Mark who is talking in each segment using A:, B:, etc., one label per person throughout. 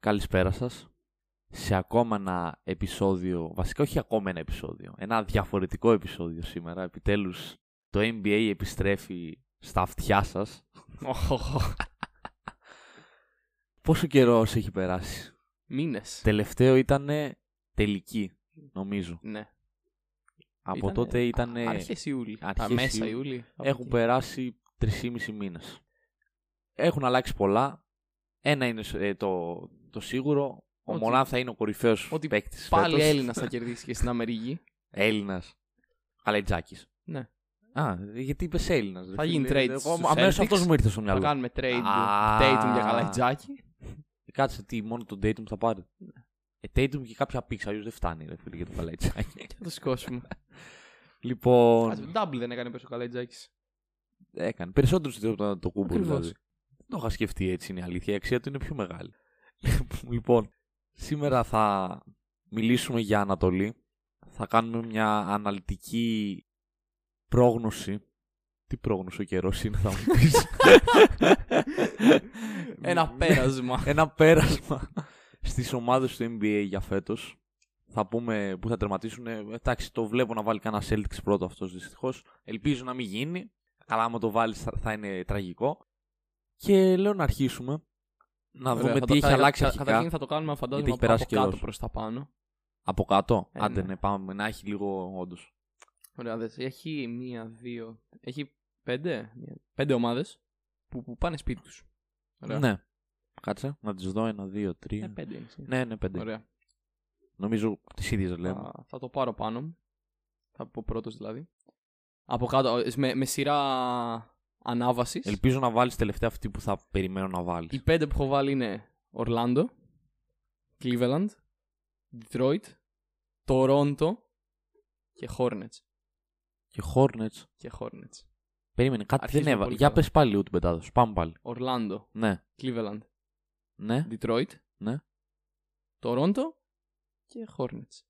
A: Καλησπέρα σας σε ακόμα ένα επεισόδιο, βασικά όχι ακόμα ένα επεισόδιο, ένα διαφορετικό επεισόδιο σήμερα. Επιτέλους το NBA επιστρέφει στα αυτιά σας. Πόσο καιρός έχει περάσει.
B: Μήνες.
A: Τελευταίο ήταν τελική, νομίζω.
B: Ναι.
A: Από τότε ήταν...
B: Αρχές Ιούλη.
A: αρχές
B: Α, μέσα
A: Ιούλη.
B: Ιούλη. από
A: Έχουν
B: εκεί.
A: περάσει 3,5 μήνες. Έχουν αλλάξει πολλά. Ένα είναι ε, το, το σίγουρο. Ο
B: Ότι-
A: Μωράν θα είναι ο κορυφαίος
B: ότι
A: παίκτης
B: Πάλι
A: φέτος.
B: Έλληνας θα κερδίσει και στην Αμερική.
A: Έλληνας. Καλετζάκη.
B: Ναι.
A: Α, γιατί είπες Έλληνας.
B: Θα γίνει trade στους
A: Αμέσως
B: Celtics.
A: αυτός μου ήρθε στο
B: Θα
A: μυαλό.
B: κάνουμε trade.
A: Α.
B: Tatum για καλατζάκι.
A: Κάτσε τι, μόνο τον Tatum θα πάρει.
B: Ναι.
A: Ε, Tatum και κάποια πίξα, αλλιώς δεν φτάνει ρε, φίλε, για τον Καλετζάκη.
B: Και θα το σηκώσουμε. Ας,
A: λοιπόν.
B: Double δεν έκανε πίσω ο καλατζάκι.
A: έκανε. Περισσότερο στο το, το κούμπο
B: Ακριβώς.
A: δηλαδή. Δεν το είχα σκεφτεί έτσι είναι η αλήθεια. Η αξία του είναι πιο μεγάλη. λοιπόν, σήμερα θα μιλήσουμε για Ανατολή. Θα κάνουμε μια αναλυτική πρόγνωση. Τι πρόγνωση ο καιρός είναι, θα μου πεις.
B: Ένα πέρασμα.
A: ένα πέρασμα στις ομάδες του NBA για φέτος. Θα πούμε που θα τερματίσουν. Ε, Εντάξει, το βλέπω να βάλει κανένα Celtics πρώτο αυτός δυστυχώς. Ελπίζω να μην γίνει. Καλά, άμα το βάλεις θα, θα είναι τραγικό. Και λέω να αρχίσουμε. Να
B: Ωραία,
A: δούμε
B: θα
A: τι
B: το-
A: έχει
B: θα-
A: αλλάξει
B: κα-
A: αρχικά.
B: Καταρχήν θα το κάνουμε
A: Γιατί
B: φαντάζομαι
A: έχει
B: από, από
A: περάσει
B: κάτω
A: καιρός.
B: προς τα πάνω.
A: Από κάτω.
B: Ε,
A: Άντε,
B: ναι.
A: ναι, πάμε. Να έχει λίγο όντως.
B: Ωραία, δες. Έχει μία, δύο. Έχει πέντε, μία- πέντε ομάδες που, που πάνε σπίτι τους. Ωραία.
A: Ναι. Κάτσε. Να τις δω. Ένα, δύο, τρία.
B: Ε, πέντε είναι. σίγουρα.
A: ναι, ναι, πέντε.
B: Ωραία.
A: Νομίζω τις ίδιες λέμε.
B: Α, θα το πάρω πάνω μου. Θα πω πρώτος δηλαδή. Από κάτω, ε, με, με σειρά ανάβασης.
A: Ελπίζω να βάλεις τελευταία αυτή που θα περιμένω να βάλεις.
B: Οι πέντε που έχω βάλει είναι Orlando, Cleveland, Detroit, Toronto και Hornets.
A: Και Hornets.
B: Και Hornets.
A: Περίμενε, κάτι
B: Αρχίζουμε
A: δεν έβαλε.
B: πολύ
A: Για
B: καλά.
A: πες πάλι λίγο την πετάδα σου. Πάμε πάλι.
B: Orlando,
A: Ναι,
B: Cleveland,
A: ναι.
B: Detroit,
A: Ναι.
B: Toronto και Hornets.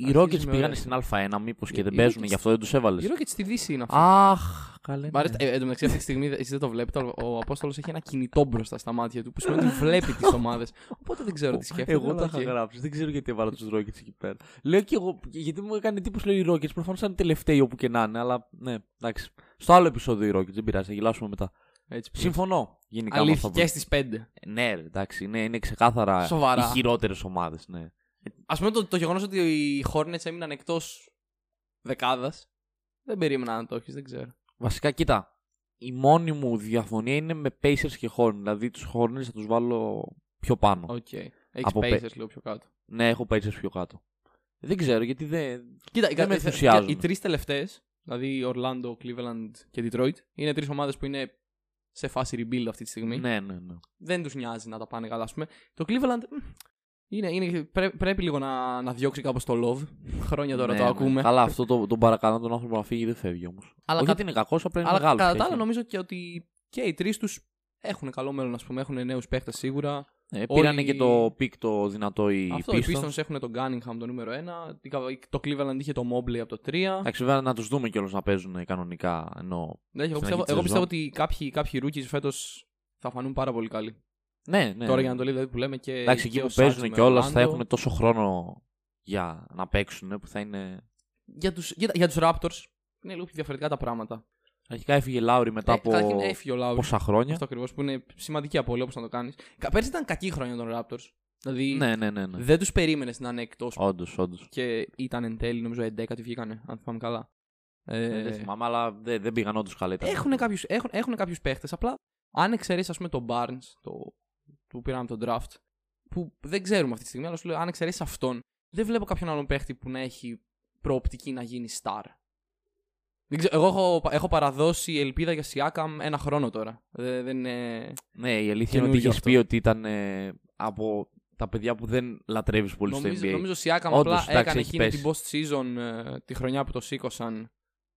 A: Οι
B: Αρχίζουμε
A: Rockets
B: ωραία.
A: πήγανε στην Α1 μήπω
B: Οι-
A: και δεν
B: οι
A: παίζουν,
B: Rockets-
A: γι' αυτό δεν τους έβαλες.
B: Οι Rockets στη Δύση είναι αυτό.
A: Αχ, καλέ. ναι.
B: Μ' αρέσει. Ε, εν τω μεταξύ, αυτή τη στιγμή εσεί δεν το βλέπετε. αλλά Ο Απόστολος έχει ένα κινητό μπροστά στα μάτια του που σημαίνει ότι βλέπει τις ομάδες. Οπότε δεν ξέρω τι σκέφτεται.
A: Ε, Εγώ
B: αλλά
A: τα είχα
B: οκ.
A: γράψει. Δεν ξέρω γιατί έβαλα τους Rockets εκεί πέρα. Λέω και εγώ, γιατί μου έκανε εντύπωση λέω οι Rockets. Προφανώς ήταν τελευταίοι όπου και να είναι, αλλά ναι, εντάξει. Στο άλλο επεισόδιο οι Rockets, δεν πειράζει, θα γελάσουμε μετά.
B: Έτσι, που-
A: Συμφωνώ γενικά με
B: Αλήθεια,
A: αυτά που.
B: και στι 5.
A: Ναι, ρε, εντάξει, είναι, είναι ξεκάθαρα
B: Σοβαρά.
A: οι χειρότερες ομάδες. Ναι.
B: Ας πούμε το, το γεγονός ότι οι Hornets έμειναν εκτός δεκάδας. Δεν περίμενα να το έχεις, δεν ξέρω.
A: Βασικά, κοίτα. Η μόνη μου διαφωνία είναι με Pacers και Hornets. Δηλαδή, τους Hornets θα τους βάλω πιο πάνω.
B: Οκ. Okay. Έχεις
A: Από πέ-
B: Pacers λίγο πιο κάτω.
A: Ναι, έχω Pacers πιο κάτω. Δεν ξέρω γιατί δεν.
B: Κοίτα,
A: Δεν με
B: οι-
A: ενθουσιάζουν.
B: Οι τρεις τελευταίες, δηλαδή Orlando, Cleveland και Detroit, είναι τρεις ομάδες που είναι σε φάση rebuild αυτή τη στιγμή.
A: Ναι, ναι, ναι.
B: Δεν τους νοιάζει να τα πάνε καλά, ας πούμε. Το Cleveland. μ, Είναι, είναι, πρέ- πρέπει λίγο να, να διώξει κάπως το love. Χρόνια τώρα
A: Ναι,
B: το
A: ναι.
B: ακούμε.
A: Καλά, αυτό το, τον παρακαλώ τον άνθρωπο να φύγει, δεν φεύγει όμως.
B: Αλλά
A: Όχι
B: κα-
A: γιατί είναι κακός, απλά είναι
B: Αλλά
A: μεγάλος.
B: κατά τα άλλα, νομίζω και ότι και οι τρεις τους έχουν καλό μέλλον, ας πούμε. Έχουν νέους παίχτες σίγουρα.
A: Ε, πήρανε
B: όλοι-
A: και το πικ το δυνατό οι
B: Αυτό, οι
A: Pistons.
B: Pistons ε. έχουν τον Cunningham το νούμερο 1. Το Cleveland είχε το Mobley από το 3.
A: Εντάξει, βέβαια να τους δούμε κιόλας να παίζουν κανονικά. Ενώ...
B: Ναι, εγώ,
A: στην
B: πιστεύω,
A: αρχή της
B: εγώ πιστεύω
A: σεζόν.
B: ότι κάποιοι, κάποιοι rookies φέτος θα φανούν πάρα πολύ καλοί.
A: Ναι, ναι.
B: Τώρα για να το λέει δηλαδή, που λέμε και.
A: Εντάξει,
B: και
A: εκεί
B: ο
A: που
B: Suns
A: παίζουν
B: με
A: κιόλα
B: Orlando.
A: θα έχουν τόσο χρόνο για να παίξουν που θα είναι.
B: Για τους για, τα- για τους Raptors είναι λίγο πιο διαφορετικά τα πράγματα.
A: Αρχικά έφυγε Λάουρη
B: Ε,
A: μετά από
B: Καταρχήν έφυγε ο Lowry.
A: πόσα χρόνια.
B: Αυτό ακριβώς που είναι σημαντική απώλεια, όπως να το κάνεις. Πέρσι ήταν κακή χρόνια των Raptors. Δηλαδή
A: Ναι, ναι, ναι. ναι.
B: δεν τους περίμενες να είναι εκτός
A: Όντως, όντως.
B: και ήταν εν τέλει, νομίζω 11 βγήκανε, αν θυμάμαι καλά.
A: Ε, δεν θυμάμαι, αλλά δεν, δεν πήγαν όντως καλά. ήταν.
B: Έχουν κάποιους, έχουν, έχουν κάποιους παίχτες, απλά αν εξαιρέσεις ας πούμε τον Barnes, το, που πήραμε τον draft, που δεν ξέρουμε αυτή τη στιγμή, αλλά σου λέω αν εξαιρέσεις αυτόν, δεν βλέπω κάποιον άλλον παίχτη που να έχει προοπτική να γίνει star. Δεν ξέρω, εγώ έχω, έχω παραδώσει ελπίδα για Siakam ένα χρόνο τώρα. Δε- δεν είναι...
A: Ναι, η αλήθεια είναι ότι
B: Καινούργιο
A: είχες
B: αυτό.
A: πει ότι ήταν ε, από τα παιδιά που δεν λατρεύεις πολύ
B: Νομίζω,
A: στο NBA.
B: νομίζω Siakam
A: Όντως,
B: απλά
A: εντάξει,
B: έκανε
A: έχει
B: εκείνη την
A: πέσει.
B: post season τη χρονιά που το σήκωσαν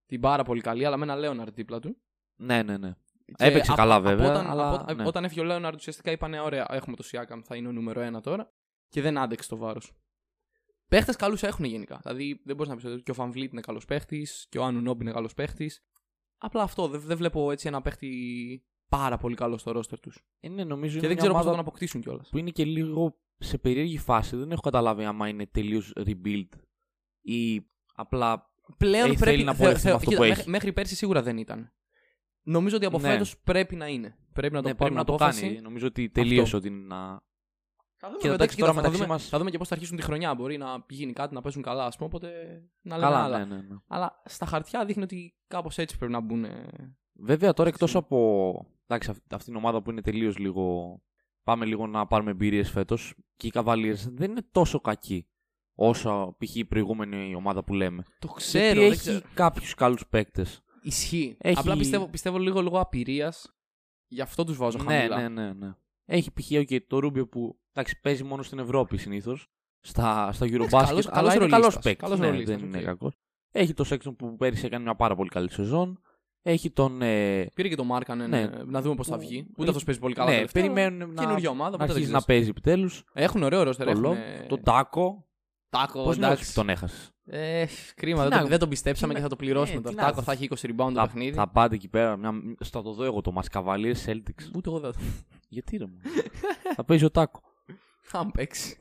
B: την πάρα πολύ καλή, αλλά με ένα Λέοναρντ δίπλα του.
A: Ναι, ναι, ναι.
B: Και
A: Έπαιξε
B: απ-
A: καλά,
B: από
A: βέβαια,
B: Όταν,
A: αλλά,
B: από,
A: ναι.
B: όταν έφυγε ο Λέοναρντ, ουσιαστικά είπανε: Ωραία, έχουμε το Siakam, θα είναι ο νούμερο 1 τώρα. Και δεν άντεξε το βάρος. Παίχτες καλούς έχουν γενικά. Δηλαδή δεν μπορείς να πεις ότι και ο Φανβλίτ είναι καλός παίχτης και ο Άνου Νόμπι είναι καλός παίχτης. Απλά αυτό. Δεν, δεν βλέπω έτσι ένα παίχτη πάρα πολύ καλό στο ρόστερ τους.
A: Είναι νομίζω
B: Και
A: είναι
B: δεν
A: μια
B: ξέρω πώς θα
A: ομάδα
B: τον αποκτήσουν κιόλας.
A: που είναι και λίγο σε περίεργη φάση. Δεν έχω καταλάβει άμα είναι τελείως rebuild ή απλά.
B: Πλέον
A: Έχει-
B: πρέπει
A: Ε, θέλει να
B: θε-
A: πορευτεί
B: θεω-
A: με αυτό
B: κοίτα,
A: που
B: μέχρι-
A: έχει.
B: Μέχρι πέρσι σίγουρα δεν ήταν. Νομίζω ότι από
A: Ναι.
B: φέτος πρέπει να είναι. Πρέπει να το
A: ναι,
B: πάρουν
A: πρέπει να το
B: απόφαση.
A: κάνει. Νομίζω ότι τελείωσε ότι είναι να.
B: Θα δούμε,
A: Και
B: μετά-
A: εντάξει,
B: κοίτα,
A: τώρα
B: θα
A: μεταξύ
B: δούμε-
A: μας-
B: Θα δούμε και πώς θα αρχίσουν τη χρονιά. Μπορεί να γίνει κάτι, να παίζουν καλά, ας πούμε. Οπότε να λέμε
A: Καλά,
B: άλλα.
A: ναι, ναι, ναι.
B: Αλλά στα χαρτιά δείχνει ότι κάπως έτσι πρέπει να μπουν.
A: Βέβαια τώρα εκτός
B: Εσύ.
A: από. Εντάξει, αυ- αυτή την ομάδα που είναι τελείως λίγο. Πάμε λίγο να πάρουμε εμπειρίες φέτος. Και οι Cavaliers δεν είναι τόσο κακοί όσο π.χ. η προηγούμενη ομάδα που λέμε.
B: Το
A: Γιατί
B: ξέρω, δεν ξέρω.
A: έχει κάποιους καλούς παίκτες.
B: Ισχύει.
A: Έχει-
B: Απλά πιστεύω, πιστεύω λίγο λόγω απειρίας. Γι' αυτό τους βάζω
A: Ναι,
B: χαμηλά.
A: ναι, ναι, ναι. Έχει π.χ. okay, το Ρούμπιο που εντάξει, παίζει μόνο στην Ευρώπη συνήθως. Στα, στα Eurobasket.
B: καλός- καλός
A: αλλά είναι
B: ρολίστας,
A: καλός παίκτης.
B: καλός
A: Ναι,
B: ρολίστας,
A: δεν
B: οκ.
A: είναι κακός. Έχει το Σέξον που πέρυσι έκανε μια πάρα πολύ καλή σεζόν. Έχει τον. Ε,
B: Πήρε και το Μάρκανεν.
A: Ναι.
B: ε, Να δούμε πώς θα
A: Που-
B: βγει.
A: είναι-
B: Ούτε αυτός παίζει πολύ καλά.
A: ναι,
B: τελευταία, αλλά
A: περιμένουν να,
B: Καινούργια ομάδα.
A: να
B: Οπότε δεν
A: αρχίσει να
B: ξέρεις.
A: παίζει επιτέλους.
B: Έχουν ωραίο ρόστερ.
A: Το Λοβ,
B: Έχουν.
A: τον Τάκο.
B: Τάκο.
A: Πώς
B: εντάξει.
A: τον έχασες.
B: Ε, κρίμα,
A: Τι
B: δεν,
A: να-
B: το, δεν τον πιστέψαμε
A: τι
B: και
A: να-
B: θα το πληρώσουμε.
A: ε,
B: το
A: τι να-
B: Τάκο θα έχει 20 rebound το
A: Θα,
B: παιχνίδι.
A: θα πάτε εκεί πέρα. Μια, θα το δω εγώ το Μασκαβαλίε Celtics.
B: Ούτε εγώ δεν θα-
A: Γιατί ρε μου. θα παίζει ο Τάκο.
B: θα μου παίξει.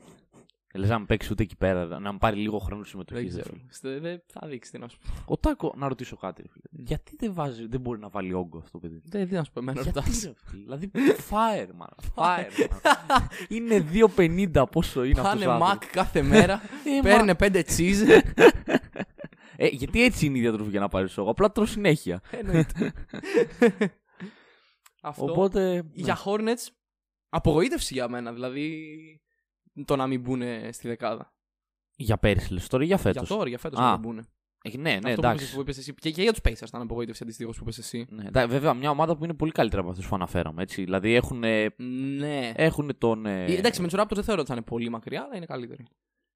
A: Λες να μην παίξεις ούτε εκεί πέρα. ρε, Να μου πάρει λίγο χρόνο συμμετοχή.
B: Δεν ξέρω. Στε- δεν- Θα δείξει τι να σου πω.
A: Ο Τάκο, να ρωτήσω κάτι. ρε φίλε. Γιατί δεν, βάζει, δεν μπορεί να βάλει όγκο αυτό το παιδί.
B: Δεν τι Ναι. να σου πω, εμένα
A: Γιατί,
B: ρωτάς.
A: ρε, φίλε, δηλαδή, fire, μάνα. Fire, μάνα. είναι 2,50 πόσο είναι αυτός.
B: Πάνε μακ κάθε μέρα. Παίρνε πέντε τσίζ.
A: Ε, γιατί έτσι είναι η διατροφή για να πάρεις όγκο. Απλά τρώω συνέχεια.
B: Εννοείται. Αυτό.
A: Οπότε. Ναι.
B: Για Hornets, απογοήτευση για μένα. Δηλαδή, το να μην μπουν στη δεκάδα.
A: ναι. Για πέρυσι, λες τώρα ή για φέτο.
B: Για τώρα, για φέτος
A: Α,
B: να μην μπουν.
A: Ναι, ναι,
B: Αυτό που είπες-
A: εντάξει.
B: που είπες εσύ. Και, και για τους Pacers ήταν απογοήτευση αντιστοίχω που είπες εσύ.
A: Ναι, εντά- βέβαια, μια ομάδα που είναι πολύ καλύτερα από αυτές που αναφέραμε. Έτσι. Δηλαδή έχουν,
B: Ναι.
A: έχουν τον. ε,
B: Ε, εντάξει, με τους Raptors δεν θεωρώ ότι θα είναι πολύ μακριά, αλλά είναι καλύτερη.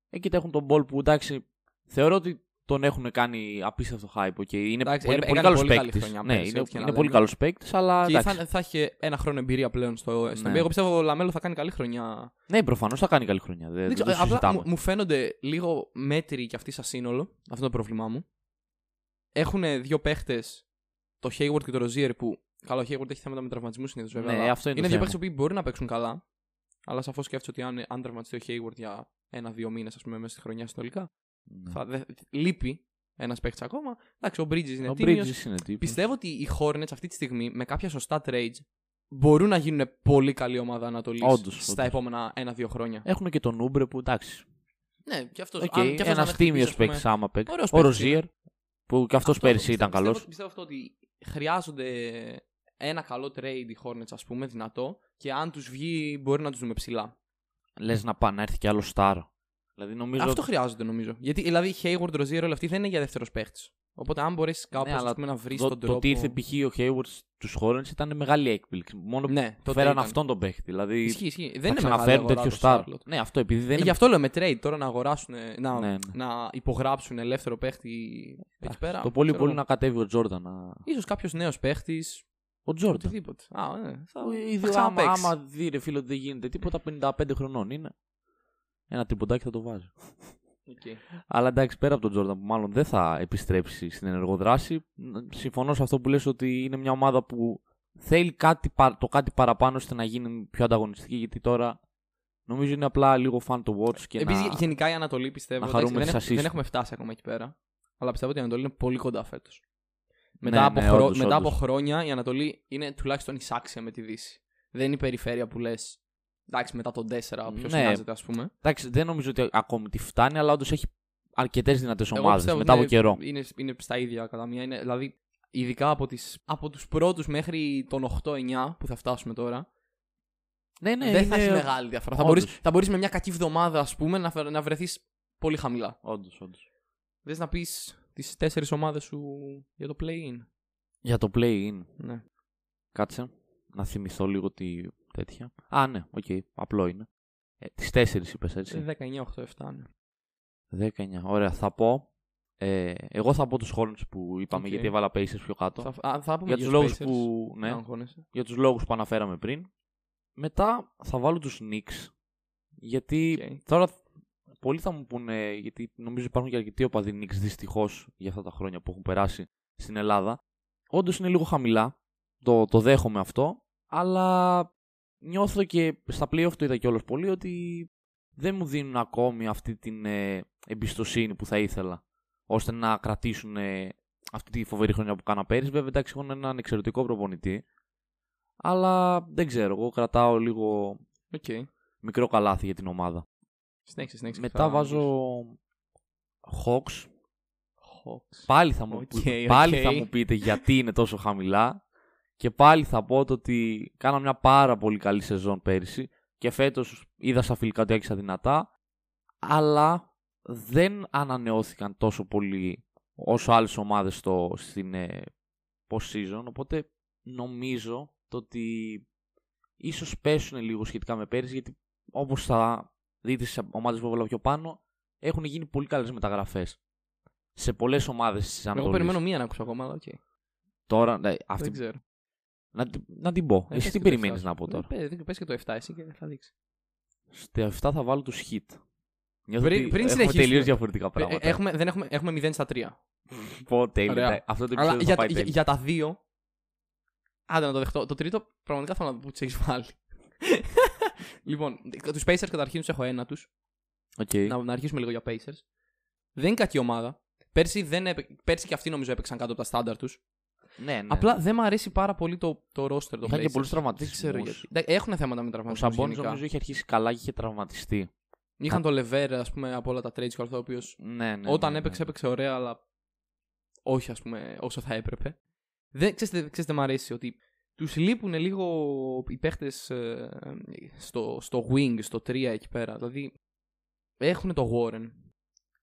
A: ε, κοίτα, έχουν τον Μπολ που εντάξει. Θεωρώ ότι τον έχουν κάνει απίστευτο hype. Okay. Είναι,
B: Εντάξει,
A: είναι
B: έ-
A: πολύ
B: έκανε
A: καλός
B: πολύ καλή
A: παίκτης.
B: χρονιά
A: Ναι,
B: πέρυσι,
A: είναι,
B: ό,τι και να
A: είναι πολύ
B: λέμε.
A: καλός παίκτης, αλλά.
B: Και
A: εντάξει.
B: θα, θα έχει ένα χρόνο εμπειρία πλέον στο, στο
A: Ναι.
B: NBA. Εγώ πιστεύω ο Λαμέλο θα κάνει καλή χρονιά.
A: Ναι, προφανώς θα κάνει καλή χρονιά. Δεν, δεν
B: Δεν
A: το
B: ξέρω, απλά
A: συζητάμε.
B: μου, μου φαίνονται λίγο μέτροι κι αυτοί σαν σύνολο. Αυτό είναι το πρόβλημά μου. Έχουν δύο παίχτες, το Hayward και το Rozier, που. Καλά, ο Hayward έχει θέματα με τραυματισμούς συνήθως, βέβαια.
A: Ναι,
B: αλλά
A: αυτό είναι το
B: είναι δύο
A: θέμα.
B: παίχτες που μπορεί να παίξουν καλά. Αλλά σαφώς σκέφτεσαι ότι αν, αν τραυματιστεί ο Hayward για ένα-δύο μήνες, ας πούμε, μέσα στη χρονιά συνολικά.
A: Ναι.
B: Θα, δε, λείπει ένας παίχτη ακόμα. Εντάξει, ο Bridges είναι
A: Ο
B: τίμιος.
A: Bridges είναι τύπος.
B: Πιστεύω ότι οι Hornets αυτή τη στιγμή με κάποια σωστά trades μπορούν να γίνουν πολύ καλή ομάδα Ανατολής
A: Όντως,
B: στα
A: όντως. Ε,
B: επόμενα ένα-δύο χρόνια.
A: Έχουν και τον Ούμπρε που εντάξει.
B: Ναι, και αυτό.
A: Okay, Ένα τίμιο παίκτη άμα παίκτη.
B: Ωραίος
A: Ο
B: παίκτης ναι.
A: Ροζίερ που και αυτό πέρυσι ήταν καλός.
B: Πιστεύω, πιστεύω αυτό ότι χρειάζονται ένα καλό trade οι Hornets, ας πούμε, δυνατό και αν τους βγει μπορεί να τους δούμε ψηλά.
A: Λες να πά- να έρθει κι άλλο Στάρ. Δηλαδή νομίζω.
B: Αυτό χρειάζονται νομίζω. Γιατί δηλαδή Hayward, Rozier, όλοι αυτοί δεν είναι για δεύτερος παίχτης. Οπότε αν μπορέσει κάπω
A: Ναι, αλλά
B: να βρεις
A: το,
B: τον τρόπο.
A: το ότι ήρθε π.χ. ο Hayward στους Hornets ήταν μεγάλη έκπληξη. Μόνο που
B: Ναι, τότε
A: φέραν
B: ήταν.
A: αυτόν τον παίχτη. Δηλαδή
B: Ισχύει, ισχύει. Δεν
A: θα
B: είναι μεγάλη
A: ξαναφέρουν
B: αγορά
A: τέτοιο
B: το
A: star.
B: Charlotte.
A: Ναι, αυτό επειδή δεν
B: Ε,
A: είναι.
B: Γι' αυτό λέω με trade τώρα να αγοράσουν, να,
A: Ναι, ναι.
B: να υπογράψουν ελεύθερο παίχτη εκεί πέρα.
A: το πολύ
B: ξέρω
A: πολύ
B: εγώ.
A: να κατέβει ο Τζόρνταν. να-
B: Ίσως κάποιος νέος παίχτης,
A: Ο Τζόρνταν.
B: οτιδήποτε. Α, ναι. Θα...
A: Ο-
B: θα
A: ίδιο, άμα,
B: ξαναπαίξει.
A: άμα δει ρε φίλο ότι δεν γίνεται τίποτα 55 χρονών είναι. Ένα τριποντάκι θα το βάζει.
B: Οκ.
A: Αλλά εντάξει, πέρα από τον Τζόρνταν που μάλλον δεν θα επιστρέψει στην ενεργοδράση, ν- συμφωνώ σε αυτό που λες ότι είναι μια ομάδα που θέλει κάτι, πα- το κάτι παραπάνω ώστε να γίνει πιο ανταγωνιστική. Γιατί τώρα νομίζω είναι απλά λίγο fun to watch και
B: Επίσης,
A: να...
B: γε- γενικά η Ανατολή πιστεύω.
A: να
B: εντάξει,
A: χαρούμε
B: δεν,
A: τις
B: έχουμε-
A: assists.
B: δεν έχουμε φτάσει ακόμα εκεί πέρα. Αλλά πιστεύω ότι η Ανατολή είναι πολύ κοντά φέτος.
A: Ναι,
B: Μετά, από,
A: ναι,
B: χρο-
A: όντως,
B: μετά από
A: όντως.
B: χρόνια η Ανατολή είναι τουλάχιστον εισάξια με τη Δύση. Δεν είναι η περιφέρεια που λες. Εντάξει, μετά τον 4, ποιο
A: Ναι.
B: νοιάζεται, ας πούμε.
A: Εντάξει, δεν νομίζω ότι ακόμη τη φτάνει, αλλά όντως έχει αρκετές δυνατές
B: Εγώ
A: ομάδες
B: πιστεύω
A: μετά από
B: είναι-
A: καιρό.
B: Είναι, είναι στα ίδια κατά μία. Είναι, δηλαδή, ειδικά από, τις, από τους πρώτους μέχρι τον 8-9 που θα φτάσουμε τώρα,
A: Ναι, ναι,
B: δεν
A: είναι...
B: θα έχει μεγάλη διαφορά. Θα
A: Όντως.
B: μπορείς, θα μπορείς με μια κακή εβδομάδα, ας πούμε, να, φε- να βρεθείς πολύ χαμηλά.
A: Όντως, όντως.
B: Δες να πεις τις τέσσερις ομάδες σου για το play-in.
A: Για το play-in,
B: Ναι.
A: κάτσε να θυμηθώ λίγο τη τέτοια. Α, ναι, οκ, απλό είναι. Ε, τις 4 είπες, έτσι.
B: 19-8-7. Ναι.
A: 19. Ωραία, θα πω. Ε, εγώ θα πω τους Hornets που είπαμε
B: Οκ.
A: γιατί έβαλα Pacers πιο κάτω.
B: Θα, α, θα πούμε
A: Για
B: και
A: τους
B: τους
A: λόγους
B: Pacers.
A: που.
B: Να
A: Ναι,
B: αγχώνεσαι.
A: για τους λόγους που αναφέραμε πριν. Μετά θα βάλω τους Knicks. Γιατί
B: Οκ.
A: τώρα πολλοί θα μου πούνε, γιατί νομίζω υπάρχουν και αρκετοί οπαδοί Knicks δυστυχώς για αυτά τα χρόνια που έχουν περάσει στην Ελλάδα. Όντως είναι λίγο χαμηλά. Το, το δέχομαι αυτό. Αλλά νιώθω και στα playoff το είδα κιόλας πολύ ότι δεν μου δίνουν ακόμη αυτή την ε, εμπιστοσύνη που θα ήθελα ώστε να κρατήσουν ε, αυτή τη φοβερή χρονιά που κάνα πέρυσι. Βέβαια, εντάξει, έχουν έναν εξαιρετικό προπονητή. Αλλά δεν ξέρω, εγώ κρατάω λίγο
B: Οκ.
A: μικρό καλάθι για την ομάδα.
B: Συνέχισε, συνέχισε.
A: Μετά
B: θα-
A: βάζω Hawks.
B: Hawks.
A: Πάλι θα μου,
B: Οκ,
A: που-
B: οκ.
A: πάλι θα μου πείτε γιατί είναι τόσο χαμηλά. Και πάλι θα πω το ότι κάνα μια πάρα πολύ καλή σεζόν πέρυσι. Και φέτος είδα στα φιλικά ότι άρχισα δυνατά. Αλλά δεν ανανεώθηκαν τόσο πολύ όσο άλλες ομάδες στο, στην ε, post-season. Οπότε νομίζω το ότι ίσως πέσουν λίγο σχετικά με πέρυσι. Γιατί όπως θα δείτε στις ομάδες που έβαλα πιο πάνω, έχουν γίνει πολύ καλές μεταγραφές. Σε πολλές ομάδες της Ανατολής.
B: Εγώ περιμένω μία να ακούσω ακόμα, αλλά οκ.
A: Τώρα, ναι, αυτή,
B: Δεν ξέρω.
A: να, την- να την πω.
B: Ε, πες
A: εσύ τι
B: και το
A: περιμένεις
B: 7.
A: να πω τώρα.
B: Ε, Πες, πες και το 7 εσύ και θα δείξεις.
A: Στα 7 θα βάλω τους hit. Νιώθω
B: Ναι. Πριν-
A: ότι
B: πριν
A: έχουμε
B: συνεχίσουμε.
A: τελείως διαφορετικά
B: Ε,
A: πράγματα.
B: Έχουμε, δεν έχουμε, έχουμε 0 στα 3.
A: Πω, τέλεια.
B: Ωραία.
A: Αυτό το
B: Αλλά
A: επεισόδιο θα
B: για, τα-
A: πάει
B: για,
A: τέλεια.
B: για τα δύο. Άντε να το δεχτώ. Το τρίτο πραγματικά θέλω να δω πού τι έχεις βάλει. λοιπόν, τους Pacers καταρχήν τους έχω ένα τους.
A: Οκ.
B: Να, να αρχίσουμε λίγο για Pacers. Δεν είναι κακή ομάδα. Πέρσι, δεν έπαι... Πέρσι και αυτοί νομίζω έπαιξαν κάτω από τα στάνταρ τους.
A: Ναι, ναι.
B: Απλά δεν μου αρέσει πάρα πολύ το, το roster των
A: Είχαν και
B: Pacers.
A: πολλούς
B: Δεν
A: τραυματισμούς.
B: ξέρω γιατί. Εντάξει, Έχουν θέματα με
A: Ο
B: τραυματισμούς
A: Σαμπόνις
B: γενικά.
A: νομίζω είχε αρχίσει καλά και είχε τραυματιστεί.
B: Είχαν το Λεβέρ, ας πούμε, από όλα τα trades και όλα αυτά, ο οποίος
A: Ναι, ναι.
B: Όταν
A: ναι, ναι.
B: έπαιξε, έπαιξε ωραία, αλλά όχι, ας πούμε, όσο θα έπρεπε. Δεν, ξέρετε, ξέρετε, μ' αρέσει ότι τους λείπουν λίγο οι παίχτες ε, στο, στο wing, στο 3 εκεί πέρα. Δηλαδή, έχουν το Warren.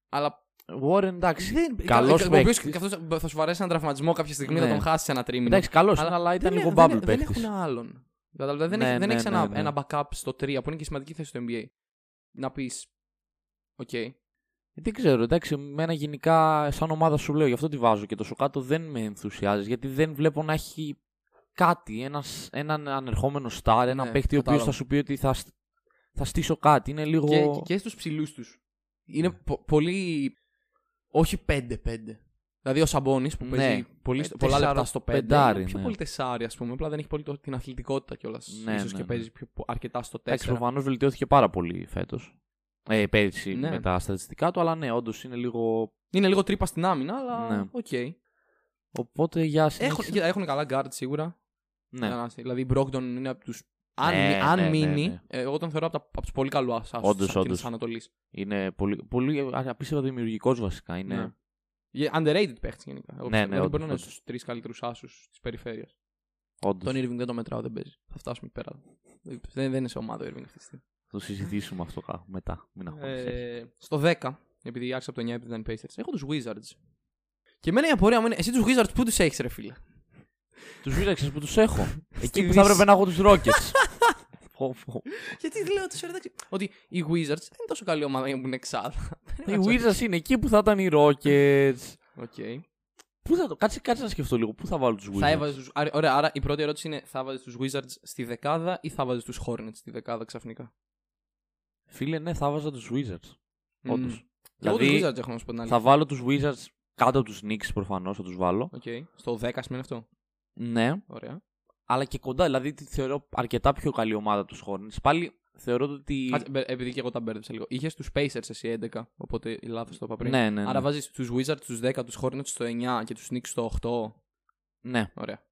B: Αλλά
A: Warren, εντάξει.
B: δεν...
A: καλός
B: ο οποίος
A: παίκτης.
B: και αυτός θα σου βαρέσει έναν τραυματισμό κάποια στιγμή, θα
A: Ναι.
B: τον χάσεις ένα τρίμηνο.
A: Εντάξει, καλός είναι, αλλά ήταν
B: δεν,
A: λίγο
B: δεν-
A: bubble
B: δεν
A: παίκτης.
B: έχουν άλλον. Κατάλαβα, δεν
A: Ναι,
B: έχει, δεν
A: ναι,
B: έχεις
A: ναι,
B: ένα,
A: ναι.
B: ένα backup στο 3 που είναι και η σημαντική θέση του NBA. Να πεις, οκ,
A: Ε, Δεν ξέρω, εντάξει, εμένα γενικά σαν ομάδα σου λέω, γι' αυτό τη βάζω και τόσο κάτω δεν με ενθουσιάζει, γιατί δεν βλέπω να έχει κάτι, ένας, έναν ανερχόμενο στάρ, ένα
B: Ναι,
A: παίχτη ο οποίος
B: κατάλαβα.
A: θα σου πει ότι θα, σ- θα στήσω κάτι. Είναι λίγο.
B: και, και στους ψηλούς τους. Είναι
A: Ναι.
B: πο- πολύ... Όχι 5-5. Δηλαδή ο Σαμπόνης που
A: Ναι.
B: παίζει πολύ,
A: Ε,
B: πολλά λεπτά
A: τεσσάρο-
B: στο 5.
A: πεντάρι,
B: είναι πιο
A: ναι.
B: πολύ τεσάρι ας πούμε. Απλά δεν έχει πολύ το- την αθλητικότητα κιόλας.
A: Ναι,
B: ίσως
A: ναι,
B: και
A: ναι.
B: παίζει πιο, πο- αρκετά στο 4.
A: Εντάξει, προφανώς βελτιώθηκε πάρα πολύ φέτος. Ε, πέρυσι
B: Ναι.
A: με τα στατιστικά του, αλλά ναι, όντως είναι λίγο.
B: Είναι λίγο τρύπα στην άμυνα, αλλά
A: Ναι.
B: οκ.
A: Οπότε για
B: Έχουν,
A: συνέχισε.
B: κοίτα, έχουν καλά guard σίγουρα.
A: Ναι.
B: Για να- Δηλαδή η Brogdon είναι από τους... Αν,
A: Ναι,
B: μει- αν
A: ναι, ναι,
B: μείνει,
A: ναι.
B: ε, εγώ τον θεωρώ από, τα, από τους πολύ καλούς
A: Όντως,
B: άσους
A: όντως.
B: της Ανατολής.
A: Είναι πολύ, πολύ απίστευτα δημιουργικός βασικά. Είναι...
B: Ναι. Για- Underrated παίχτης γενικά. Εγώ
A: Ναι,
B: πιστεύω.
A: ναι,
B: δηλαδή
A: όντως,
B: μπορεί να είναι
A: όντως.
B: στους τρεις καλύτερους άσους της περιφέρειας.
A: Όντως.
B: Τον Irving δεν το μετράω, δεν παίζει. Θα φτάσουμε εκεί πέρα. Δεν, δεν είναι σε ομάδα ο Irving αυτή τη στιγμή.
A: Θα το συζητήσουμε αυτό κάπου μετά. Μην αγχώνεσαι.
B: Ε, στο 10, επειδή άρχισα από το 9 επειδή ήταν οι Pacers, έχω τους Wizards. Και εμένα η απορία μου είναι, εσύ τους Wizards πού τους έχεις, ρε φίλε.
A: Τους βίλαξε που τους έχω. Εκεί που
B: Δύση.
A: θα έπρεπε να έχω τους Rockets. Πω, πω.
B: Γιατί λέω του εντάξει. Ότι οι Wizards δεν είναι τόσο καλή ομάδα για να μπουν εξάδα.
A: Οι Wizards είναι εκεί που θα ήταν οι Rockets.
B: Okay.
A: Πού θα το. Κάτσε, κάτσε να σκεφτώ λίγο. Πού θα βάλω τους Wizards.
B: Θα έβαζες τους... άρα- Ωραία, άρα η πρώτη ερώτηση είναι, θα βάζει τους Wizards στη δεκάδα ή θα βάζει τους Hornets στη δεκάδα ξαφνικά.
A: Φίλε, ναι, θα βάζα του Wizards. Όντω.
B: Μμμ. Και εγώ
A: Δηλαδή,
B: τους Wizards έχω να σου πω την αλήθεια.
A: Θα βάλω τους Wizards κάτω από τους Knicks προφανώς, θα τους βάλω.
B: Οκ. Στο 10 σημαίνει αυτό.
A: Ναι,
B: Ωραία.
A: αλλά και κοντά. Δηλαδή τη θεωρώ αρκετά πιο καλή ομάδα τους Hornets. Πάλι θεωρώ το ότι.
B: Κάτσε, μπε- επειδή και εγώ τα μπέρδεψα λίγο. Είχες τους Pacers εσύ 11, οπότε λάθος το είπα πριν.
A: Ναι, ναι, ναι.
B: Άρα βάζεις τους Wizards τους 10, τους Hornets στο 9 και τους Knicks στο 8.
A: ναι.
B: Ωραία.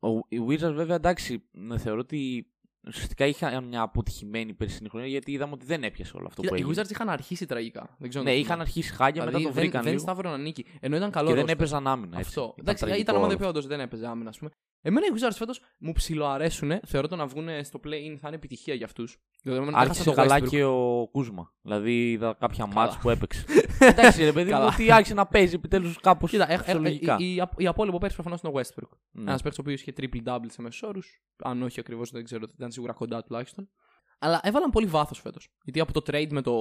A: Ο- Οι Wizards βέβαια εντάξει, ναι, θεωρώ ότι ουσιαστικά είχαν μια αποτυχημένη περσινή χρονιά γιατί είδαμε ότι δεν έπιασε όλο αυτό
B: Κοίτα,
A: που
B: οι
A: έγινε.
B: Wizards είχαν αρχίσει τραγικά. Δεν ξέρω
A: Ναι,
B: αν το
A: είχαν
B: θυμάμαι.
A: αρχίσει χάλια, μετά το
B: Δηλαδή
A: βρήκαν
B: δεν, δεν
A: λίγο.
B: σταύρωναν νίκη. Ενώ ήταν καλό
A: Και δεν
B: roster.
A: έπαιζαν άμυνα. Έτσι.
B: Αυτό. Εντάξει, ήταν,
A: τραγικό
B: ήταν
A: όλο
B: ομαδοποιό, όντως, δεν έπαιζε άμυνα, ας πούμε. Εμένα οι Wizards φέτος μου ψιλοαρέσουν. Θεωρώ το να βγουν στο play-in θα είναι επιτυχία για αυτούς. Δηλαδή, εμένα έχασα
A: Άρχισε
B: το
A: καλά
B: Westbrook.
A: και ο Κούσμα. Δηλαδή είδα κάποια
B: Καλά.
A: μάτς που έπαιξε. Εντάξει, ρε παιδί μου,
B: Καλά.
A: ότι άρχισε να παίζει επιτέλους κάπως
B: Κοίτα, ε, ε, ε,
A: φυσιολογικά.
B: η, η, η απόλυτη πέρσι προφανώς είναι ο Westbrook.
A: Ναι.
B: Ένας παίκτης ο οποίος είχε triple double σε μέσους όρους. Αν όχι ακριβώς, δεν ξέρω, ήταν σίγουρα κοντά τουλάχιστον. Αλλά έβαλαν πολύ βάθος φέτος. Γιατί από το trade με το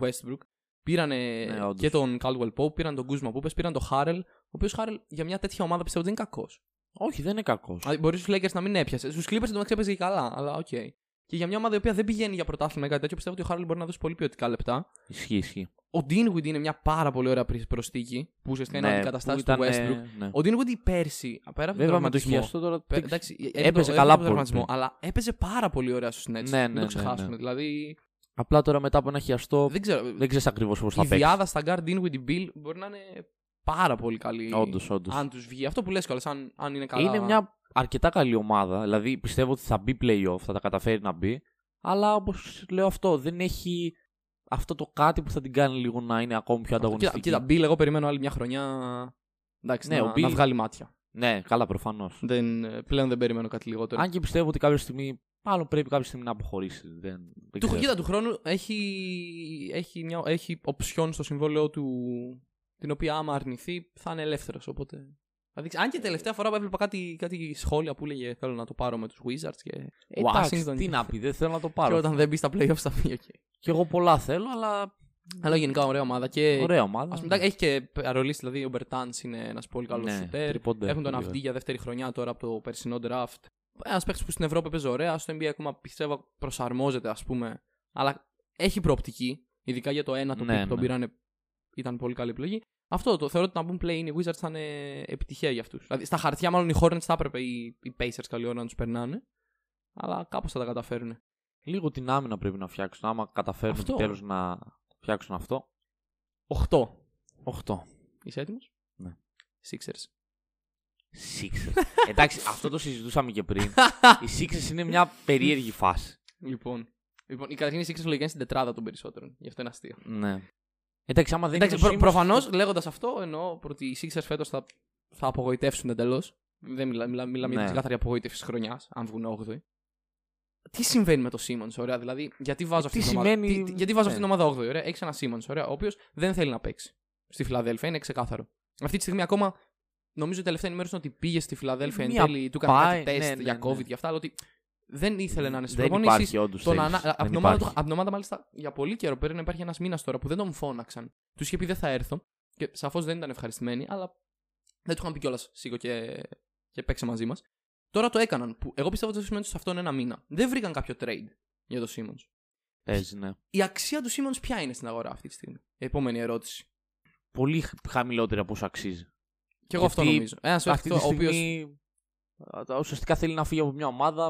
B: Westbrook πήρανε
A: Ναι, όντως.
B: και τον Caldwell Pope, πήραν τον Kuzma που είπες, πήραν τον Harrell, ο οποίος Harrell για μια τέτοια ομάδα πιστεύω ότι δεν είναι κακός.
A: Όχι, δεν είναι κακός.
B: Μπορεί στου Lakers να μην έπιασες. Στου Clippers δεν το έπαιζε και καλά, αλλά οκ. Και για μια ομάδα η οποία δεν πηγαίνει για πρωτάθλημα ή κάτι τέτοιο, πιστεύω ότι ο Χάρολ μπορεί να δώσει πολύ ποιοτικά λεπτά.
A: Ισχύει, ισχύει.
B: Ο Ντίνγκουιντ είναι μια πάρα πολύ ωραία προσ- προσθήκη που ουσιαστικά είναι αντικαταστάσει του Westbrook.
A: Ναι.
B: Ο Ντίνγκουιντ πέρσι, πέρα
A: Βέβαια
B: από τον
A: με το
B: τραυματισμό.
A: χιλιαστό τώρα.
B: Πε-
A: τι-
B: Εντάξει, ε,
A: έπαιζε
B: έπαιζε
A: καλά
B: καλά
A: πολύ.
B: τραυματισμό, αλλά έπαιζε πάρα πολύ ωραία στου Nets.
A: Ναι, ναι,
B: Μην
A: ναι,
B: το ξεχάσουμε.
A: ναι.
B: Δηλαδή,
A: Απλά τώρα μετά από ένα χιαστό
B: δεν ξέρω.
A: δεν ξέρεις ακριβώς πώς θα
B: η
A: παίξεις.
B: διάδα στα Guard Dinwiddie Bill μπορεί να είναι πάρα πολύ καλή.
A: Όντως, όντως.
B: Αν τους βγει. Αυτό που λες κιόλας, αν, αν είναι καλά. ναι.
A: Είναι μια αρκετά καλή ομάδα. Δηλαδή πιστεύω ότι θα μπει playoff, θα τα καταφέρει να μπει. Αλλά όπως λέω αυτό, δεν έχει αυτό το κάτι που θα την κάνει λίγο να είναι ακόμη πιο
B: Κοίτα,
A: ανταγωνιστική.
B: κοίτα, Bill, εγώ περιμένω άλλη μια χρονιά. Εντάξει,
A: Ναι,
B: να,
A: ο Bill-
B: να βγάλει μάτια.
A: Ναι, καλά, προφανώς.
B: Δεν, πλέον δεν περιμένω κάτι λιγότερο.
A: Αν και πιστεύω ότι κάποια στιγμή. Μάλλον πρέπει κάποια στιγμή να αποχωρήσει. Δεν, δεν
B: Του,
A: ξέρω.
B: κοίτα, του χρόνου έχει, έχει, μια, έχει οψιόν στο συμβόλαιό του την οποία άμα αρνηθεί θα είναι ελεύθερος οπότε... θα δείξει. Αν και τελευταία φορά που έβλεπα κάτι, κάτι σχόλια που έλεγε θέλω να το πάρω με τους Wizards και
A: Ε, εντάξει,
B: Washington.
A: τι να πει, δεν θέλω να το
B: και
A: πάρω. Ναι.
B: όταν δεν μπει στα playoffs θα φύγει. Okay.
A: Κι εγώ πολλά θέλω, αλλά.
B: Αλλά γενικά ωραία ομάδα και
A: Ωραία ομάδα.
B: Ε, Ας πούμε, εντάξει, έχει και παρολίσεις, δηλαδή ο Μπερτάν είναι ένας πολύ καλός
A: Ναι,
B: σουτέρ.
A: τρίποντα,
B: Έχουν τον
A: πολύ
B: Αυδί για δεύτερη χρονιά τώρα από το περσινό draft. Ένας παίχτη που στην Ευρώπη παίζει ωραία, στο NBA ακόμα πιστεύω προσαρμόζεται, ας πούμε. Αλλά έχει προοπτική, ειδικά για το ένα το
A: Ναι,
B: οποίο τον
A: ναι.
B: πήρανε. Ήταν πολύ καλή επιλογή. Αυτό το θεωρώ ότι να μπουν play είναι οι Wizards θα είναι επιτυχία για αυτούς. Δηλαδή στα χαρτιά, μάλλον οι Hornets θα έπρεπε οι, οι Pacers καλή ώρα να τους περνάνε. Αλλά κάπως θα τα καταφέρουν.
A: Λίγο την άμυνα πρέπει να φτιάξουν. Άμα καταφέρουν
B: Αυτό.
A: επιτέλους να φτιάξουν αυτό.
B: 8.
A: 8.
B: Είσαι έτοιμος?
A: Ναι.
B: Sixers.
A: Sixers. Εντάξει, αυτό το συζητούσαμε και πριν. Οι Sixers είναι μια περίεργη φάση.
B: Λοιπόν. Λοιπόν, η καταρχήν η Sixers λογικά είναι στην τετράδα των περισσότερων. Γι' αυτό είναι αστείο.
A: Ναι. Εντάξει, άμα δεν
B: Εντάξει,
A: είναι ο
B: προ-
A: Simmons,
B: προφανώς λέγοντας αυτό εννοώ ότι οι Sixers φέτος θα, θα απογοητεύσουν εντελώς. Δεν μιλά, μιλά, μιλάμε για
A: Ναι.
B: την ξεκάθαρη απογοήτευση τη χρονιάς, αν βγουν 8η. Τι συμβαίνει με το Simmons, ωραία, δηλαδή, γιατί βάζω αυτή
A: Ε, τι
B: την ομάδα.
A: σημαίνει-
B: τι- γιατί βάζω αυτή την
A: ναι.
B: ομάδα 8η, ωραία. Έχεις ένα Simmons, ωραία, ο οποίος δεν θέλει να παίξει στη Φιλαδέλφια, είναι ξεκάθαρο. Αυτή τη στιγμή ακόμα νομίζω η τελευταία ενημέρωση είναι ότι πήγε στη Φιλαδέλφια εν
A: Μία
B: τέλει, του έκανε κάτι
A: πάει,
B: τεστ
A: ναι, ναι,
B: για
A: ναι.
B: COVID και αυτά, αλλά ότι δεν ήθελε να είναι στην
A: Δεν
B: προπόνηση.
A: υπάρχει όντως
B: Τον
A: θέληση.
B: ανα...
A: Δεν
B: από, την ομάδα του-
A: υπάρχει.
B: από την ομάδα, μάλιστα, για πολύ καιρό πέραν να υπάρχει ένας μήνας τώρα που δεν τον φώναξαν. Του είχε πει δεν θα έρθω. Και σαφώς δεν ήταν ευχαριστημένοι, αλλά δεν του είχαν πει κιόλας σήκω και, και παίξε μαζί μας. Τώρα το έκαναν. Που εγώ πιστεύω ότι το σημαίνει ότι σε αυτόν ένα μήνα. Δεν βρήκαν κάποιο trade για τον Simmons.
A: Παίζει, ναι.
B: Η αξία του Simmons ποια είναι στην αγορά αυτή τη στιγμή. Επόμενη ερώτηση.
A: Πολύ χαμηλότερη από όσο αξίζει.
B: Και εγώ αυτό
A: Γιατί
B: νομίζω. Ένας
A: Αυτή
B: παίχτη ο
A: τη
B: οποίος.
A: στιγμή α, ουσιαστικά θέλει να φύγει από μια ομάδα.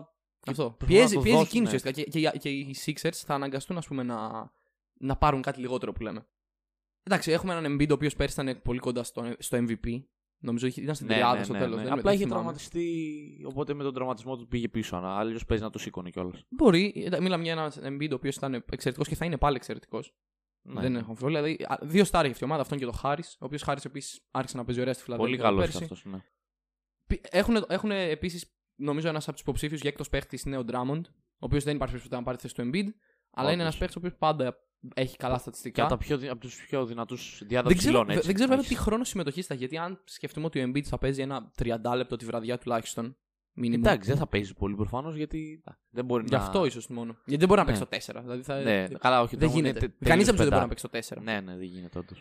B: Ναι, Αυτό.
A: προσπαθούν να
B: Πιέζει,
A: το
B: πιέζει
A: δώσουν,
B: εκείνη
A: ναι.
B: ουσιαστικά. Και, και, οι- και οι Sixers θα αναγκαστούν ας πούμε, να, να πάρουν κάτι λιγότερο που λέμε. Εντάξει, έχουμε έναν Embiid ο οποίος πέρσι ήταν πολύ κοντά στο, στο MVP. Νομίζω είχε- ήταν στην
A: Ναι,
B: τριάδα
A: ναι,
B: στο
A: ναι,
B: τέλος.
A: ναι. Απλά είχε τραυματιστεί, οπότε με τον τραυματισμό του πήγε πίσω. Αλλιώ παίζει να το σήκωνε κιόλας.
B: Μπορεί. Ε, Μίλαμε για έναν Embiid ο οποίος ήταν εξαιρετικός και θα είναι πάλι εξαιρετικός.
A: Ναι.
B: Δεν έχω αμφιβολία. Δηλαδή, α, δύο στάρ έχει αυτή η ομάδα, αυτόν και το Χάρη, ο οποίος Χάρη επίσης άρχισε να παίζει ωραία στη Φιλανδία.
A: Πολύ καλό αυτός. Ναι.
B: Έχουν, έχουν επίσης, νομίζω, ένας από τους υποψήφιους για έκτος παίχτης είναι ο Ντράμοντ, ο οποίος δεν υπάρχει περίπτωση να πάρει τη θέση του Embiid, αλλά είναι
A: Όντως.
B: ένας παίχτης ο οποίος πάντα έχει καλά στατιστικά.
A: Και από, τα πιο, δυ- από τους πιο δυνατούς
B: Δεν
A: διάδοχους
B: ξέρω,
A: ψηλών.
B: δε-
A: έτσι.
B: δεν ξέρω βέβαια τι
A: Έχεις-
B: χρόνο συμμετοχής θα έχει, γιατί αν σκεφτούμε ότι ο Embiid θα παίζει ένα 30 λεπτό τη βραδιά τουλάχιστον. Μήνυμα.
A: Εντάξει, δεν θα παίζει πολύ προφανώς γιατί α, δεν μπορεί
B: Γι'
A: να.
B: αυτό ίσως μόνο. Γιατί δεν μπορεί να
A: Ναι.
B: παίξει το 4. Δηλαδή θα...
A: Ναι, καλά, όχι.
B: δεν
A: το- είναι
B: γίνεται.
A: τε-
B: Κανείς
A: τελείως
B: δεν μπορεί
A: πετά.
B: να παίξει το 4.
A: Ναι, ναι, δεν γίνεται όντως.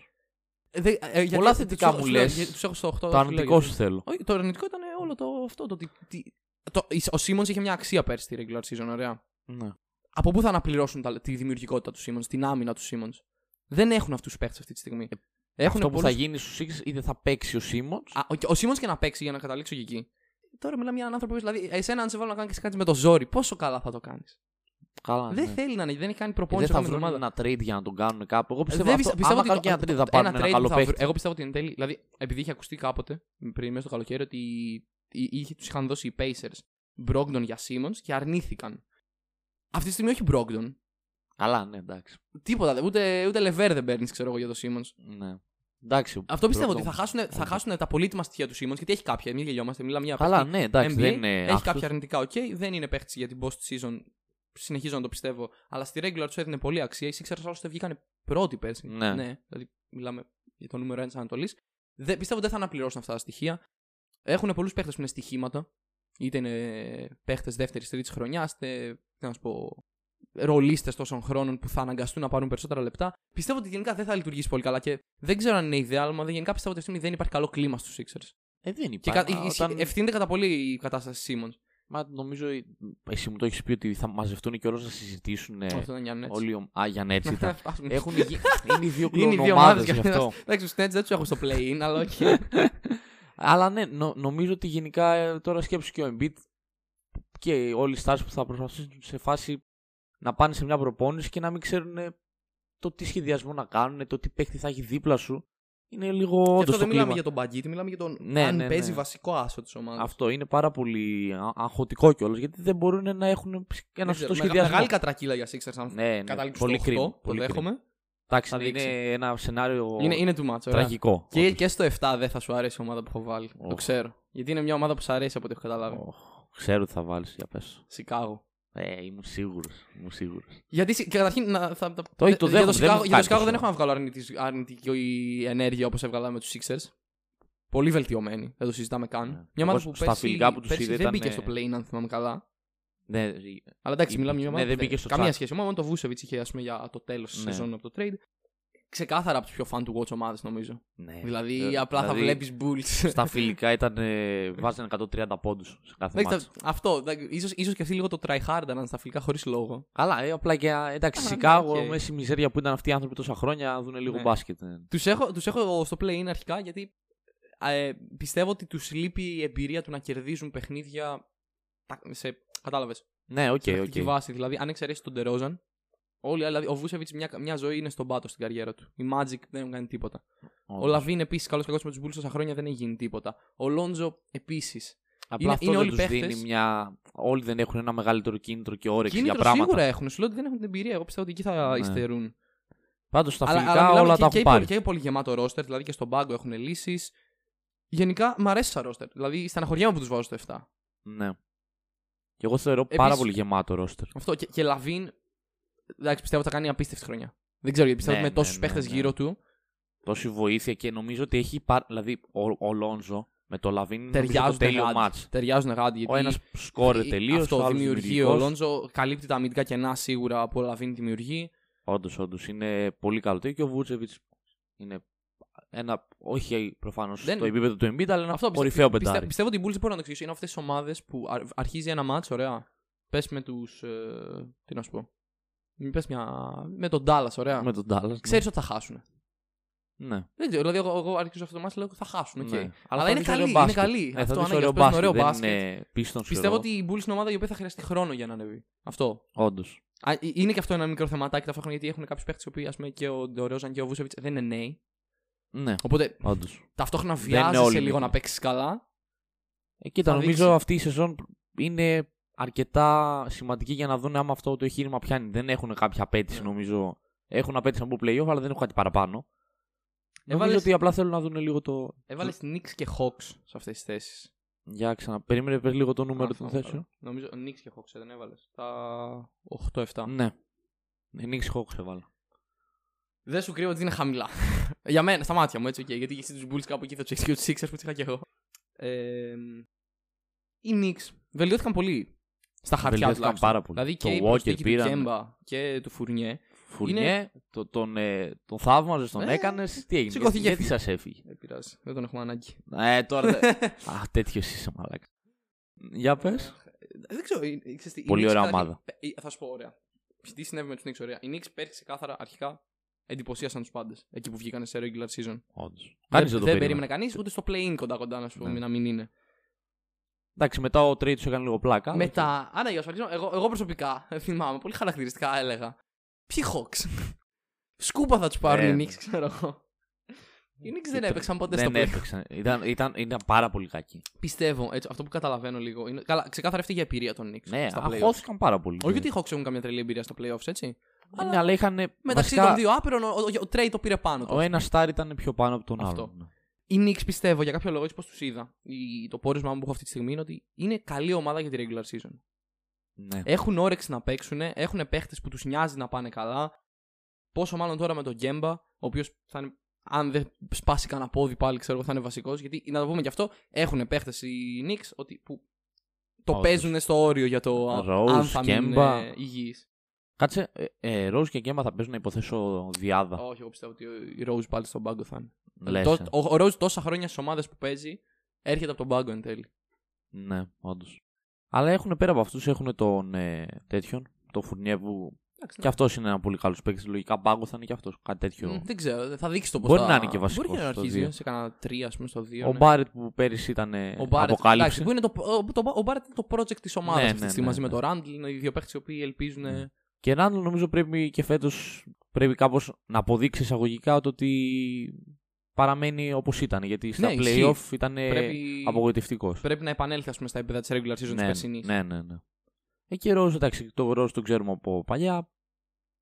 B: Ε, δε- ε, γιατί-
A: Πολλά θετικά
B: τους-
A: μου
B: τους λέω,
A: λες.
B: γιατί Τους έχω στο 8.
A: Το αρνητικό σου θέλω.
B: Όχι, το αρνητικό ήταν όλο το αυτό. Το, ότι- τι- το, ο Σίμον είχε μια αξία πέρσι στη regular season, ωραία.
A: Ναι.
B: Από πού θα αναπληρώσουν τα- τη δημιουργικότητα του Σίμον, την άμυνα του Σίμον. Δεν έχουν αυτούς τους παίχτε αυτή τη στιγμή. Έχουν
A: Αυτό που θα
B: πολλούς-
A: γίνει στους Σίξ είτε θα παίξει ο Σίμον.
B: Α, ο, ο Σίμον και να παίξει για να καταλήξω και εκεί. Τώρα μιλάμε για έναν άνθρωπο που. Δηλαδή, εσένα αν σε βάλω να κάνεις κάτι με το ζόρι, πόσο καλά θα το κάνεις.
A: Καλά.
B: δεν
A: ναι.
B: θέλει να είναι, δεν έχει κάνει
A: Ε, δεν
B: προπόνηση
A: θα
B: ακόμα με
A: βρουν
B: την ομάδα.
A: ένα trade για να τον κάνουν κάπου. Εγώ πιστεύω,
B: Δεν
A: αυτό,
B: πιστε- πιστεύω
A: άμα κάνουν και ένα trade θα
B: το-
A: πάρουν ένα,
B: trade
A: καλό
B: που θα βρουν-
A: παίχτη.
B: Εγώ πιστεύω ότι εν τέλει. Δηλαδή, επειδή είχε ακουστεί κάποτε, πριν μέσα στο καλοκαίρι, ότι οι- οι- τους είχαν δώσει οι Pacers Brogdon για Simmons και αρνήθηκαν. Αυτή τη στιγμή όχι Brogdon.
A: Καλά, ναι, εντάξει.
B: Τίποτα. δεν- Ούτε, ούτε Lever δεν παίρνεις, ξέρω εγώ, για το Simmons.
A: Ναι. Εντάξει,
B: Αυτό πιστεύω ότι
A: πρώτο-
B: θα χάσουν, θα χάσουν τα πολύτιμα στοιχεία του Simmons γιατί έχει κάποια. Μην γελιόμαστε, μιλάμε για
A: Καλά, ναι, εντάξει,
B: NBA,
A: δεν είναι.
B: έχει
A: αυτός.
B: κάποια αρνητικά, οκ. Δεν είναι παίχτης για την post season. Συνεχίζω να το πιστεύω. Αλλά στη regular του έδινε πολύ αξία. Οι Sixers άλλωστε βγήκαν πρώτοι πέρσι.
A: Ναι.
B: δηλαδή μιλάμε για το νούμερο 1 της Ανατολής. Δε, πιστεύω δεν θα αναπληρώσουν αυτά τα στοιχεία. Έχουν πολλούς παίχτες που είναι στοιχήματα. Είτε είναι παίχτες δεύτερης τρίτης χρονιάς, είτε τι να σου πω, ρολίστες τόσων χρόνων που θα αναγκαστούν να πάρουν περισσότερα λεπτά. Πιστεύω ότι γενικά δεν θα λειτουργήσει πολύ καλά και δεν ξέρω αν είναι ιδεάλ, αλλά γενικά πιστεύω ότι αυτή τη στιγμή δεν υπάρχει καλό κλίμα στους Sixers.
A: Ε, δεν
B: Και
A: υπάρχει.
B: κα...
A: Όταν...
B: Ευθύνεται κατά πολύ η κατάσταση Σίμον.
A: Μα νομίζω ε, εσύ μου το έχεις πει ότι θα μαζευτούν και όλος να συζητήσουν ε,
B: Αυτό ήταν Γιάννη.
A: όλοι. οι ομ- Α, για να έτσι ήταν.
B: Έχουν
A: Έχουν γι- είναι οι δύο
B: Είναι οι δύο
A: κλονομάδε
B: ομάδες
A: γι'
B: καθένας.
A: αυτό.
B: Εντάξει, τους Nets δεν τους έχω στο play-in, αλλά όχι.
A: Αλλά ναι, νο- νομίζω ότι γενικά ε, τώρα σκέψου και ο Embiid και όλοι οι stars που θα προσπαθήσουν σε φάση να πάνε σε μια προπόνηση και να μην ξέρουν ε, το τι σχεδιασμό να κάνουν, το τι παίχτη θα έχει δίπλα σου. Είναι λίγο
B: Γι'
A: όντω
B: αυτό
A: το
B: δεν
A: κλίμα.
B: μιλάμε για τον Μπαγκίτη, μιλάμε για τον
A: Ναι,
B: αν
A: ναι,
B: παίζει
A: ναι.
B: βασικό άσο της ομάδας.
A: Αυτό είναι πάρα πολύ α- αγχωτικό κιόλας γιατί δεν μπορούν να έχουν ένα σωστό σχεδιασμό.
B: Μεγάλη κατρακύλα για Sixers αν
A: Ναι, ναι,
B: καταλήξουν
A: πολύ
B: στο 8,
A: κρίμα,
B: το
A: πολύ κρίμα.
B: δέχομαι.
A: Εντάξει,
B: θα
A: είναι
B: δείξει.
A: ένα σενάριο
B: Είναι, είναι too much, ωραία.
A: τραγικό.
B: Και, και στο 7 δεν θα σου αρέσει η ομάδα που έχω βάλει. Το
A: Οχ.
B: ξέρω. Γιατί είναι μια ομάδα που σου αρέσει από ό,τι έχω καταλάβει.
A: Οχ, ξέρω τι θα βάλεις, για πες.
B: Σικάγο.
A: Ε, ήμουν σίγουρος, ήμουν σίγουρος.
B: Γιατί σι- και καταρχήν. Να, θα, τα-
A: Το- το
B: για
A: δέχομαι,
B: το
A: δεν
B: Σικάγο,
A: μου
B: για
A: φτάνει
B: το Σικάγο
A: το
B: δεν έχω
A: σώμα.
B: να βγάλω αρνητική, αρνητική ενέργεια όπως έβγαλα με τους Sixers. Πολύ βελτιωμένη. Δεν το συζητάμε καν.
A: Ναι.
B: Μια ομάδα
A: Εγώ
B: που
A: στα
B: πέρσι,
A: φιλικά που τους
B: πέρσι
A: είδα
B: δεν
A: ήταν,
B: μπήκε
A: ε,
B: στο play, αν θυμάμαι καλά.
A: Ναι,
B: Αλλά εντάξει,
A: Η-
B: μιλάμε για
A: ναι,
B: ομάδα.
A: δεν
B: που
A: μπήκε στο
B: Καμία
A: τσάκ.
B: σχέση. Μόνο το Βούσεβιτ είχε ας πούμε, για το τέλος της
A: Ναι.
B: σεζόν από το trade. Ξεκάθαρα από του πιο fan του watch ομάδες, νομίζω.
A: ναι.
B: δηλαδή,
A: Ε,
B: απλά θα
A: δηλαδή,
B: βλέπεις Bulls.
A: Στα φιλικά ήταν, ε, βάζανε 130 πόντους σε κάθε
B: Εντάξει,
A: μάτς.
B: τα- αυτό. εντάξει, Ίσως, ίσως και αυτοί λίγο το try hard να είναι στα φιλικά χωρίς λόγο.
A: Καλά, ε, απλά και α, εντάξει,
B: Α,
A: Σικάγο,
B: ναι, οκ.
A: μέσα στη μιζέρια που ήταν αυτοί οι άνθρωποι τόσα χρόνια, να δουν λίγο
B: Ναι.
A: μπάσκετ. ναι.
B: Τους έχω, τους έχω στο play in αρχικά γιατί ε, πιστεύω ότι τους λείπει η εμπειρία του να κερδίζουν παιχνίδια τα- σε. Κατάλαβες.
A: Ναι, οκ,
B: σε
A: οκ.
B: τακτική βάση. Δηλαδή, αν εξαιρέσεις τον Τερόζαν, όλοι, οι άλλοι- δηλαδή, ο Βούσεβιτ μια, μια ζωή είναι στον πάτο στην καριέρα του. Η Magic δεν έχουν κάνει τίποτα.
A: Όντως.
B: Ο Λαβίν επίσης, καλός κακός με τους Μπούλ τόσα χρόνια δεν έχει γίνει τίποτα. Ο Λόντζο επίσης.
A: Απλά
B: είναι-
A: αυτό
B: είναι όλοι
A: δεν τους
B: παίχτες.
A: δίνει μια... Όλοι δεν έχουν ένα μεγαλύτερο κίνητρο και όρεξη για
B: Κίνητρο
A: πράγματα.
B: σίγουρα έχουν. Σου λέω ότι δεν έχουν την εμπειρία. Εγώ πιστεύω ότι εκεί θα
A: Ναι.
B: υστερούν.
A: Πάντως στα φιλικά
B: μιλάμε
A: όλα
B: και,
A: τα
B: και,
A: έχουν πάρει.
B: πολύ- και πολύ γεμάτο ρόστερ, δηλαδή και στον πάγκο έχουν λύσεις. Γενικά μ' αρέσει σαν ρόστερ. Δηλαδή στεναχωριέμαι που τους βάζω στο 7.
A: Ναι. Και εγώ θεωρώ πάρα
B: Επίσης-
A: πολύ γεμάτο ρόστερ.
B: Αυτό και, και Λαβίν. Εντάξει, πιστεύω θα κάνει απίστευτη χρονιά. Δεν ξέρω γιατί πιστεύω
A: Ναι,
B: ότι με
A: ναι,
B: τόσους
A: ναι,
B: παίχτες
A: ναι.
B: γύρω του
A: τόση βοήθεια και νομίζω ότι έχει πάρει. Δηλαδή, ο, ο Λόνζο με το Λαβίν είναι νομίζω το
B: ταιριάζουν
A: τέλειο
B: γάντι.
A: μάτς.
B: Ταιριάζουν γάντι.
A: Ο
B: γιατί-
A: ένας σκόρε
B: Ε,
A: τελείως.
B: Αυτό δημιουργεί. Ο Λόντζο καλύπτει τα αμυντικά κενά σίγουρα που ο Λαβίν δημιουργεί.
A: Όντως, όντως. Είναι πολύ καλό. τέτοιο. Και ο Βούτσεβιτ είναι ένα. Όχι προφανώς
B: Δεν-
A: στο επίπεδο του Embiid, αλλά είναι αυτό
B: Αυτό
A: κορυφαίο
B: Πιστε-
A: πεντάρι.
B: πιστεύω ότι οι Bulls δεν μπορούν να το εξηγήσω. Είναι αυτές τι ομάδες που αρ- αρχίζει ένα μάτσο, ωραία. Πες με τους. Ε, τι να σου πω. Μην πες μια. με τον Dallas, ωραία.
A: Με τον Τάλλα.
B: Ξέρεις ότι θα χάσουν.
A: Ναι.
B: Δεν ξέρω. Δηλαδή, εγώ, εγώ αρχίζω αυτό το μάτσο λέω θα χάσουν. οκ.
A: ναι.
B: Αλλά,
A: θα
B: είναι
A: δεις ωραίο
B: καλή. Είναι
A: μπάσκετ.
B: καλή.
A: Ναι, θα
B: αυτό
A: δεις
B: αν
A: ωραίο
B: παίζουν
A: μπάσκετ.
B: ωραίο
A: Δεν
B: μπάσκετ.
A: είναι πίστονς,
B: Πιστεύω ότι η Bulls είναι ομάδα η οποία θα χρειαστεί χρόνο για να ανέβει. Αυτό.
A: Όντως.
B: Α, ε, Είναι και αυτό ένα μικρό θεματάκι ταυτόχρονα γιατί έχουν κάποιους παίχτες οι οποίοι, ας πούμε, και ο Ντορόζαν και ο Βούσεβιτ δεν είναι νέοι.
A: Ναι,
B: Οπότε
A: όντως.
B: ταυτόχρονα
A: Δεν είναι όλοι
B: βιάζεσαι λίγο
A: νέοι.
B: να παίξεις καλά.
A: Ε, κοίτα,
B: Θα
A: νομίζω
B: δείξεις.
A: αυτή η σεζόν είναι αρκετά σημαντική για να δουν άμα αυτό το εγχείρημα πιάνει. Δεν έχουν κάποια απέτηση,
B: Ναι.
A: νομίζω. Έχουν απέτηση από playoff, αλλά δεν έχουν κάτι παραπάνω. Νομίζω
B: Έβαλες-
A: ότι απλά θέλουν να δουν λίγο το.
B: Έβαλες Νίξ και Hawks σε αυτές τις θέσεις.
A: Για ξανα. Περίμενε, πες λίγο το νούμερο
B: Α,
A: των
B: θα μου
A: θέσεων.
B: πάρω. Νομίζω Νίξ και Hawks ε, δεν έβαλες. Τα 8-7.
A: Ναι. Νίξ Χόξ έβαλα.
B: Δεν σου κρύβω ότι είναι χαμηλά. Για μένα, στα μάτια μου έτσι, okay, γιατί είχε του Bulls κάπου εκεί, θα τους έχεις και τους Sixers που τους είχα και εγώ. Ε, οι Knicks βελτιώθηκαν πολύ στα χαρτιά
A: Βελτιώθηκαν
B: τουλάχιστον.
A: πάρα πολύ.
B: Δηλαδή
A: Το
B: και η
A: Walker
B: προσθήκη του
A: πήραν.
B: Κέμπα και του Φουρνιέ.
A: Φουρνιέ,
B: Είναι-
A: το, τον, ε, τον θαύμαζες, τον
B: Ε,
A: έκανες. Τι έγινε,
B: σηκώθηκε
A: γιατί, γιατί σας έφυγε.
B: Δεν πειράζει, δεν τον έχουμε ανάγκη.
A: Ε, τώρα. δε- Α, τέτοιος είσαι, μαλάκα. Για πες.
B: Δεν ξέρω. ε, ε, ξέρεις τι, οι
A: Πολύ
B: Knicks
A: ωραία
B: καταρχήν-
A: ομάδα.
B: ε, ε, Θα σου πω ωραία. Τι συνέβη με τους Knicks, ωραία. Οι Knicks πέρσι κάθαρα αρχικά εντυπωσίασαν τους πάντες εκεί που βγήκαν σε regular season.
A: Όντως. Κανεί
B: Ε,
A: δεν
B: δεν
A: το
B: δεν
A: περίμενε.
B: περίμενε κανείς, ούτε στο play-in κοντά-κοντά να σου πούμε
A: Ναι.
B: να μην είναι.
A: Εντάξει, μετά ο Τρέι του έκανε λίγο πλάκα. αλλά-
B: Μετά, άρα για σου εγώ, εγώ προσωπικά ε, θυμάμαι, πολύ χαρακτηριστικά έλεγα. Ποιοι Hawks. Σκούπα θα τους πάρουν
A: Ε.
B: οι Knicks, ξέρω εγώ. Οι Knicks δεν
A: Ε,
B: έπαιξαν ποτέ στο
A: Δεν
B: play.
A: έπαιξαν. Ήταν, ήταν, ήταν πάρα πολύ κακοί.
B: Πιστεύω, έτσι, αυτό που καταλαβαίνω λίγο. Είναι, καλά, ξεκάθαρα αυτή η εμπειρία των Knicks.
A: Ναι,
B: στα play-offs.
A: αγχώθηκαν πάρα πολύ.
B: Όχι ότι οι Hawks έχουν καμιά τρελή εμπειρία στα playoffs, έτσι.
A: Ναι, αλλά είχαν.
B: Μεταξύ
A: βασικά,
B: των δύο άπειρων, ο, ο, ο Τρέι το πήρε πάνω του.
A: Ο ένας στάρ ήταν πιο πάνω από τον
B: Αυτό.
A: άλλον.
B: Οι Knicks πιστεύω για κάποιο λόγο, έτσι πώ τους είδα. Η, το πόρισμά μου που έχω αυτή τη στιγμή είναι ότι είναι καλή ομάδα για τη regular season.
A: Ναι.
B: Έχουν όρεξη να παίξουν, έχουν παίχτες που τους νοιάζει να πάνε καλά. Πόσο μάλλον τώρα με τον Γκέμπα, ο οποίος θα είναι, αν δεν σπάσει κανένα πόδι πάλι, ξέρω εγώ, θα είναι βασικός. Γιατί να το πούμε και αυτό, έχουν παίχτες οι Knicks ότι, που το
A: Όντως.
B: παίζουν στο όριο για το α-
A: Rose,
B: αν θα
A: Kemba.
B: μείνουν υγιείς.
A: Κάτσε, ε, ε, Rose και Γκέμα θα παίζουν να υποθέσω διάδα.
B: Όχι, εγώ πιστεύω ότι η Rose πάλι στον πάγκο θα είναι.
A: Λες,
B: Το-
A: ε.
B: ο, ο Rose τόσα χρόνια στις ομάδες που παίζει έρχεται από τον πάγκο εν τέλει.
A: Ναι, όντως. Αλλά έχουν πέρα από αυτούς, έχουν τον ε, τέτοιον, τον Φουρνιέβου.
B: Εντάξει,
A: Και αυτός είναι ένα πολύ καλός παίκτης. Λογικά μπάγκο θα είναι και αυτός. Κάτι τέτοιο.
B: Μ, Δεν ξέρω, θα δείξει το πώς
A: Μπορεί
B: θα...
A: να είναι και βασικός
B: Μπορεί να
A: στο
B: αρχίζει
A: δύο.
B: σε κανένα τρία, ας πούμε, στο δύο.
A: ο
B: ναι.
A: Μπάρετ που πέρυσι ήταν ε,
B: Ο Μπάρετ,
A: αποκάλυψη.
B: εντάξει, που είναι το, ο, το, ο Μπάρετ είναι το project της ομάδας
A: Ναι,
B: αυτή τη
A: ναι,
B: στιγμή
A: ναι,
B: μαζί
A: ναι.
B: με τον Ράντλ. Είναι οι δύο παίχτε οι οποίοι ελπίζουν. ε,
A: Ναι. Και Ράντλ νομίζω πρέπει και φέτος πρέπει κάπως να αποδείξει εισαγωγικά το ότι παραμένει όπως ήταν. Γιατί στα
B: Ναι, ισχύει.
A: playoff ήταν
B: Πρέπει-
A: απογοητευτικός.
B: Πρέπει να επανέλθει ας πούμε, στα επίπεδα της regular season της
A: ναι,
B: περσινής.
A: ναι, ναι, ναι. Ε, και Rose, εντάξει, το Rose τον ξέρουμε από παλιά.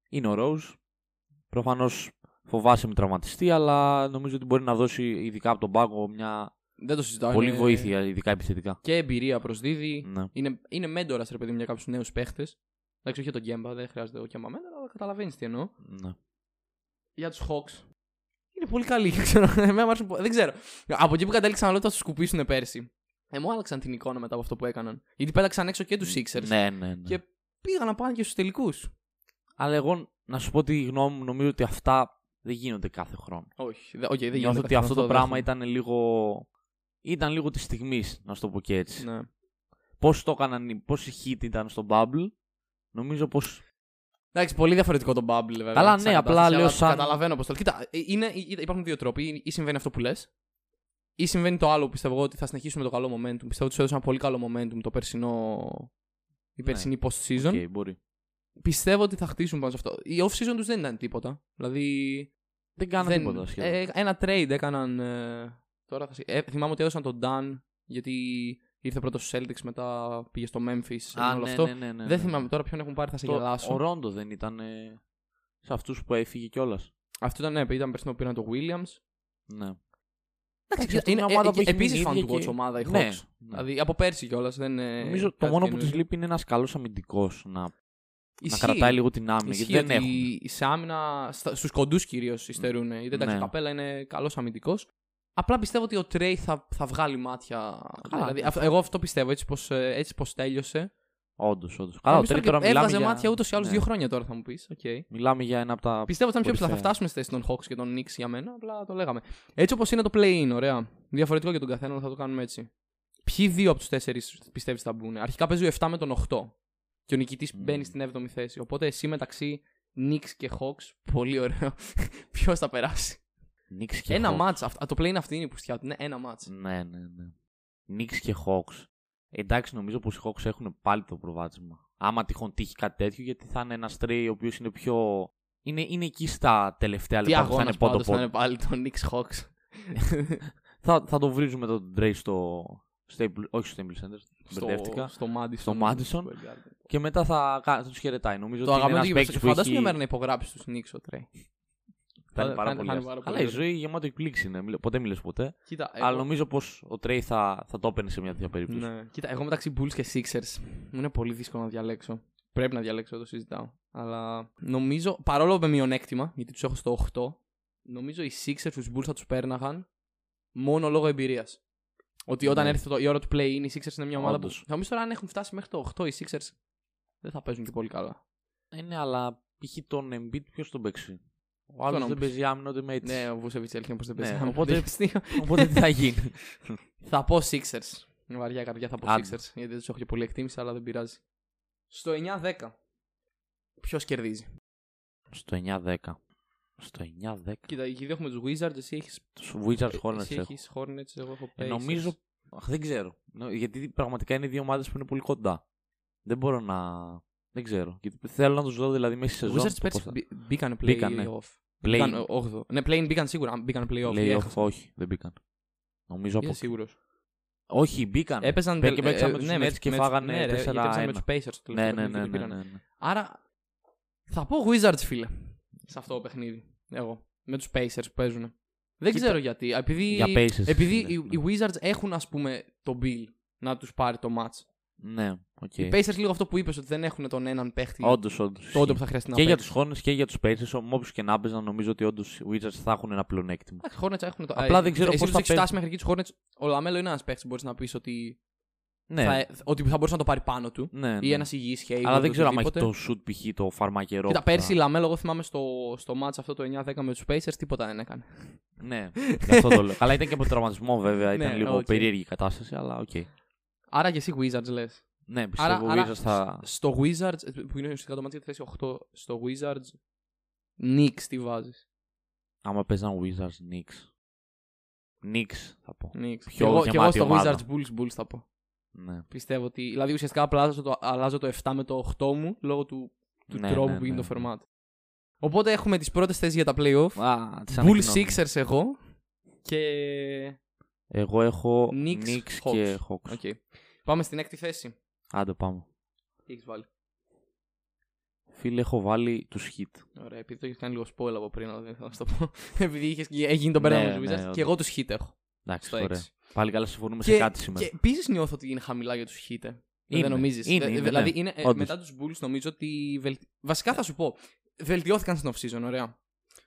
A: Είναι ο Rose. Προφανώς φοβάσαι με τραυματιστεί, αλλά νομίζω ότι μπορεί να δώσει ειδικά από τον πάγκο μια
B: Δεν το συζητάω.
A: πολύ
B: είναι-
A: βοήθεια, ειδικά επιθετικά.
B: Και εμπειρία προσδίδει.
A: Ναι.
B: Είναι, είναι μέντορας, ρε παιδί μου, για κάποιους νέους παίχτες. Εντάξει, όχι για τον Γκέμπα, δεν χρειάζεται ο Γκέμπα μέντορα, αλλά καταλαβαίνεις τι εννοώ.
A: ναι.
B: Για τους Hawks. Είναι πολύ καλή, ξέρω. εμένα μ' άρεσαν πο- δεν ξέρω. Από εκεί που κατέληξαν όλοι ότι θα τους σκουπίσουν πέρσι. Ε, μου άλλαξαν την εικόνα μετά από αυτό που έκαναν. Γιατί πέταξαν έξω και τους Sixers.
A: Ναι, ναι, ναι.
B: Και- Πήγαν να πάνε και στους τελικούς.
A: Αλλά εγώ να σου πω τη γνώμη μου, νομίζω ότι αυτά δεν γίνονται κάθε χρόνο.
B: Όχι, δε, okay, δεν
A: Νιώθω
B: γίνεται
A: ότι
B: καθόλου
A: αυτό το πράγμα
B: δέχομαι.
A: ήταν λίγο. ήταν λίγο της στιγμής, να σου το πω και έτσι.
B: Ναι.
A: Πώς το έκαναν, οι- πώς η hit ήταν στο Bubble, νομίζω πως.
B: Εντάξει, πολύ διαφορετικό το bubble, βέβαια.
A: Καλά,
B: της
A: ναι, απλά
B: κατάστασης,
A: λέω
B: αλλά
A: σαν-
B: Καταλαβαίνω πώ το. Κοίτα, ε, είναι, ε, υπάρχουν δύο τρόποι. Ή συμβαίνει αυτό που λες, ή συμβαίνει το άλλο που πιστεύω εγώ ότι θα συνεχίσουμε το καλό momentum. Πιστεύω ότι σου έδωσε ένα πολύ καλό momentum το περσινό. Η
A: Ναι.
B: περσινή post-season.
A: Okay, μπορεί.
B: Πιστεύω ότι θα χτίσουν πάνω σε αυτό. Η off-season τους δεν ήταν τίποτα. Δηλαδή.
A: Δεν κάνανε
B: δεν-
A: τίποτα σχεδόν.
B: ε, ένα trade έκαναν. ε, τώρα θα... συ- ε, θυμάμαι ότι έδωσαν τον Dan γιατί ήρθε πρώτος στου Celtics, μετά πήγε στο Memphis.
A: Α,
B: όλο
A: ναι,
B: αυτό.
A: ναι, ναι, ναι,
B: δεν
A: ναι.
B: θυμάμαι τώρα ποιον έχουν πάρει, θα σε
A: Το-
B: γελάσω.
A: Ο Ρόντο δεν ήταν ε, σε αυτούς που έφυγε κιόλας.
B: Αυτό ήταν, ναι, ήταν περσινό που πήραν το Williams.
A: Ναι.
B: Εντάξει,
A: αυτή
B: είναι
A: μια ομάδα που έχει
B: επίσης fan
A: μείνει
B: του
A: ίδια
B: Watch
A: και-
B: ομάδα η Hawks.
A: Ναι, ναι.
B: Δηλαδή από πέρσι κιόλας δεν. ε,
A: Νομίζω το
B: κάτι
A: μόνο που τη
B: καινούριο.
A: λείπει είναι ένας καλός αμυντικός να, να
B: Ισχύει.
A: κρατάει λίγο την άμυνα.
B: Ισχύει
A: Γιατί δεν
B: ότι
A: έχουν.
B: σε άμυνα, στους κοντούς κυρίως υστερούν. Είτε εντάξει,
A: Ναι.
B: ο Καπέλα είναι καλός αμυντικός. Απλά πιστεύω ότι ο Τρέι θα, θα βγάλει μάτια. δηλαδή,
A: ναι.
B: αυ- εγώ αυτό πιστεύω. Έτσι πως, ε, έτσι πως τέλειωσε.
A: Όντως, όντως. Καλά, ο
B: Νομίζω
A: Terry
B: και
A: τώρα μιλάμε.
B: Έβγαζε
A: για-
B: μάτια ούτως ή άλλως
A: ναι.
B: δύο χρόνια τώρα θα μου πεις. Okay.
A: Μιλάμε για ένα από τα.
B: Πιστεύω ότι ήταν πιο ψηλά. Θα
A: Κορυφαία.
B: φτάσουμε στη θέση των Hawks και των Knicks για μένα, απλά το λέγαμε. Έτσι όπως είναι το play-in, ωραία. Διαφορετικό για τον καθένα, αλλά θα το κάνουμε έτσι. Ποιοι δύο από τους τέσσερις πιστεύεις θα μπουν. Αρχικά παίζει ο 7 με τον 8. Και ο νικητής
A: Μμμ.
B: μπαίνει στην 7η θέση. Οπότε εσύ μεταξύ Knicks και Hawks, πολύ ωραίο. Ποιος θα περάσει.
A: Knicks και
B: ένα
A: Hawks.
B: μάτ. Το play-in αυτή είναι η πουστιά του. Ναι, ένα μάτ.
A: Ναι, ναι, ναι. Knicks και Hawks. Εντάξει, νομίζω πως οι Hawks έχουν πάλι το προβάδισμα. Άμα τυχόν τύχει κάτι τέτοιο, γιατί θα είναι ένας τρέι ο οποίος είναι πιο. Είναι, είναι εκεί στα τελευταία
B: Τι
A: Ναι, λεπτά που θα
B: αγώνας
A: είναι πόντο
B: πάντως θα
A: πόντο.
B: είναι πάλι το Knicks Hawks.
A: Θα, θα τον βρίζουμε τον τρέι στο. Staple, όχι στο Staples Center,
B: στο,
A: μπερδεύτηκα.
B: στο Madison.
A: Στο Madison. Και μετά θα, κα- θα τους χαιρετάει. Νομίζω
B: Το
A: ότι είναι
B: αγαπημένο
A: ένα
B: του
A: παίκτη
B: γήπεδο.
A: που
B: Φαντάζομαι μια
A: έχει.
B: μέρα να υπογράψει τους Knicks ο Τρέι.
A: θα είναι
B: θα-
A: πάρα
B: θα
A: πολύ
B: είναι
A: άσχημο.
B: πάρα πολύ
A: Αλλά η
B: ωραία.
A: ζωή γεμάτη εκπλήξη είναι. Μιλ- Ποτέ μιλέ ποτέ.
B: Κοίτα,
A: Αλλά
B: εγώ-
A: νομίζω πως ο Τρέι θα, θα το έπαιρνε σε μια τέτοια περίπτωση.
B: Ναι. Κοίτα, εγώ μεταξύ Bulls και Sixers μου είναι πολύ δύσκολο να διαλέξω. Πρέπει να διαλέξω, το συζητάω. Αλλά νομίζω, παρόλο με μειονέκτημα, γιατί τους έχω στο 8, νομίζω οι Sixers τους Bulls θα τους πέρναγαν μόνο λόγω εμπειρίας. Ότι όταν
A: Ναι.
B: έρθει το- η ώρα του play in, οι Sixers είναι μια ομάδα
A: Όντως.
B: που. Νομίζω τώρα αν έχουν φτάσει μέχρι το 8, οι Sixers δεν θα παίζουν και πολύ καλά.
A: Ε, ναι, αλλά π.χ. τον Embiid ποιο τον παίξει. Ο
B: να
A: άλλο
B: μου
A: δεν
B: πεις.
A: παίζει άμυνα ούτε με έτσι.
B: Ναι, ο Βούσεβιτ έλεγε πως δεν
A: Ναι,
B: παίζει.
A: οπότε-
B: Οπότε
A: Οπότε τι θα γίνει.
B: Θα πω Sixers. Με βαριά καρδιά θα πω
A: Άντε.
B: Sixers. Γιατί δεν τους έχω και πολύ εκτίμηση, αλλά δεν πειράζει. Στο 9-10. Ποιος κερδίζει.
A: Στο 9-10. Στο 9-10.
B: Κοίτα, εκεί έχουμε τους Wizards, εσύ έχεις
A: Τους Wizards Hornets έχω.
B: Ε, έχεις Hornets, εγώ έχω
A: Ε,
B: Pacers.
A: νομίζω. Αχ, δεν ξέρω. Νο- Γιατί πραγματικά είναι δύο ομάδες που είναι πολύ κοντά. Δεν μπορώ να. Δεν ξέρω. Γιατί θέλω να τους δω δηλαδή μέσα στη
B: Οι
A: σεζόν.
B: Wizards πέρσι μπή- μπήκαν
A: Μπήκαν, ναι.
B: play-off.
A: Play,
B: Μπήκαν όγδο. Ναι, play-in μπήκαν σίγουρα. αν Μπήκαν play-off. ή
A: play-off,
B: έχασαν.
A: όχι, δεν μπήκαν. Νομίζω
B: Είμαι
A: από.
B: σίγουρος.
A: Όχι, μπήκαν.
B: Έπαιζαν
A: Πέ- και
B: τελ-
A: παίξαν
B: ε,
A: με τους
B: ναι,
A: Nets και
B: με-
A: φάγανε
B: ναι, ρε, γιατί έπαιξαν
A: 4-1.
B: με τους Pacers το
A: Ναι,
B: τελευταίο
A: ναι,
B: παιχνίδι
A: ναι.
B: και
A: ναι,
B: πήρανε.
A: ναι, ναι.
B: Άρα θα πω Wizards, φίλε. Σε αυτό το παιχνίδι. Εγώ. Με τους Pacers που παίζουν. Δεν
A: Κοίτα.
B: ξέρω γιατί. Επειδή,
A: Για Pacers,
B: επειδή
A: ναι,
B: οι,
A: ναι.
B: οι Wizards έχουν, ας πούμε, τον Bill να τους πάρει το match.
A: Ναι, οκ.
B: Οι Pacers λίγο αυτό που είπες, ότι δεν έχουν τον έναν παίχτη
A: Όντως, όντως.
B: τότε που θα χρειαστεί να
A: Και για
B: παίξει.
A: τους Hornets και για τους Pacers, όποιο και να παίζαν, νομίζω ότι όντως οι Wizards θα έχουν ένα πλεονέκτημα.
B: Εντάξει, Hornets έχουν το.
A: Απλά
B: ε,
A: δεν ξέρω
B: εσύ
A: πώς
B: τους
A: θα
B: έχεις φτάσει μέχρι εκεί τους Hornets. Ο Λαμέλο είναι ένας παίχτης που μπορείς να πεις ότι,
A: Ναι,
B: θα, ότι θα μπορούσε να το πάρει πάνω του.
A: ναι,
B: ε- Ή
A: ναι.
B: ένας υγιής Hayward.
A: Αλλά δεν ξέρω αν έχει
B: οτιδήποτε.
A: το shoot π.χ. το φαρμακερό.
B: Κοίτα,
A: που θα-
B: πέρσι η Λαμέλο, εγώ θυμάμαι στο, στο match αυτό το 9-10 με τους Pacers, τίποτα δεν έκανε.
A: Ναι, γι' αυτό το λέω. Καλά, ήταν και από τον τραυματισμό βέβαια. Ήταν
B: Ναι,
A: λίγο
B: οκ.
A: περίεργη η κατάσταση, αλλά οκ.
B: Άρα και εσύ Wizards λες.
A: Ναι, πιστεύω ο
B: άρα-
A: Wizards θα.
B: σ- Στο Wizards, ε, που είναι ουσιαστικά το μάτι για τη θέση 8, στο Wizards, Knicks τι βάζεις.
A: Άμα παίζαν Wizards, Knicks. Knicks θα πω.
B: Knicks.
A: Πιο
B: Και εγώ, και εγώ
A: γεμάτη
B: στο
A: ομάδα.
B: Wizards Bulls, Bulls θα πω.
A: Ναι.
B: Πιστεύω ότι, δηλαδή ουσιαστικά απλά αλλάζω το, αλλάζω το 7 με το 8 μου, λόγω του, του
A: Ναι,
B: τρόπου
A: ναι,
B: που γίνεται
A: ναι,
B: το
A: ναι.
B: format. Οπότε έχουμε τις πρώτες θέσεις για τα playoff.
A: Α, τις
B: Bull
A: ανακοινώνω.
B: Sixers εγώ και...
A: Εγώ έχω
B: Knicks,
A: Knicks, και Hawks.
B: Οκ. Πάμε στην έκτη θέση.
A: Άντε πάμε.
B: Τι έχεις βάλει.
A: Φίλε, έχω βάλει τους Hit.
B: Ωραία, επειδή το έχεις κάνει λίγο spoil από πριν, αλλά δεν θα σου το πω. επειδή είχες, έγινε τον
A: Ναι,
B: πέρα με τους
A: ναι,
B: Wizards
A: όντως.
B: και εγώ τους hit έχω
A: Εντάξει,
B: στο
A: ωραία.
B: 6.
A: Πάλι καλά συμφωνούμε
B: Και,
A: σε κάτι σήμερα.
B: και επίσης νιώθω ότι είναι χαμηλά για τους Χίτε.
A: Είναι,
B: Δεν νομίζει.
A: Ε, είναι, είναι,
B: δηλαδή,
A: ναι.
B: είναι, ε,
A: Όντως.
B: μετά τους Bulls νομίζω ότι. βελτι- Βασικά θα σου πω. Βελτιώθηκαν στην off-season, ωραία.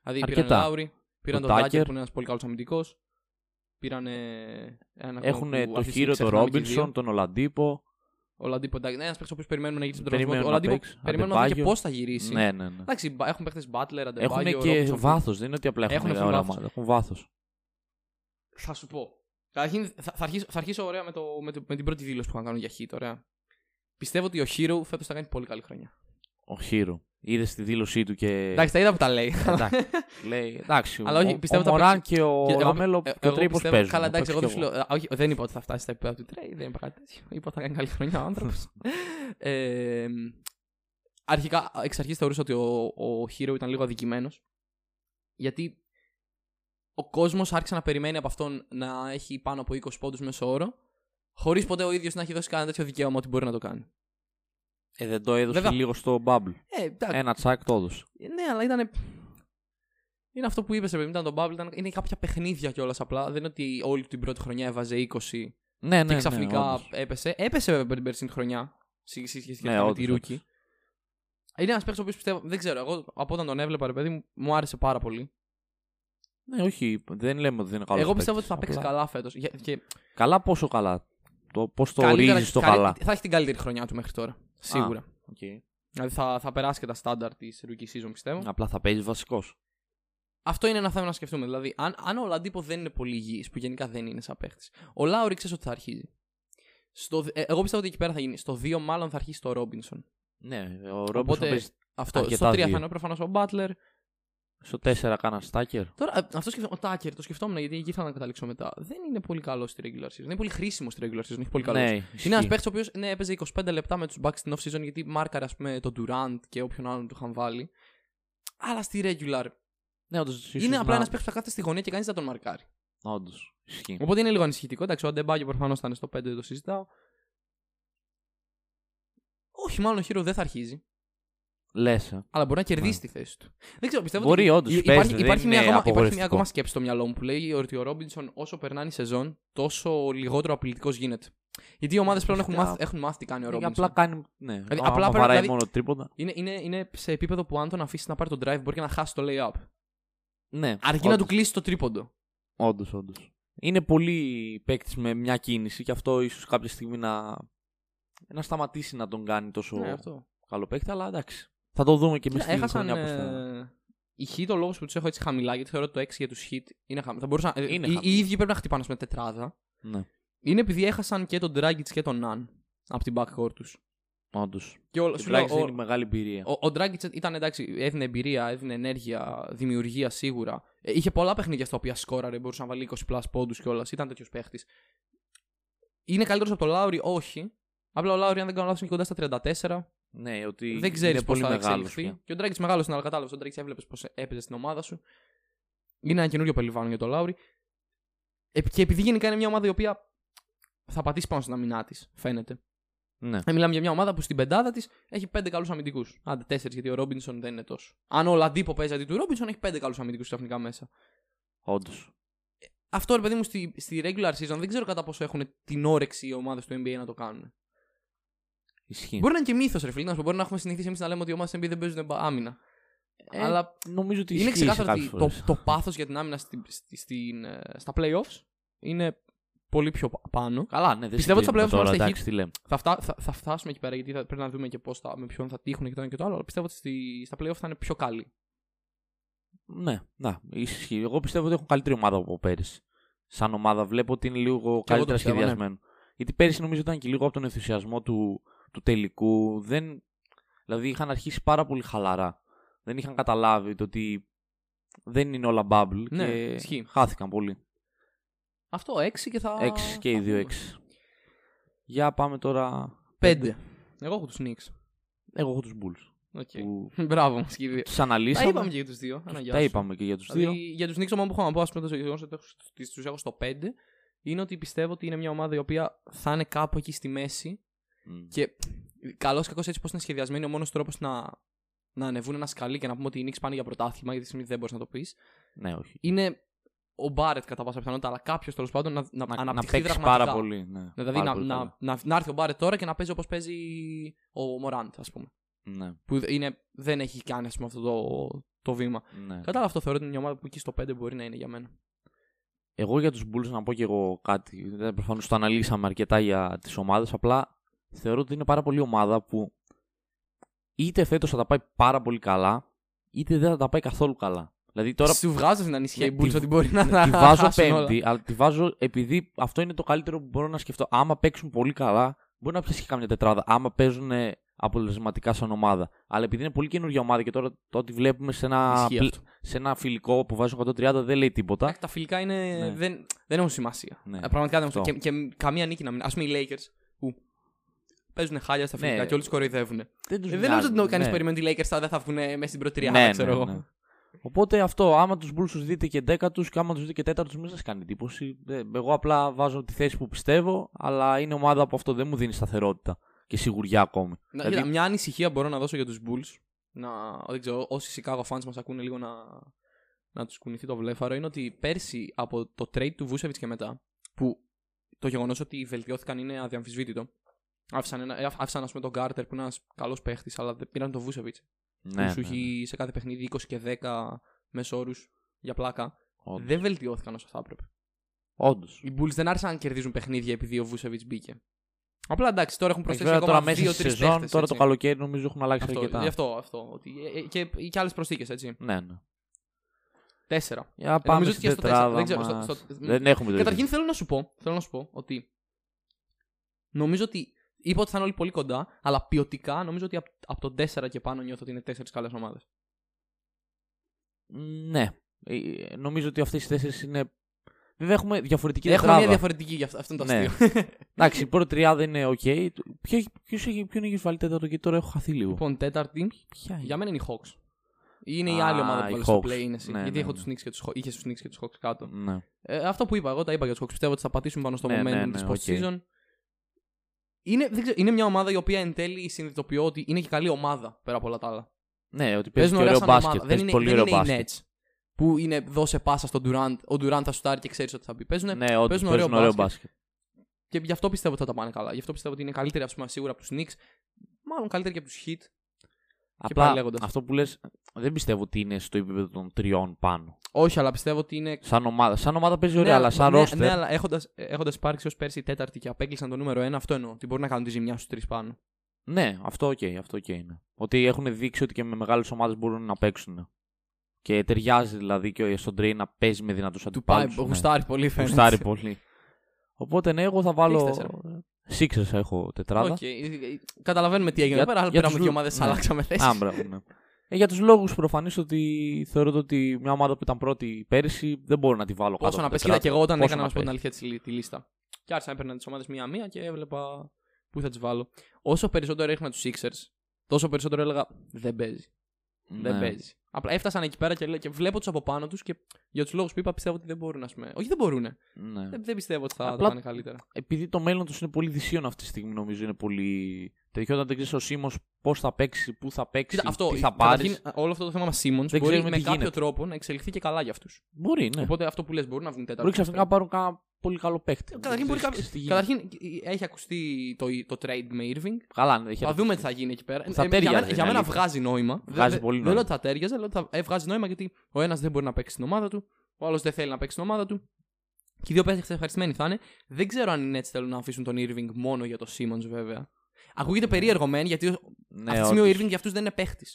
B: Δηλαδή πήραν
A: Αρκετά.
B: Λάουρι, πήραν
A: Ο
B: τον Τάκερ
A: Tucker.
B: που είναι ένας πολύ καλός αμυντικός. Πήραν. ε, Ένα
A: Έχουν
B: ακόμα που
A: το
B: αυτή τη
A: χείρο τον
B: στιγμή ξεχνάμε και οι
A: Ρόμπινσον,
B: δύο.
A: τον Ολαντίπο.
B: Ο Λαντίπο Ντάκερ. Ένα παίξο που περιμένουμε να γυρίσει τον
A: Περιμένουμε
B: τραυματισμό.
A: να
B: Ο Λαντίπο
A: παίξει.
B: περιμένουμε να δούμε και
A: Αντεμπάγιο.
B: πώς θα γυρίσει.
A: Ναι, ναι, ναι.
B: Εντάξει, μπα- έχουν παίχτε Butler,
A: Έχουν
B: Αντεμπάγιο,
A: και
B: Ρόμπινσον.
A: βάθος. Δεν είναι ότι απλά έχουν
B: Έχουν
A: ωραία
B: full βάθος.
A: ομάδα. Έχουν βάθος.
B: Θα σου πω. Καταρχήν, θα, θα, αρχίσω, θα αρχίσω ωραία με, το, με, το, με την πρώτη δήλωση που είχαν κάνει για Heat, ωραία. Πιστεύω ότι ο Hero φέτος θα κάνει πολύ καλή χρονιά.
A: Ο Χείρο. Είδες τη δήλωσή του και.
B: Εντάξει, τα είδα που τα λέει.
A: εντάξει. Λέει, εντάξει.
B: Αλλά όχι,
A: ο-
B: πιστεύω
A: ο
B: θα
A: Μωράν
B: παίξει-
A: και ο
B: Και εγώ-
A: Λαμέλο
B: ε,
A: και ο
B: εγώ
A: Τρίπο
B: πιστεύω-
A: παίζουν.
B: Καλά,
A: Θα
B: εντάξει, εγώ δεν
A: παίξω
B: σου λέω. ε, όχι, δεν είπα ότι θα φτάσει στα επίπεδα του Τρέι, δεν είπα κάτι τέτοιο. Είπα ότι θα κάνει καλή χρονιά ο άνθρωπος. ε, αρχικά, εξ αρχής θεωρούσα ότι ο, ο Hero ήταν λίγο αδικημένος. Γιατί ο κόσμος άρχισε να περιμένει από αυτόν να έχει πάνω από 20 πόντους μέσω όρο, χωρίς ποτέ ο ίδιος να έχει δώσει κανένα τέτοιο δικαίωμα ότι μπορεί να το κάνει.
A: Ε, δεν το έδωσε
B: Βέβαια.
A: λίγο στο Bubble.
B: Ε, εντάξει.
A: Ένα τσάκ το έδωσε.
B: Ναι, αλλά ήταν. Είναι αυτό που είπες, επειδή ήταν τον Bubble, ήταν... είναι κάποια παιχνίδια κιόλας απλά. Δεν είναι ότι όλη την πρώτη χρονιά έβαζε 20
A: Ναι, ναι.
B: και
A: ναι,
B: ξαφνικά
A: όντως.
B: έπεσε. Έπεσε βέβαια την περσινή χρονιά. Συγχυσίστηκε
A: Ναι,
B: με
A: όντως,
B: τη
A: όντως.
B: Ρούκι. Είναι ένας παίκτης ο οποίος πιστεύω. Δεν ξέρω, εγώ από όταν τον έβλεπα, ρε παιδί μου, μου άρεσε πάρα πολύ.
A: Ναι, όχι, δεν λέμε ότι δεν είναι καλός.
B: εγώ πιστεύω ότι θα παίξει καλά φέτος. Και...
A: Καλά, πόσο καλά. Το, πώς το
B: καλύτερα-
A: ορίζει το
B: καλύ-
A: καλά.
B: Θα έχει την καλύτερη χρονιά του μέχρι τώρα. Σίγουρα.
A: Okay.
B: Δηλαδή θα, θα περάσει και τα στάνταρ της rookie season, πιστεύω.
A: Απλά θα παίζεις βασικός.
B: Αυτό είναι ένα θέμα να σκεφτούμε. Δηλαδή, αν, αν ο Λαντίπο δεν είναι πολύ υγιή, που γενικά δεν είναι σαν παίχτης, ο Λάουρι ξέρεις ότι θα αρχίζει. Στο, δ- ε, εγώ πιστεύω ότι εκεί πέρα θα γίνει. Στο 2 μάλλον θα αρχίσει το Ρόμπινσον.
A: Ναι, ο Ρόμπερτ θα
B: Οπότε-
A: παίζει
B: Αυτό.
A: Αρκετά
B: στο 3 θα
A: δύο.
B: είναι προφανώς ο Μπάτλερ.
A: στο 4 κάνα στάκερ.
B: Τώρα, ε, αυτό σκεφτόμουν. Ο Τάκερ, το σκεφτόμουν γιατί εκεί ήθελα να καταλήξω μετά. Δεν είναι πολύ καλό στη regular season. Είναι πολύ χρήσιμο στη regular season. Έχει πολύ καλό.
A: Ναι,
B: Είναι
A: ισχύει.
B: ένα παίχτη ο οποίος ναι, έπαιζε 25 λεπτά με τους Bucks στην off season γιατί μάρκαρε, ας πούμε, τον Durant και όποιον άλλον του είχαν βάλει. Αλλά στη regular.
A: Ναι, όντως, ίσως
B: είναι απλά
A: να-
B: ένας παίχτη που θα κάθεται στη γωνία και κανείς δεν τον μαρκάρει.
A: Όντως, ισχύει.
B: Οπότε είναι λίγο ανησυχητικό. Εντάξει, ο Αντεμπάγιο προφανώς θα είναι στο 5, δεν το συζητάω. Όχι, μάλλον ο Χίρο δεν θα αρχίζει.
A: Λες, ε.
B: Αλλά μπορεί να κερδίσει τη θέση του. Δεν ξέρω, πιστεύω
A: Μπορεί,
B: ότι.
A: όντως,
B: υ-
A: παίζει,
B: υπάρχει,
A: δεν
B: υπάρχει, μια
A: είναι
B: ακόμα, υπάρχει
A: απογοητευτικό.
B: μια ακόμα σκέψη στο μυαλό μου που λέει ότι ο Ρόμπινσον όσο περνάει η σεζόν, τόσο λιγότερο απειλητικός γίνεται. Γιατί οι ομάδες πλέον έχουν
A: Φυσικά.
B: μάθει, έχουν μάθει τι κάνει ο
A: Ναι,
B: Ρόμπινσον.
A: Απλά κάνει. Ναι, δηλαδή,
B: απλά
A: απλά
B: πρέπει-
A: βαράει
B: δηλαδή-
A: μόνο τρίποντα.
B: Είναι, είναι, είναι σε επίπεδο που αν τον αφήσει να πάρει τον drive μπορεί και να χάσει το layup.
A: Ναι,
B: Αρκεί να του κλείσει το τρίποντο.
A: Όντως, όντως. Είναι πολύ παίκτης με μια κίνηση και αυτό ίσως κάποια στιγμή να, να σταματήσει να τον κάνει τόσο
B: Ναι, αυτό.
A: καλό παίκτη, αλλά εντάξει. Θα το δούμε και εμείς
B: Κοίτα,
A: στη
B: έχασαν.
A: χρονιά που θα.
B: Ε... Οι Heat, ο λόγος που τους έχω έτσι χαμηλά, γιατί θεωρώ ότι το 6 για τους Heat είναι χαμηλά. Θα μπορούσαν... ε,
A: Είναι
B: οι,
A: χαμηλά.
B: οι ίδιοι πρέπει να χτυπάνε με τετράδα.
A: Ναι,
B: Είναι επειδή έχασαν και τον Dragic και τον Nan από την backcourt τους.
A: όντως.
B: Και ο, σου λέω,
A: Τουλάχιστον είναι
B: ο,
A: μεγάλη εμπειρία.
B: ο, ο Dragic ήταν εντάξει, έδινε εμπειρία, έδινε ενέργεια, δημιουργία σίγουρα. Ε, είχε πολλά παιχνίδια στα οποία σκόραρε, μπορούσε να βάλει 20 plus πόντους κιόλας. Ήταν τέτοιος παίχτης. Είναι καλύτερος από τον Λάουρι, όχι. Απλά ο Λάουρι, αν δεν κάνω λάθος, είναι κοντά στα 34.
A: Ναι, ότι
B: Δεν ξέρει
A: είναι
B: πώ
A: πολύ
B: θα
A: μεγάλος.
B: εξελιχθεί. Και ο Ντράγκη μεγάλο είναι, αλλά κατάλαβες. Ο Ντράγκη έβλεπε πώς έπαιζε στην ομάδα σου. Είναι ένα καινούριο περιβάλλον για τον Λάουρι. Ε, και επειδή γενικά είναι μια ομάδα η οποία θα πατήσει πάνω στην αμυνά της, φαίνεται.
A: Ναι.
B: Ε, μιλάμε για μια ομάδα που στην πεντάδα της έχει πέντε καλούς αμυντικούς. Άντε, τέσσερις, γιατί ο Ρόμπινσον δεν είναι τόσο. Αν ο Λαντίπο παίζει αντί του Ρόμπινσον, έχει πέντε καλούς αμυντικούς ξαφνικά μέσα.
A: Όντως.
B: Αυτό ρε παιδί μου στη, στη regular season δεν ξέρω κατά πόσο έχουν την όρεξη οι ομάδες του NBA να το κάνουν.
A: Ισχύει.
B: Μπορεί να είναι και μύθος, ρε φίλε. να σου πω, Μπορεί να έχουμε συνηθίσει εμείς να λέμε ότι οι ομάδες NBA δεν παίζουν μπα- άμυνα.
A: Ε,
B: Αλλά
A: Νομίζω ότι
B: είναι
A: ισχύει σε
B: ξεκάθαρο ότι
A: κάποιες
B: το,
A: φορές.
B: το πάθος για την άμυνα στη, στη, στην, ε, στα playoffs είναι πολύ πιο πα- πάνω.
A: Καλά, ναι, δεν
B: Πιστεύω ότι θα
A: συγκρίνουμε τώρα,
B: πλέον είμαστε
A: εντάξει, τι λέμε.
B: Θα, φτά, θα, θα φτάσουμε εκεί πέρα γιατί θα, πρέπει να δούμε και πώς θα, με ποιον θα τύχουν και το ένα και το άλλο. Αλλά πιστεύω ότι στη, στα playoffs θα είναι πιο καλή.
A: Ναι, να, ισχύει. Εγώ πιστεύω ότι έχουν καλύτερη ομάδα από πέρυσι. Σαν ομάδα βλέπω ότι είναι λίγο
B: το
A: καλύτερα
B: πιστεύω, ναι.
A: σχεδιασμένο. Γιατί πέρυσι νομίζω ήταν και λίγο από τον ενθουσιασμό του, του τελικού. Δεν, δηλαδή είχαν αρχίσει πάρα πολύ χαλαρά. Δεν είχαν καταλάβει το ότι δεν είναι όλα bubble
B: Ναι,
A: και
B: ισχύει.
A: χάθηκαν πολύ.
B: Αυτό 6 και θα.
A: 6 και οι δύο έξι. Για πάμε τώρα.
B: 5. Εγώ έχω τους Knicks.
A: Εγώ έχω τους Bulls.
B: Okay.
A: Που
B: Μπράβο μας και οι δύο.
A: του
B: Τα
A: αναλύσαμε.
B: είπαμε και για τους δύο. Ένα γεια
A: τα
B: σου.
A: είπαμε και για τους
B: Δηλαδή,
A: δύο.
B: για τους Knicks, μόνο που έχω να πω, ας πούμε, το γεγονός ότι τους έχω στο 5, είναι ότι πιστεύω ότι είναι μια ομάδα η οποία θα είναι κάπου εκεί στη μέση
A: Μμ.
B: Και καλό ή κακό έτσι πώ είναι σχεδιασμένοι, ο μόνος τρόπος να, να ανεβούν ένα σκαλί και να πούμε ότι οι Knicks πάνε για πρωτάθλημα, γιατί τη στιγμή δεν μπορείς να το πεις,
A: Ναι, όχι.
B: είναι ο Μπάρετ κατά πάσα πιθανότητα, αλλά κάποιος τέλος πάντων να, να,
A: Να, να
B: αναπτυχθεί
A: παίξει
B: πραγματικά.
A: πάρα πολύ. Ναι,
B: Ναι, Δηλαδή
A: πάρα
B: να,
A: πολύ
B: να,
A: καλά.
B: να, να, έρθει ο Μπάρετ τώρα και να παίζει όπως παίζει ο Μωράντ, ας πούμε.
A: Ναι,
B: Που είναι, δεν έχει κάνει ας πούμε, αυτό το, το βήμα.
A: ναι.
B: Κατάλαβα αυτό θεωρώ ότι είναι μια ομάδα που εκεί στο 5 μπορεί να είναι για μένα.
A: Εγώ για τους Bulls να πω και εγώ κάτι. Δεν προφανώς το αναλύσαμε αρκετά για τις ομάδες. Απλά θεωρώ ότι είναι πάρα πολύ ομάδα που είτε φέτος θα τα πάει πάρα πολύ καλά, είτε δεν θα τα πάει καθόλου καλά. Δηλαδή τώρα
B: Σου βγάζω στην ανησυχία
A: Ναι,
B: η
A: τη-
B: Bulls ότι μπορεί να
A: τη
B: τα
A: βάζω
B: χάσουν όλα.
A: πέμπτη, αλλά τη βάζω επειδή αυτό είναι το καλύτερο που μπορώ να σκεφτώ. Άμα παίξουν πολύ καλά, μπορεί να πιάσει και κάμια τετράδα. Άμα παίζουν αποτελεσματικά σαν ομάδα. Αλλά επειδή είναι πολύ καινούργια ομάδα και τώρα το ότι βλέπουμε σε ένα,
B: Ισχύει
A: πλ-
B: αυτό.
A: σε ένα φιλικό που βάζουν 130 δεν λέει τίποτα.
B: Εντάξει, τα φιλικά είναι,
A: Ναι.
B: δεν, δεν έχουν σημασία.
A: Ναι.
B: Ε, Πραγματικά δεν έχουν
A: Αυτό.
B: σημασία. Και, και καμία νίκη να μην. Ας πούμε οι Lakers που παίζουν χάλια στα φιλικά
A: Ναι.
B: και όλοι του κοροϊδεύουν.
A: Δεν, τους
B: Ε, δεν
A: νοιάζει,
B: νομίζω ότι κανεί
A: ναι.
B: περιμένει ότι οι Lakers θα δεν θα βγουν μέσα στην πρωτηρία.
A: Ναι,
B: ξέρω
A: ναι,
B: εγώ.
A: ναι. Οπότε αυτό, άμα τους Bulls τους δείτε και δέκατου και άμα τους δείτε και τέταρτου, μην σας κάνει εντύπωση. Ε, Εγώ απλά βάζω τη θέση που πιστεύω, αλλά είναι ομάδα που αυτό δεν μου δίνει σταθερότητα και σιγουριά ακόμη.
B: Να-
A: Δηλαδή-
B: κοίτα, μια ανησυχία μπορώ να δώσω για τους Bulls. Να, δεν ξέρω, όσοι Chicago fans μας ακούνε λίγο να, να τους κουνηθεί το βλέφαρο είναι ότι πέρσι από το trade του Vucevic και μετά, που το γεγονός ότι βελτιώθηκαν είναι αδιαμφισβήτητο. Άφησαν, ένα, ε, άφησαν ας πούμε, τον Carter που είναι ένας καλός παίχτης, αλλά δεν πήραν τον Vucevic.
A: Ναι,
B: που σου
A: ναι, ναι.
B: έχει σε κάθε παιχνίδι 20 και 10 μεσόρου για πλάκα.
A: Όντως.
B: Δεν βελτιώθηκαν όσο θα έπρεπε.
A: Όντως.
B: Οι Bulls δεν άρχισαν να κερδίζουν παιχνίδια επειδή ο Βούσεβιτ μπήκε. Απλά εντάξει, τώρα έχουν
A: Εντάξει,
B: προσθέσει
A: Βέβαια, τώρα
B: ακόμα
A: μέσα στη
B: 2-3
A: σεζόν,
B: παίχτες,
A: τώρα
B: έτσι.
A: το καλοκαίρι νομίζω έχουν αλλάξει
B: αυτό,
A: αρκετά.
B: Γι' αυτό, αυτό. Ότι, ε, ε, και, και άλλες προσθήκες, έτσι.
A: Ναι, ναι.
B: Τέσσερα.
A: Για πάμε
B: Ε, νομίζω
A: στην
B: ότι και στο
A: τετράδα
B: τέσσερα, δεν ξέρω,
A: μας.
B: στο- στο-
A: Δεν έχουμε το
B: Καταρχήν θέλω να σου πω, θέλω να σου πω ότι νομίζω ότι είπα ότι θα είναι όλοι πολύ κοντά, αλλά ποιοτικά νομίζω ότι από, από το 4 και πάνω νιώθω ότι είναι 4 καλές ομάδες.
A: ίδιο. Ναι. Ε, Νομίζω ότι αυτές οι τέσσερις είναι... Βέβαια έχουμε διαφορετική
B: Έχουμε
A: τετράδα.
B: μια διαφορετική γι' αυτό. Αυτό είναι το
A: Ναι.
B: αστείο.
A: Εντάξει, η πρώτη τριάδα είναι οκ. Okay. Ποιος, ποιος έχει, ποιον έχεις βάλει τέταρτο και τώρα έχω χαθεί λίγο.
B: λοιπόν, τέταρτη.
A: Ποια είναι.
B: Για μένα είναι οι Hawks. Είναι η
A: Α,
B: άλλη ομάδα που
A: οι
B: βάλε στο
A: Hawks.
B: play είναι εσύ.
A: Ναι,
B: γιατί
A: ναι,
B: έχω
A: ναι.
B: τους Knicks και τους Haw- είχες τους Knicks και τους Hawks κάτω.
A: Ναι.
B: Ε, αυτό που είπα, εγώ τα είπα για τους Hawks. Πιστεύω ότι θα πατήσουν πάνω στο
A: Ναι,
B: momentum
A: ναι, ναι,
B: της
A: οκ.
B: postseason. Είναι, δεν ξέρω, είναι μια ομάδα η οποία εν τέλει συνειδητοποιώ ότι είναι και καλή ομάδα πέρα από όλα τα άλλα.
A: ναι, ότι παίζει
B: Παίζουν
A: και
B: ωραία
A: ωραίο
B: σαν
A: μπάσκετ.
B: ομάδα. Δεν
A: Παίζει
B: είναι,
A: πολύ
B: δεν
A: ωραίο
B: είναι οι
A: μπάσκετ.
B: Nets που είναι δώσε πάσα στον Durant. Ο Durant θα σουτάρει και ξέρεις ότι θα μπει. Παίζουν
A: Ναι, όντως,
B: παίζουν
A: παίζουν
B: ωραίο
A: ωραίο
B: μπάσκετ.
A: μπάσκετ.
B: και γι' αυτό πιστεύω ότι θα τα πάνε καλά. Γι' αυτό πιστεύω ότι είναι καλύτερη ας πούμε, σίγουρα από τους Knicks. Μάλλον καλύτερη και από τους Heat. πάλι
A: Απλά
B: λέγοντας.
A: αυτό που λες, δεν πιστεύω ότι είναι στο επίπεδο των τριών πάνω.
B: Όχι, αλλά πιστεύω ότι είναι
A: Σαν ομάδα, σαν ομάδα παίζει ωραία, αλλά σαν
B: ναι,
A: ρόστερ.
B: Ναι, αλλά έχοντας έχοντας υπάρξει ως πέρσι η τέταρτη και απέκλεισαν το νούμερο 1, αυτό εννοώ. Ότι μπορεί να κάνουν τη ζημιά στους τρεις πάνω.
A: Ναι, αυτό οκ, αυτό οκ είναι. Ότι έχουν δείξει ότι και με μεγάλες ομάδες μπορούν να παίξουν. Και ταιριάζει δηλαδή και στον Τρέι να παίζει με δυνατούς
B: Του πάει,
A: αντιπάλους.
B: γουστάρει πολύ φαίνεται.
A: ναι. Γουστάρει πολύ. Οπότε ναι, εγώ θα βάλω.
B: Έχεις
A: Sixers έχω τετράδα.
B: Οκ. ε, Καταλαβαίνουμε τι έγινε
A: Για-
B: εδώ πέρα, αλλά
A: για
B: πήραμε
A: τους
B: δύο
A: λου-
B: ομάδες,
A: ναι.
B: αλλάξαμε θέση.
A: Α, μπράβο, ναι. Ε, για τους λόγους προφανή ότι θεωρώ ότι μια ομάδα που ήταν πρώτη πέρυσι δεν μπορώ να τη βάλω κάτω.
B: Πόσο να
A: από
B: πέσει, κοίτα και
A: τετράδα.
B: εγώ όταν
A: Πόσο
B: έκανα να
A: να
B: σου πω την
A: πέσει.
B: αλήθεια τη, τη λίστα. Και άρχισα να έπαιρνα τις ομάδες μία-μία και έβλεπα πού θα τις βάλω. Όσο περισσότερο έριχνα τους Sixers, τόσο περισσότερο έλεγα δεν παίζει. Δεν
A: Ναι.
B: παίζει. Απλά έφτασαν εκεί πέρα και, λέ- και βλέπω τους από πάνω τους και για τους λόγους που είπα πιστεύω ότι δεν μπορούν. Ας πούμε. Όχι, δεν μπορούν.
A: Ναι.
B: Δεν, δεν πιστεύω ότι θα
A: Απλά-
B: τα πάνε καλύτερα.
A: επειδή το μέλλον τους είναι πολύ δυσίων αυτή τη στιγμή, νομίζω είναι πολύ. Τέτοιο όταν δεν ξέρεις ο Σίμω πώς θα παίξει, πού θα παίξει,
B: Κοίτα, αυτό,
A: τι θα πάρεις.
B: καταρχήν, ε, όλο αυτό το θέμα μας Σίμον
A: Δεν
B: μπορεί με
A: ξέρουμε τι
B: κάποιο
A: γίνεται.
B: τρόπο να εξελιχθεί και καλά για αυτούς.
A: Μπορεί, ναι.
B: Οπότε αυτό που λες μπορεί να βγουν τέταρτο.
A: μπορεί ξαφνικά να πάρουν κάνα πολύ καλό παίκτη.
B: Καταρχήν, μπορεί
A: Δεν ξέρεις
B: κάποιο-
A: τι γίνεται.
B: καταρχήν ε, έχει ακουστεί το, το trade με Irving.
A: Καλά, ναι, έχει
B: Θα δούμε τι θα γίνει εκεί πέρα.
A: Θα
B: Ε, για
A: τέριαζε,
B: μένα, για
A: είναι
B: μένα
A: αλήθεια.
B: βγάζει νόημα.
A: Βγάζει
B: δεν,
A: πολύ
B: δεν
A: νόημα.
B: λέω ότι θα τέριαζε, αλλά θα, ε, βγάζει νόημα γιατί ο ένας δεν μπορεί να παίξει στην ομάδα του, ο άλλος δεν θέλει να παίξει στην ομάδα του. Και οι δύο παίχτε ευχαριστημένοι θα είναι. Δεν ξέρω αν οι Nets θέλουν να αφήσουν τον Irving μόνο για τον Simmons βέβαια. Ακούγεται περίεργο μεν γιατί ο-
A: Ναι,
B: αυτή τη στιγμή ο
A: όντως.
B: Irving για αυτούς δεν είναι παίχτη.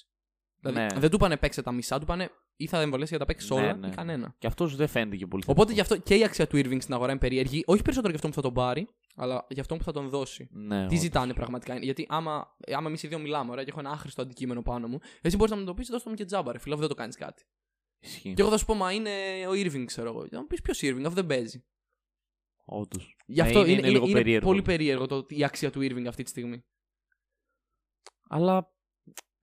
B: Δηλαδή
A: Ναι.
B: δεν του πάνε παίξε τα μισά, του πάνε ή θα εμβολέσει για τα παίξεις
A: Ναι,
B: όλα
A: ναι.
B: ή κανένα.
A: Και αυτός δεν φαίνεται και πολύ.
B: Οπότε γι' αυτό και η αξία του Irving στην αγορά είναι περίεργη. Όχι περισσότερο για αυτόν που θα τον πάρει, Αλλά για αυτόν που θα τον δώσει.
A: Ναι,
B: Τι
A: όντως.
B: ζητάνε πραγματικά. Γιατί άμα, ε, άμα εμείς οι δύο μιλάμε, ωραία, και έχω ένα άχρηστο αντικείμενο πάνω μου, εσύ μπορείς να μου το πεις, δώστε μου και τζάμπα, ρε φίλε, αφού δεν το κάνεις κάτι.
A: Ναι. Ισχύει.
B: Και εγώ θα σου πω, μα είναι ο Irving, ξέρω εγώ. Θα μου πεις ποιος Irving, αφού δεν παίζει.
A: Όντως.
B: Γι'
A: Ναι,
B: αυτό
A: είναι-
B: είναι,
A: είναι λίγο περίεργο.
B: πολύ περίεργο το, η αξία του Irving αυτή τη στιγμή.
A: Αλλά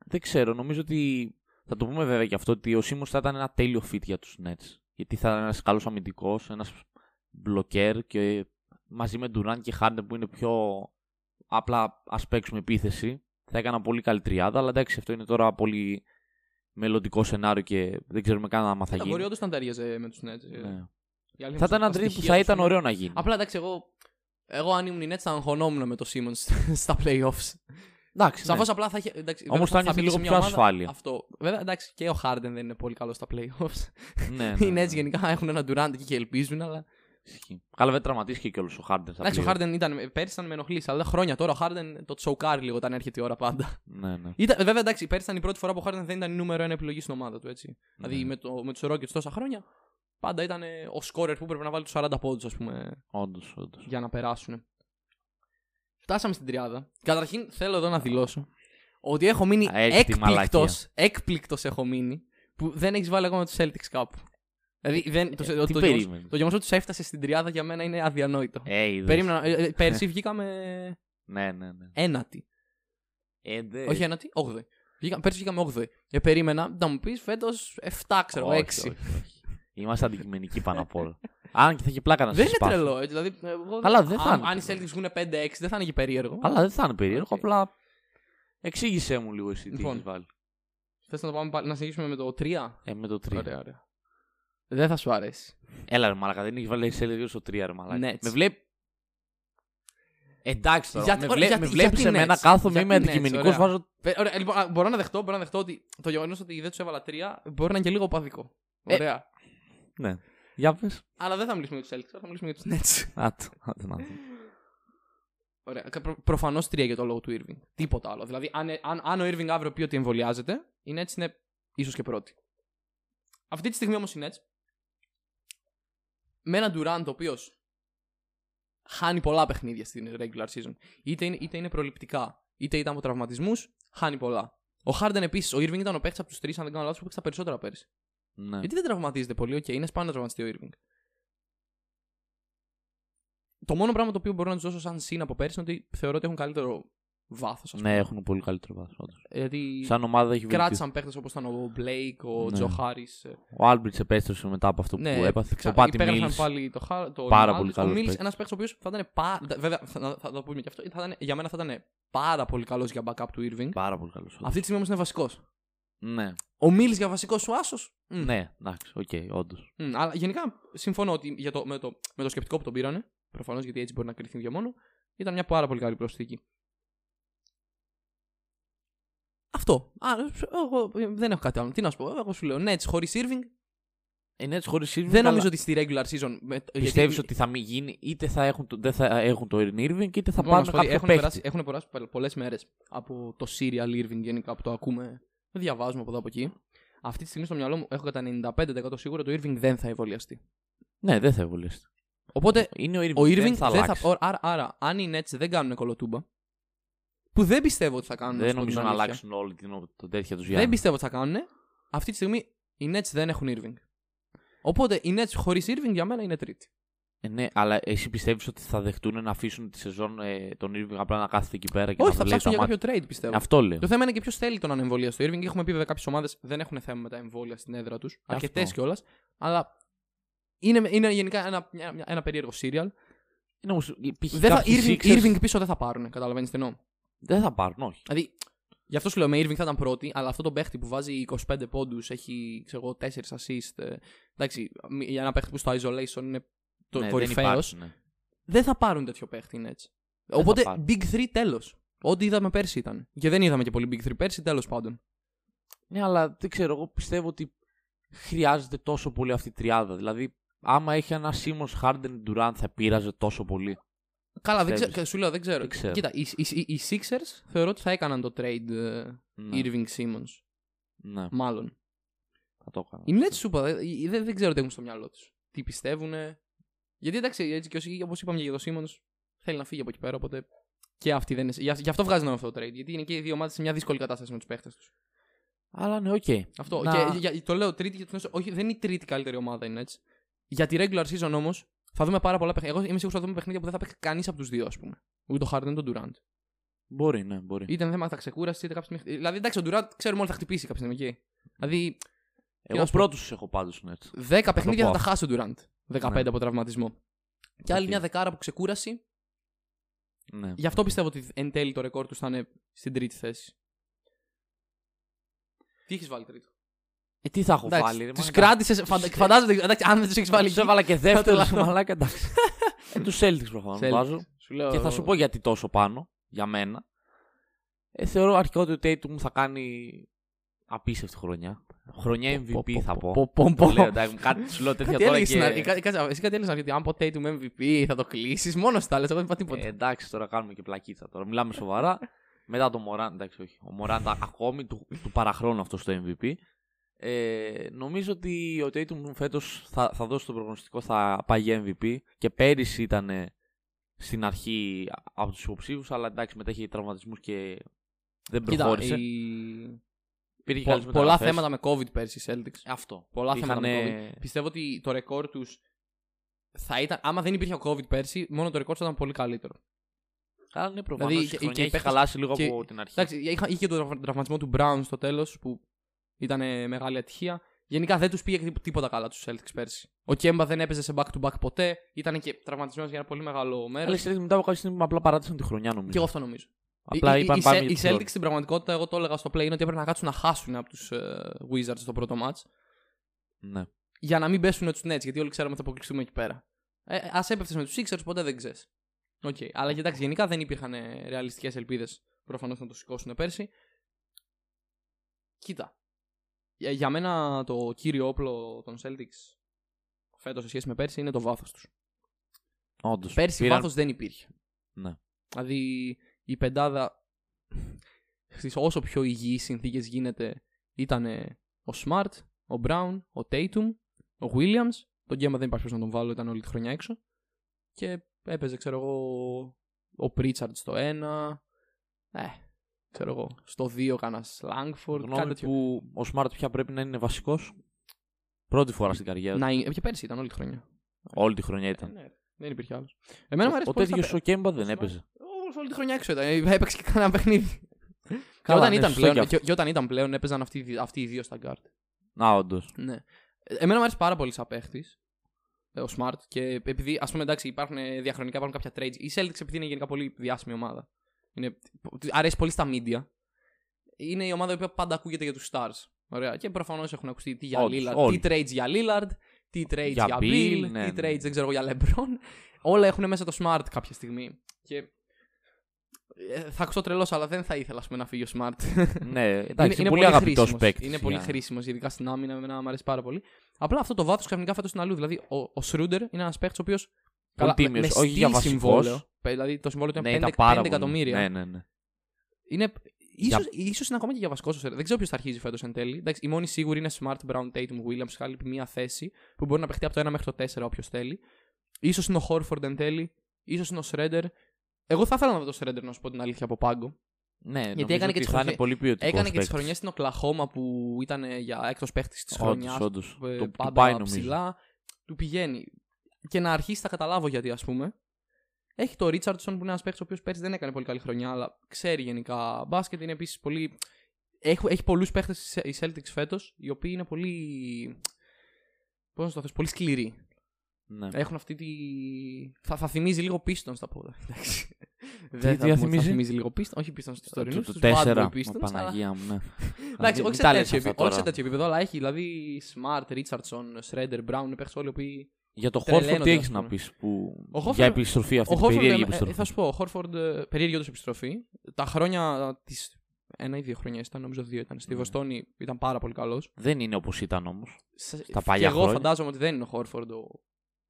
A: δεν ξέρω, νομίζω ότι θα το πούμε βέβαια και αυτό ότι ο Σίμω θα ήταν ένα τέλειο fit για τους Nets. Γιατί θα ήταν ένας καλός αμυντικός, ένας μπλοκέρ και μαζί με Ντουράν και Χάρντερ που είναι πιο απλά ας παίξουμε επίθεση. Θα έκανα πολύ καλή τριάδα, αλλά εντάξει, αυτό είναι τώρα πολύ μελλοντικό σενάριο και δεν ξέρουμε καν άμα θα
B: Θα μπορεί
A: γίνει.
B: όντω να ταιριάζει με τους Nets. ε.
A: Ναι.
B: Οι άλλοι
A: Θα
B: έχουν
A: ήταν ένα
B: τα
A: τρίπ που
B: στοιχεία
A: θα
B: τους,
A: ήταν
B: ναι.
A: ωραίο να γίνει.
B: Απλά εντάξει, εγώ, εγώ αν ήμουν η Nets θα αγχωνόμουν με το Simmons στα playoffs.
A: Εντάξει,
B: Σαφώς
A: ναι.
B: απλά θα είχε. Εντάξει,
A: Όμως
B: βέβαια,
A: θα νιώθει
B: μπει
A: λίγο
B: σε μια
A: πιο
B: ομάδα,
A: ασφάλεια.
B: Αυτό. Βέβαια, εντάξει, και ο Harden δεν είναι πολύ καλό στα playoffs.
A: ναι, ναι,
B: Οι
A: ναι.
B: Nets γενικά έχουν έναν Durant εκεί και ελπίζουν, αλλά.
A: Ισχύει. Καλά, δεν τραυματίστηκε κιόλας ο Χάρντερ. στα
B: Εντάξει, ο
A: playoff.
B: Harden ήταν. Πέρυσι ήταν με ενοχλήσει, αλλά χρόνια τώρα ο Harden το τσοκάρει λίγο όταν έρχεται η ώρα πάντα.
A: Ναι, ναι.
B: Ήταν, βέβαια, εντάξει, πέρυσι ήταν η πρώτη φορά που ο Harden δεν ήταν η νούμερο ένα επιλογή στην ομάδα του, έτσι. Δηλαδή
A: Ναι.
B: με, το, με τους Rockets τόσα χρόνια, πάντα ήταν ε, ο scorer που πρέπει να βάλει τους 40 πόντους, ας πούμε,
A: Όντως, όντως.
B: για να περάσουν. Φτάσαμε στην τριάδα. Καταρχήν θέλω εδώ να δηλώσω ότι έχω μείνει
A: Α, έχει τη
B: έκπληκτο.
A: μαλακία.
B: Έκπληκτος έχω μείνει που δεν έχεις βάλει ακόμα τους Celtics κάπου. Δηλαδή δεν, το, το,
A: Ε, τι
B: το, γεγονός-
A: περίμενες.
B: το γεγονός ότι του έφτασε στην τριάδα για μένα είναι αδιανόητο.
A: Ε, είδες.
B: Περίμενα. ε, ε, πέρσι βγήκαμε
A: Ναι, ναι, ναι.
B: ένατη.
A: Ε, δε...
B: Όχι ένατη, όγδοη. Βγήκα, πέρσι βγήκαμε όγδοη. Ε, περίμενα να μου πεις φέτος 7, ξέρω εγώ,
A: όχι,
B: 6.
A: όχι, όχι. Είμαστε αντικειμενικοί πάνω απ' όλα. Αν και θα είχε πλάκα να
B: Δεν
A: σας
B: είναι
A: σπάσω.
B: τρελό, έτσι. Δηλαδή, εγώ-
A: Καλά, δεν θα
B: αν,
A: είναι
B: αν οι Celtics βγουν 5-6, δεν θα είναι και περίεργο.
A: Αλλά δεν θα είναι περίεργο.
B: Οκ.
A: Απλά εξήγησέ μου λίγο εσύ τι
B: Λοιπόν.
A: έχεις βάλει.
B: Θες να, το πάμε, πάλι- να συνεχίσουμε με το 3.
A: Ε, με το 3.
B: Ωραία, ωραία. Δεν θα σου αρέσει.
A: Έλα ρε μαλακα, δεν έχεις βάλει εσύ έλεγε στο 3 ρε μαλακα.
B: Ναι, έτσι.
A: Με βλέπει... Εντάξει τώρα,
B: Γιατί-
A: με,
B: ωραία,
A: βλέ...
B: γιατί-
A: με βλέπεις
B: γιατί
A: εμένα,
B: έτσι,
A: κάθομαι,
B: γιατί
A: είμαι
B: είναι έτσι,
A: αντικειμενικός,
B: ωραία.
A: βάζω...
B: Ε, ωραία, λοιπόν, α, μπορώ να δεχτώ, μπορώ να δεχτώ ότι το γεγονός ότι δεν τους έβαλα τρία μπορεί να είναι και λίγο παθικό.
A: Ε.
B: Ωραία.
A: Ναι. Για πες.
B: Αλλά δεν θα μιλήσουμε για τους Celtics, θα μιλήσουμε για τους Nets.
A: Άτε, άτε να δω.
B: Ωραία. Προ- Προφανώς τρία για το λόγο του Irving. Τίποτα άλλο. Δηλαδή, αν, ε- αν, αν ο Irving αύριο πει ότι εμβολιάζεται, οι Nets είναι ίσως και πρώτοι. Αυτή τη στιγμή όμως οι Nets με έναν Durant ο οποίος χάνει πολλά παιχνίδια στην regular season. Είτε είναι, είτε είναι προληπτικά, είτε ήταν από τραυματισμούς, χάνει πολλά. Ο Harden επίσης, ο Irving ήταν ο παίχτη από τους τρεις, αν δεν κάνω λάθος, που παίξε τα περισσότερα πέρυσι.
A: Ναι.
B: Γιατί δεν τραυματίζεται πολύ, οκ, είναι σπάνιο να τραυματιστεί ο Irving. Το μόνο πράγμα το οποίο μπορώ να του δώσω σαν συν από πέρσι είναι ότι θεωρώ ότι έχουν καλύτερο βάθος.
A: Ναι, έχουν πολύ καλύτερο βάθος, όντως.
B: Γιατί
A: Σαν ομάδα έχει βελτιωθεί.
B: κράτησαν παίχτες όπως ήταν ο Blake, ο
A: Ναι.
B: Τζο Χάρις.
A: Ο Άλμπριτς επέστρεψε μετά από αυτό που
B: Ναι,
A: έπαθε.
B: ξα-
A: Ο Πάτι
B: υπέγραψαν
A: Μίλς.
B: πάλι το, Χα- το
A: Πάρα
B: Ronaldo.
A: πολύ
B: Ο
A: καλός
B: Μίλ,
A: παίκτης.
B: ένας παίχτης ο οποίος θα ήταν. Πα... Βέβαια, θα, θα το πούμε και αυτό. Θα ήταν, για μένα θα ήταν πάρα πολύ καλός για backup του Irving.
A: Πάρα πολύ καλός. όντως.
B: Αυτή τη στιγμή όμως είναι βασικός.
A: Ναι.
B: Ο Μίλ για βασικό σου άσος.
A: Ναι, εντάξει, οκ, όντως.
B: Μμ, αλλά γενικά συμφωνώ ότι για το, με, το, με το σκεπτικό που τον πήρανε, προφανώς γιατί έτσι μπορεί να κρυθεί για μόνο, ήταν μια πάρα πολύ καλή προσθήκη. Αυτό. Α, εγώ ε, δεν έχω κάτι άλλο. Τι να σου πω. Εγώ σου λέω Nets χωρίς Irving. Ε, ναι,
A: Είναι έτσι χωρίς Irving.
B: Δεν νομίζω ότι στη regular season. Με,
A: Πιστεύει
B: ε,
A: ότι θα μην γίνει, είτε θα έχουν το, δεν θα έχουν το Irving Irving, είτε θα
B: μπορώ
A: πάρουν
B: να σου πω ότι
A: κάποιο
B: έχουν
A: παίχτη.
B: περάσει, έχουν περάσει πολλές μέρες από το serial Irving γενικά που το ακούμε. Το διαβάζουμε από εδώ από εκεί. Αυτή τη στιγμή στο μυαλό μου έχω κατά 95% σίγουρο ότι ο Irving δεν θα εμβολιαστεί.
A: Ναι, δεν θα εμβολιαστεί.
B: Οπότε
A: Είναι ο Irving,
B: Ο Irving
A: δεν θα αλλάξει.
B: ω- άρα, άρα, αν οι Nets δεν κάνουν κολοτούμπα, που δεν πιστεύω ότι θα κάνουν.
A: δεν
B: σου πω την
A: νομίζω να
B: αλήθεια.
A: αλλάξουν όλη την το τέτοια τους
B: Δεν
A: Γιάννη.
B: πιστεύω ότι θα κάνουν. Αυτή τη στιγμή οι Nets δεν έχουν Irving. Οπότε οι Nets χωρίς Irving για μένα είναι τρίτη.
A: Ε, ναι, αλλά εσύ πιστεύεις ότι θα δεχτούν να αφήσουν τη σεζόν ε, τον Irving απλά να κάθεται εκεί πέρα και
B: Όχι,
A: να
B: θα
A: βλέπει τα
B: ψάξουν για
A: μάτια.
B: κάποιο trade πιστεύω.
A: Αυτό λέω.
B: Το θέμα είναι και ποιος θέλει τον ανεμβολία στο Irving. Έχουμε πει βέβαια κάποιες ομάδες δεν έχουν θέμα με τα εμβόλια στην έδρα τους. Αρκετέ
A: αυτό.
B: κιόλας. Αλλά είναι, είναι γενικά ένα, μια- μια- ένα περίεργο serial.
A: Είναι όμως, π.χ.
B: Δεν θα,
A: κάποιοι
B: Irving,
A: Sixers
B: Irving πίσω δεν θα πάρουν. Καταλαβαίνεις τι εννοώ.
A: δεν θα πάρουν, όχι.
B: Δηλαδή, γι' αυτό σου λέω με Irving θα ήταν πρώτη, αλλά αυτό το παίχτη που βάζει 25 πόντους, έχει ξέρω εγώ, 4 assist. ε, εντάξει, μ- για ένα παίχτη που στο isolation είναι το
A: ναι, δεν
B: κορυφαίος. Δεν,
A: υπάρχουν, ναι.
B: θα πάρουν τέτοιο παίχτη, είναι έτσι.
A: Δεν θα
B: Οπότε
A: πάρουν.
B: Big 3 τέλος. Ό,τι είδαμε πέρσι ήταν. Και δεν είδαμε και πολύ Big 3 πέρσι, τέλος πάντων.
A: Ναι, αλλά δεν ξέρω, εγώ πιστεύω ότι χρειάζεται τόσο πολύ αυτή η τριάδα. Δηλαδή, άμα έχει ένα Σίμον Χάρντεν Ντουράντ θα πείραζε τόσο πολύ.
B: Καλά, δεν
A: Πιστεύεις.
B: ξέρω, σου λέω, δεν ξέρω.
A: Δεν ξέρω.
B: Κοίτα, οι, οι, οι- οι Sixers θεωρώ ότι θα έκαναν το trade ε,
A: Ναι,
B: Irving Simmons.
A: ναι
B: Μάλλον.
A: θα το έκανα.
B: Οι Nets σου είπα, δε- οι- δεν, δεν ξέρω τι έχουν στο μυαλό τους. Τι πιστεύουν. Γιατί εντάξει, έτσι και όσοι, όπως είπαμε και για το Σίμον, θέλει να φύγει από εκεί πέρα. Οπότε και αυτή δεν είναι. Γι' αυ- γι' αυτό βγάζει νόημα αυτό το trade. Γιατί είναι και οι δύο ομάδες σε μια δύσκολη κατάσταση με τους παίχτες τους.
A: Αλλά ναι, οκ.
B: Αυτό.
A: Να-
B: Και, για- το λέω τρίτη γιατί όχι, δεν είναι η τρίτη καλύτερη ομάδα είναι έτσι. Για τη regular season όμως θα δούμε πάρα πολλά παιχνίδια. Εγώ είμαι σίγουρος ότι θα δούμε παιχνίδια που δεν θα παίξει κανείς από τους δύο, ας πούμε. Ούτε το Harden ούτε το Durant.
A: Μπορεί, ναι, μπορεί.
B: Είτε θέμα θα ξεκούρασες, είτε κάποια στιγμή. Δηλαδή, εντάξει, ο Durant ξέρουμε όλοι θα χτυπήσει κάποια στιγμή. εκεί. Δηλαδή, να
A: Εγώ
B: σου πω.
A: πρώτους έχω πάντως έτσι.
B: 10 παιχνίδια θα
A: πω
B: τα χάσει ο Durant. 15
A: Ναι.
B: από τραυματισμό. Και άλλη
A: Οκ.
B: μια δεκάρα από ξεκούραση.
A: Ναι.
B: Γι' αυτό πιστεύω ότι εν τέλει το ρεκόρ τους θα είναι στην τρίτη θέση. Τι έχεις βάλει τρίτο.
A: Ε, τι θα έχω
B: Εντάξει,
A: βάλει, ρε,
B: Τους
A: μαλάκα.
B: κράτησες. Φαντάζομαι. εντάξει, αν δεν τους έχεις βάλει.
A: Τους
B: εκεί,
A: έβαλα και δεύτερος,
B: λάβω.
A: μαλάκα, εντάξει. ε, τους Celtics προφανώς
B: Celtics.
A: βάζω.
B: Σου λέω-
A: Και θα σου πω γιατί τόσο πάνω, για μένα. Ε, θεωρώ αρχικά ότι ο Tatum θα κάνει απίστευτη χρονιά. Χρονιά
B: Πω, πω,
A: MVP θα πω.
B: πω, πω,
A: Το
B: πω.
A: λέω, εντάξει, κάτι σου λέω τέτοια
B: Κάτι
A: τώρα
B: έλεγες στην αρχή.
A: και...
B: κάτι- κάτσε, Εσύ κάτι έλεγες στην αρχή. ότι Αν ποτέ του MVP θα το κλείσεις. Μόνος τα λες. Εγώ δεν είπα
A: Ε,
B: τίποτα.
A: εντάξει, τώρα κάνουμε και πλακίτσα τώρα. Μιλάμε σοβαρά. Μετά τον Μωράν, εντάξει, όχι. Ο Μωράν τα- ακόμη του, του παραχρόνου αυτός στο MVP. Ε, νομίζω ότι ο Tatum φέτος θα, θα δώσει το προγνωστικό, θα πάει για MVP και πέρυσι ήταν ε, στην αρχή α- από τους υποψήφους, αλλά εντάξει, μετά είχε τραυματισμούς και δεν
B: Κοίτα,
A: προχώρησε.
B: η-
A: Πήρε και
B: πο-
A: άλλες
B: πολλά
A: μεταγραφές.
B: θέματα με COVID πέρσι οι Celtics.
A: Αυτό.
B: Πολλά θέματα με COVID.
A: Είχανε...
B: Πιστεύω ότι το ρεκόρ τους θα ήταν. Άμα δεν υπήρχε ο COVID πέρσι, μόνο το ρεκόρ θα ήταν πολύ καλύτερο.
A: Καλά, ναι, προφανώς
B: Δηλαδή,
A: η
B: και-
A: χρονιά
B: και οι
A: έχει
B: παίκτες-
A: χαλάσει λίγο
B: και-
A: από την αρχή.
B: Εντάξει, είχα- είχε και τον τραυμα- τραυματισμό του Brown στο τέλος που ήταν ε, μεγάλη ατυχία. Γενικά δεν τους πήγε τί- τίποτα καλά τους Celtics πέρσι. Ο Κέμπα δεν έπαιζε σε back-to-back ποτέ. Ήταν και τραυματισμένο για ένα πολύ μεγάλο μέρος.
A: Αλλά οι Celtics μετά από κάποια στιγμή απλά παράτησαν τη χρονιά
B: Και
A: νομίζω.
B: εγώ αυτό νομίζω.
A: Απλά
B: οι,
A: είπαν
B: οι,
A: πάμε
B: οι,
A: για
B: οι
A: τη Florida.
B: Celtics στην πραγματικότητα, εγώ το έλεγα στο play, είναι ότι έπρεπε να κάτσουν να χάσουν από τους Wizards στο πρώτο match
A: Ναι.
B: για να μην πέσουν τους Nets, γιατί όλοι ξέραμε ότι θα αποκλειστούμε εκεί πέρα. Ε, Ας έπεφτες με τους Sixers, ποτέ δεν ξέρεις. Οκ. Αλλά και εντάξει, γενικά δεν υπήρχαν ε, ρεαλιστικές ελπίδες προφανώς να το σηκώσουν πέρσι. Κοίτα. Για, για μένα το κύριο όπλο των Celtics φέτος σε σχέση με πέρσι είναι το βάθος τους.
A: Όντως,
B: Πέρσι
A: πήραν-
B: βάθος δεν υπήρχε.
A: Ναι.
B: Δηλαδή η πεντάδα στις όσο πιο υγιείς συνθήκες γίνεται ήταν ο Smart, ο Brown, ο Tatum, ο Williams. Τον Γκέμα δεν υπάρχει πώς να τον βάλω, ήταν όλη τη χρονιά έξω. Και έπαιζε, ξέρω εγώ, ο Pritchard στο 1. Ε, ξέρω εγώ, στο 2 κάνα Langford.
A: Γνώμη
B: Κάτι τέτοιο.
A: που ο Smart πια πρέπει να είναι βασικός. Πρώτη φορά στην καριέρα του.
B: Να, είναι- και πέρσι ήταν όλη τη χρονιά.
A: Όλη τη χρονιά
B: Ε,
A: ήταν.
B: ναι, δεν υπήρχε άλλος. Εμένα μου αρέσει
A: ο
B: πολύ στα
A: τέτοιο ο Κέμπα δεν
B: Smart.
A: έπαιζε.
B: Όλη- Όλη τη χρονιά έξω ήταν. Ε, Έπαιξε και κανένα παιχνίδι. και,
A: Καλά,
B: όταν
A: ναι,
B: ήταν
A: σωστό
B: πλέον,
A: και αυτό.
B: και, και όταν ήταν πλέον, έπαιζαν αυτοί, οι δύ- αυτοί οι δύο στα guard.
A: Να, όντως.
B: Ναι. Ε, Εμένα μου αρέσει πάρα πολύ σαν παίχτης. Ο Smart. Και επειδή, ας πούμε, εντάξει, υπάρχουν ε, διαχρονικά υπάρχουν κάποια trades. Η Celtics επειδή είναι γενικά πολύ διάσημη ομάδα. Είναι, της αρέσει πολύ στα media. Είναι η ομάδα η οποία πάντα ακούγεται για τους stars. Ωραία. Και προφανώς έχουν ακουστεί τι για
A: Όντως,
B: Lillard,
A: όλοι.
B: τι trades για Lillard, τι trades
A: Για
B: για,
A: Bill,
B: Bill,
A: ναι,
B: τι
A: ναι.
B: trades δεν ξέρω εγώ για LeBron. Όλα έχουν μέσα το Smart κάποια στιγμή. Και ε, θα ακούσω τρελός, αλλά δεν θα ήθελα ας πούμε, να φύγει ο Smart.
A: ναι, εντάξει,
B: είναι,
A: είναι, πολύ αγαπητός
B: χρήσιμος.
A: παίκτης.
B: Είναι πολύ χρήσιμος, ειδικά στην άμυνα, εμένα μου αρέσει πάρα πολύ. Απλά αυτό το βάθος ξαφνικά φέτος είναι αλλού. Δηλαδή, ο, ο Σρούντερ είναι ένας παίκτης ο οποίος.
A: τίμιος, όχι για βασικός.
B: Δηλαδή, το συμβόλαιο του
A: Ναι,
B: είναι
A: ήταν
B: 5,
A: πάρα
B: 5
A: πολύ.
B: εκατομμύρια.
A: Ναι, ναι, ναι.
B: Είναι,
A: Για-
B: ίσως, ίσως είναι ακόμα και για βασικό ο Σρούντερ. Δεν ξέρω ποιος θα αρχίζει φέτος εν τέλει. Εντάξει, η μόνη σίγουρη είναι Smart, Brown, Tatum, Williams. Χάλιπ μία θέση που μπορεί να παιχτεί από το 1 μέχρι το 4 όποιος θέλει. σω είναι ο Χόρφορντ εν τέλει. σω είναι ο Σρέντερ. Εγώ θα ήθελα να δω το Σρέντερ να σου πω την αλήθεια από πάγκο.
A: ναι νομίζω
B: έκανε
A: ότι
B: και τις
A: θα είναι
B: χρονιές-
A: πολύ ποιοτικός.
B: Έκανε και τις χρονιές στην Οκλαχώμα που ήταν ε, για έκτος παίχτη τη χρονιάς.
A: Όντως.
B: ε,
A: Το
B: πάντα
A: του πάει νομίζω.
B: ψηλά. Του πηγαίνει. Και να αρχίσει, θα καταλάβω γιατί, ας πούμε. Έχει το Ρίτσαρντσον που είναι ένας παίχτη ο οποίος πέρσι δεν έκανε πολύ καλή χρονιά, αλλά ξέρει γενικά μπάσκετ. Είναι επίσης πολύ. Έχει, έχει πολλούς παίχτε οι Celtics φέτος, οι οποίοι είναι πολύ. Πώς να σου το θες, πολύ σκληροί.
A: Ναι.
B: Έχουν αυτή τη. Θα, θα θυμίζει λίγο πίστον στα πόδια. Εντάξει.
A: τι
B: πούμε ότι
A: θυμίζει?
B: θα θυμίζει λίγο πίστον. Όχι πίστον στου
A: Του-
B: τωρινού.
A: Του
B: Του
A: 4.
B: Pistons, αλλά-
A: Παναγία μου, ναι.
B: Εντάξει,
A: Μην
B: όχι σε,
A: τα λες
B: τέτοιο
A: αυτά
B: επίπεδο, όχι
A: τώρα.
B: σε τέτοιο επίπεδο, αλλά έχει δηλαδή Smart, Richardson, Shredder, Brown, είναι παίχτες όλοι οι οποίοι.
A: Για το
B: Τρελαίνονται,
A: Χόρφορντ τι
B: ας
A: έχεις να
B: πούμε.
A: πεις που.
B: Ο Horford-
A: Για επιστροφή αυτή την
B: Horford,
A: περίεργη
B: ε, ε, θα
A: επιστροφή.
B: σου πω, ο Χόρφορντ, περίεργη όντως επιστροφή. Τα χρόνια της. Ένα ή δύο χρόνια ήταν, νομίζω δύο ήταν. Στη
A: Ναι.
B: Βοστόνη ήταν πάρα πολύ καλός.
A: Δεν είναι όπως ήταν όμως.
B: Στα
A: παλιά
B: Και εγώ
A: χρόνια.
B: φαντάζομαι ότι δεν είναι ο Χόρφορντ ο-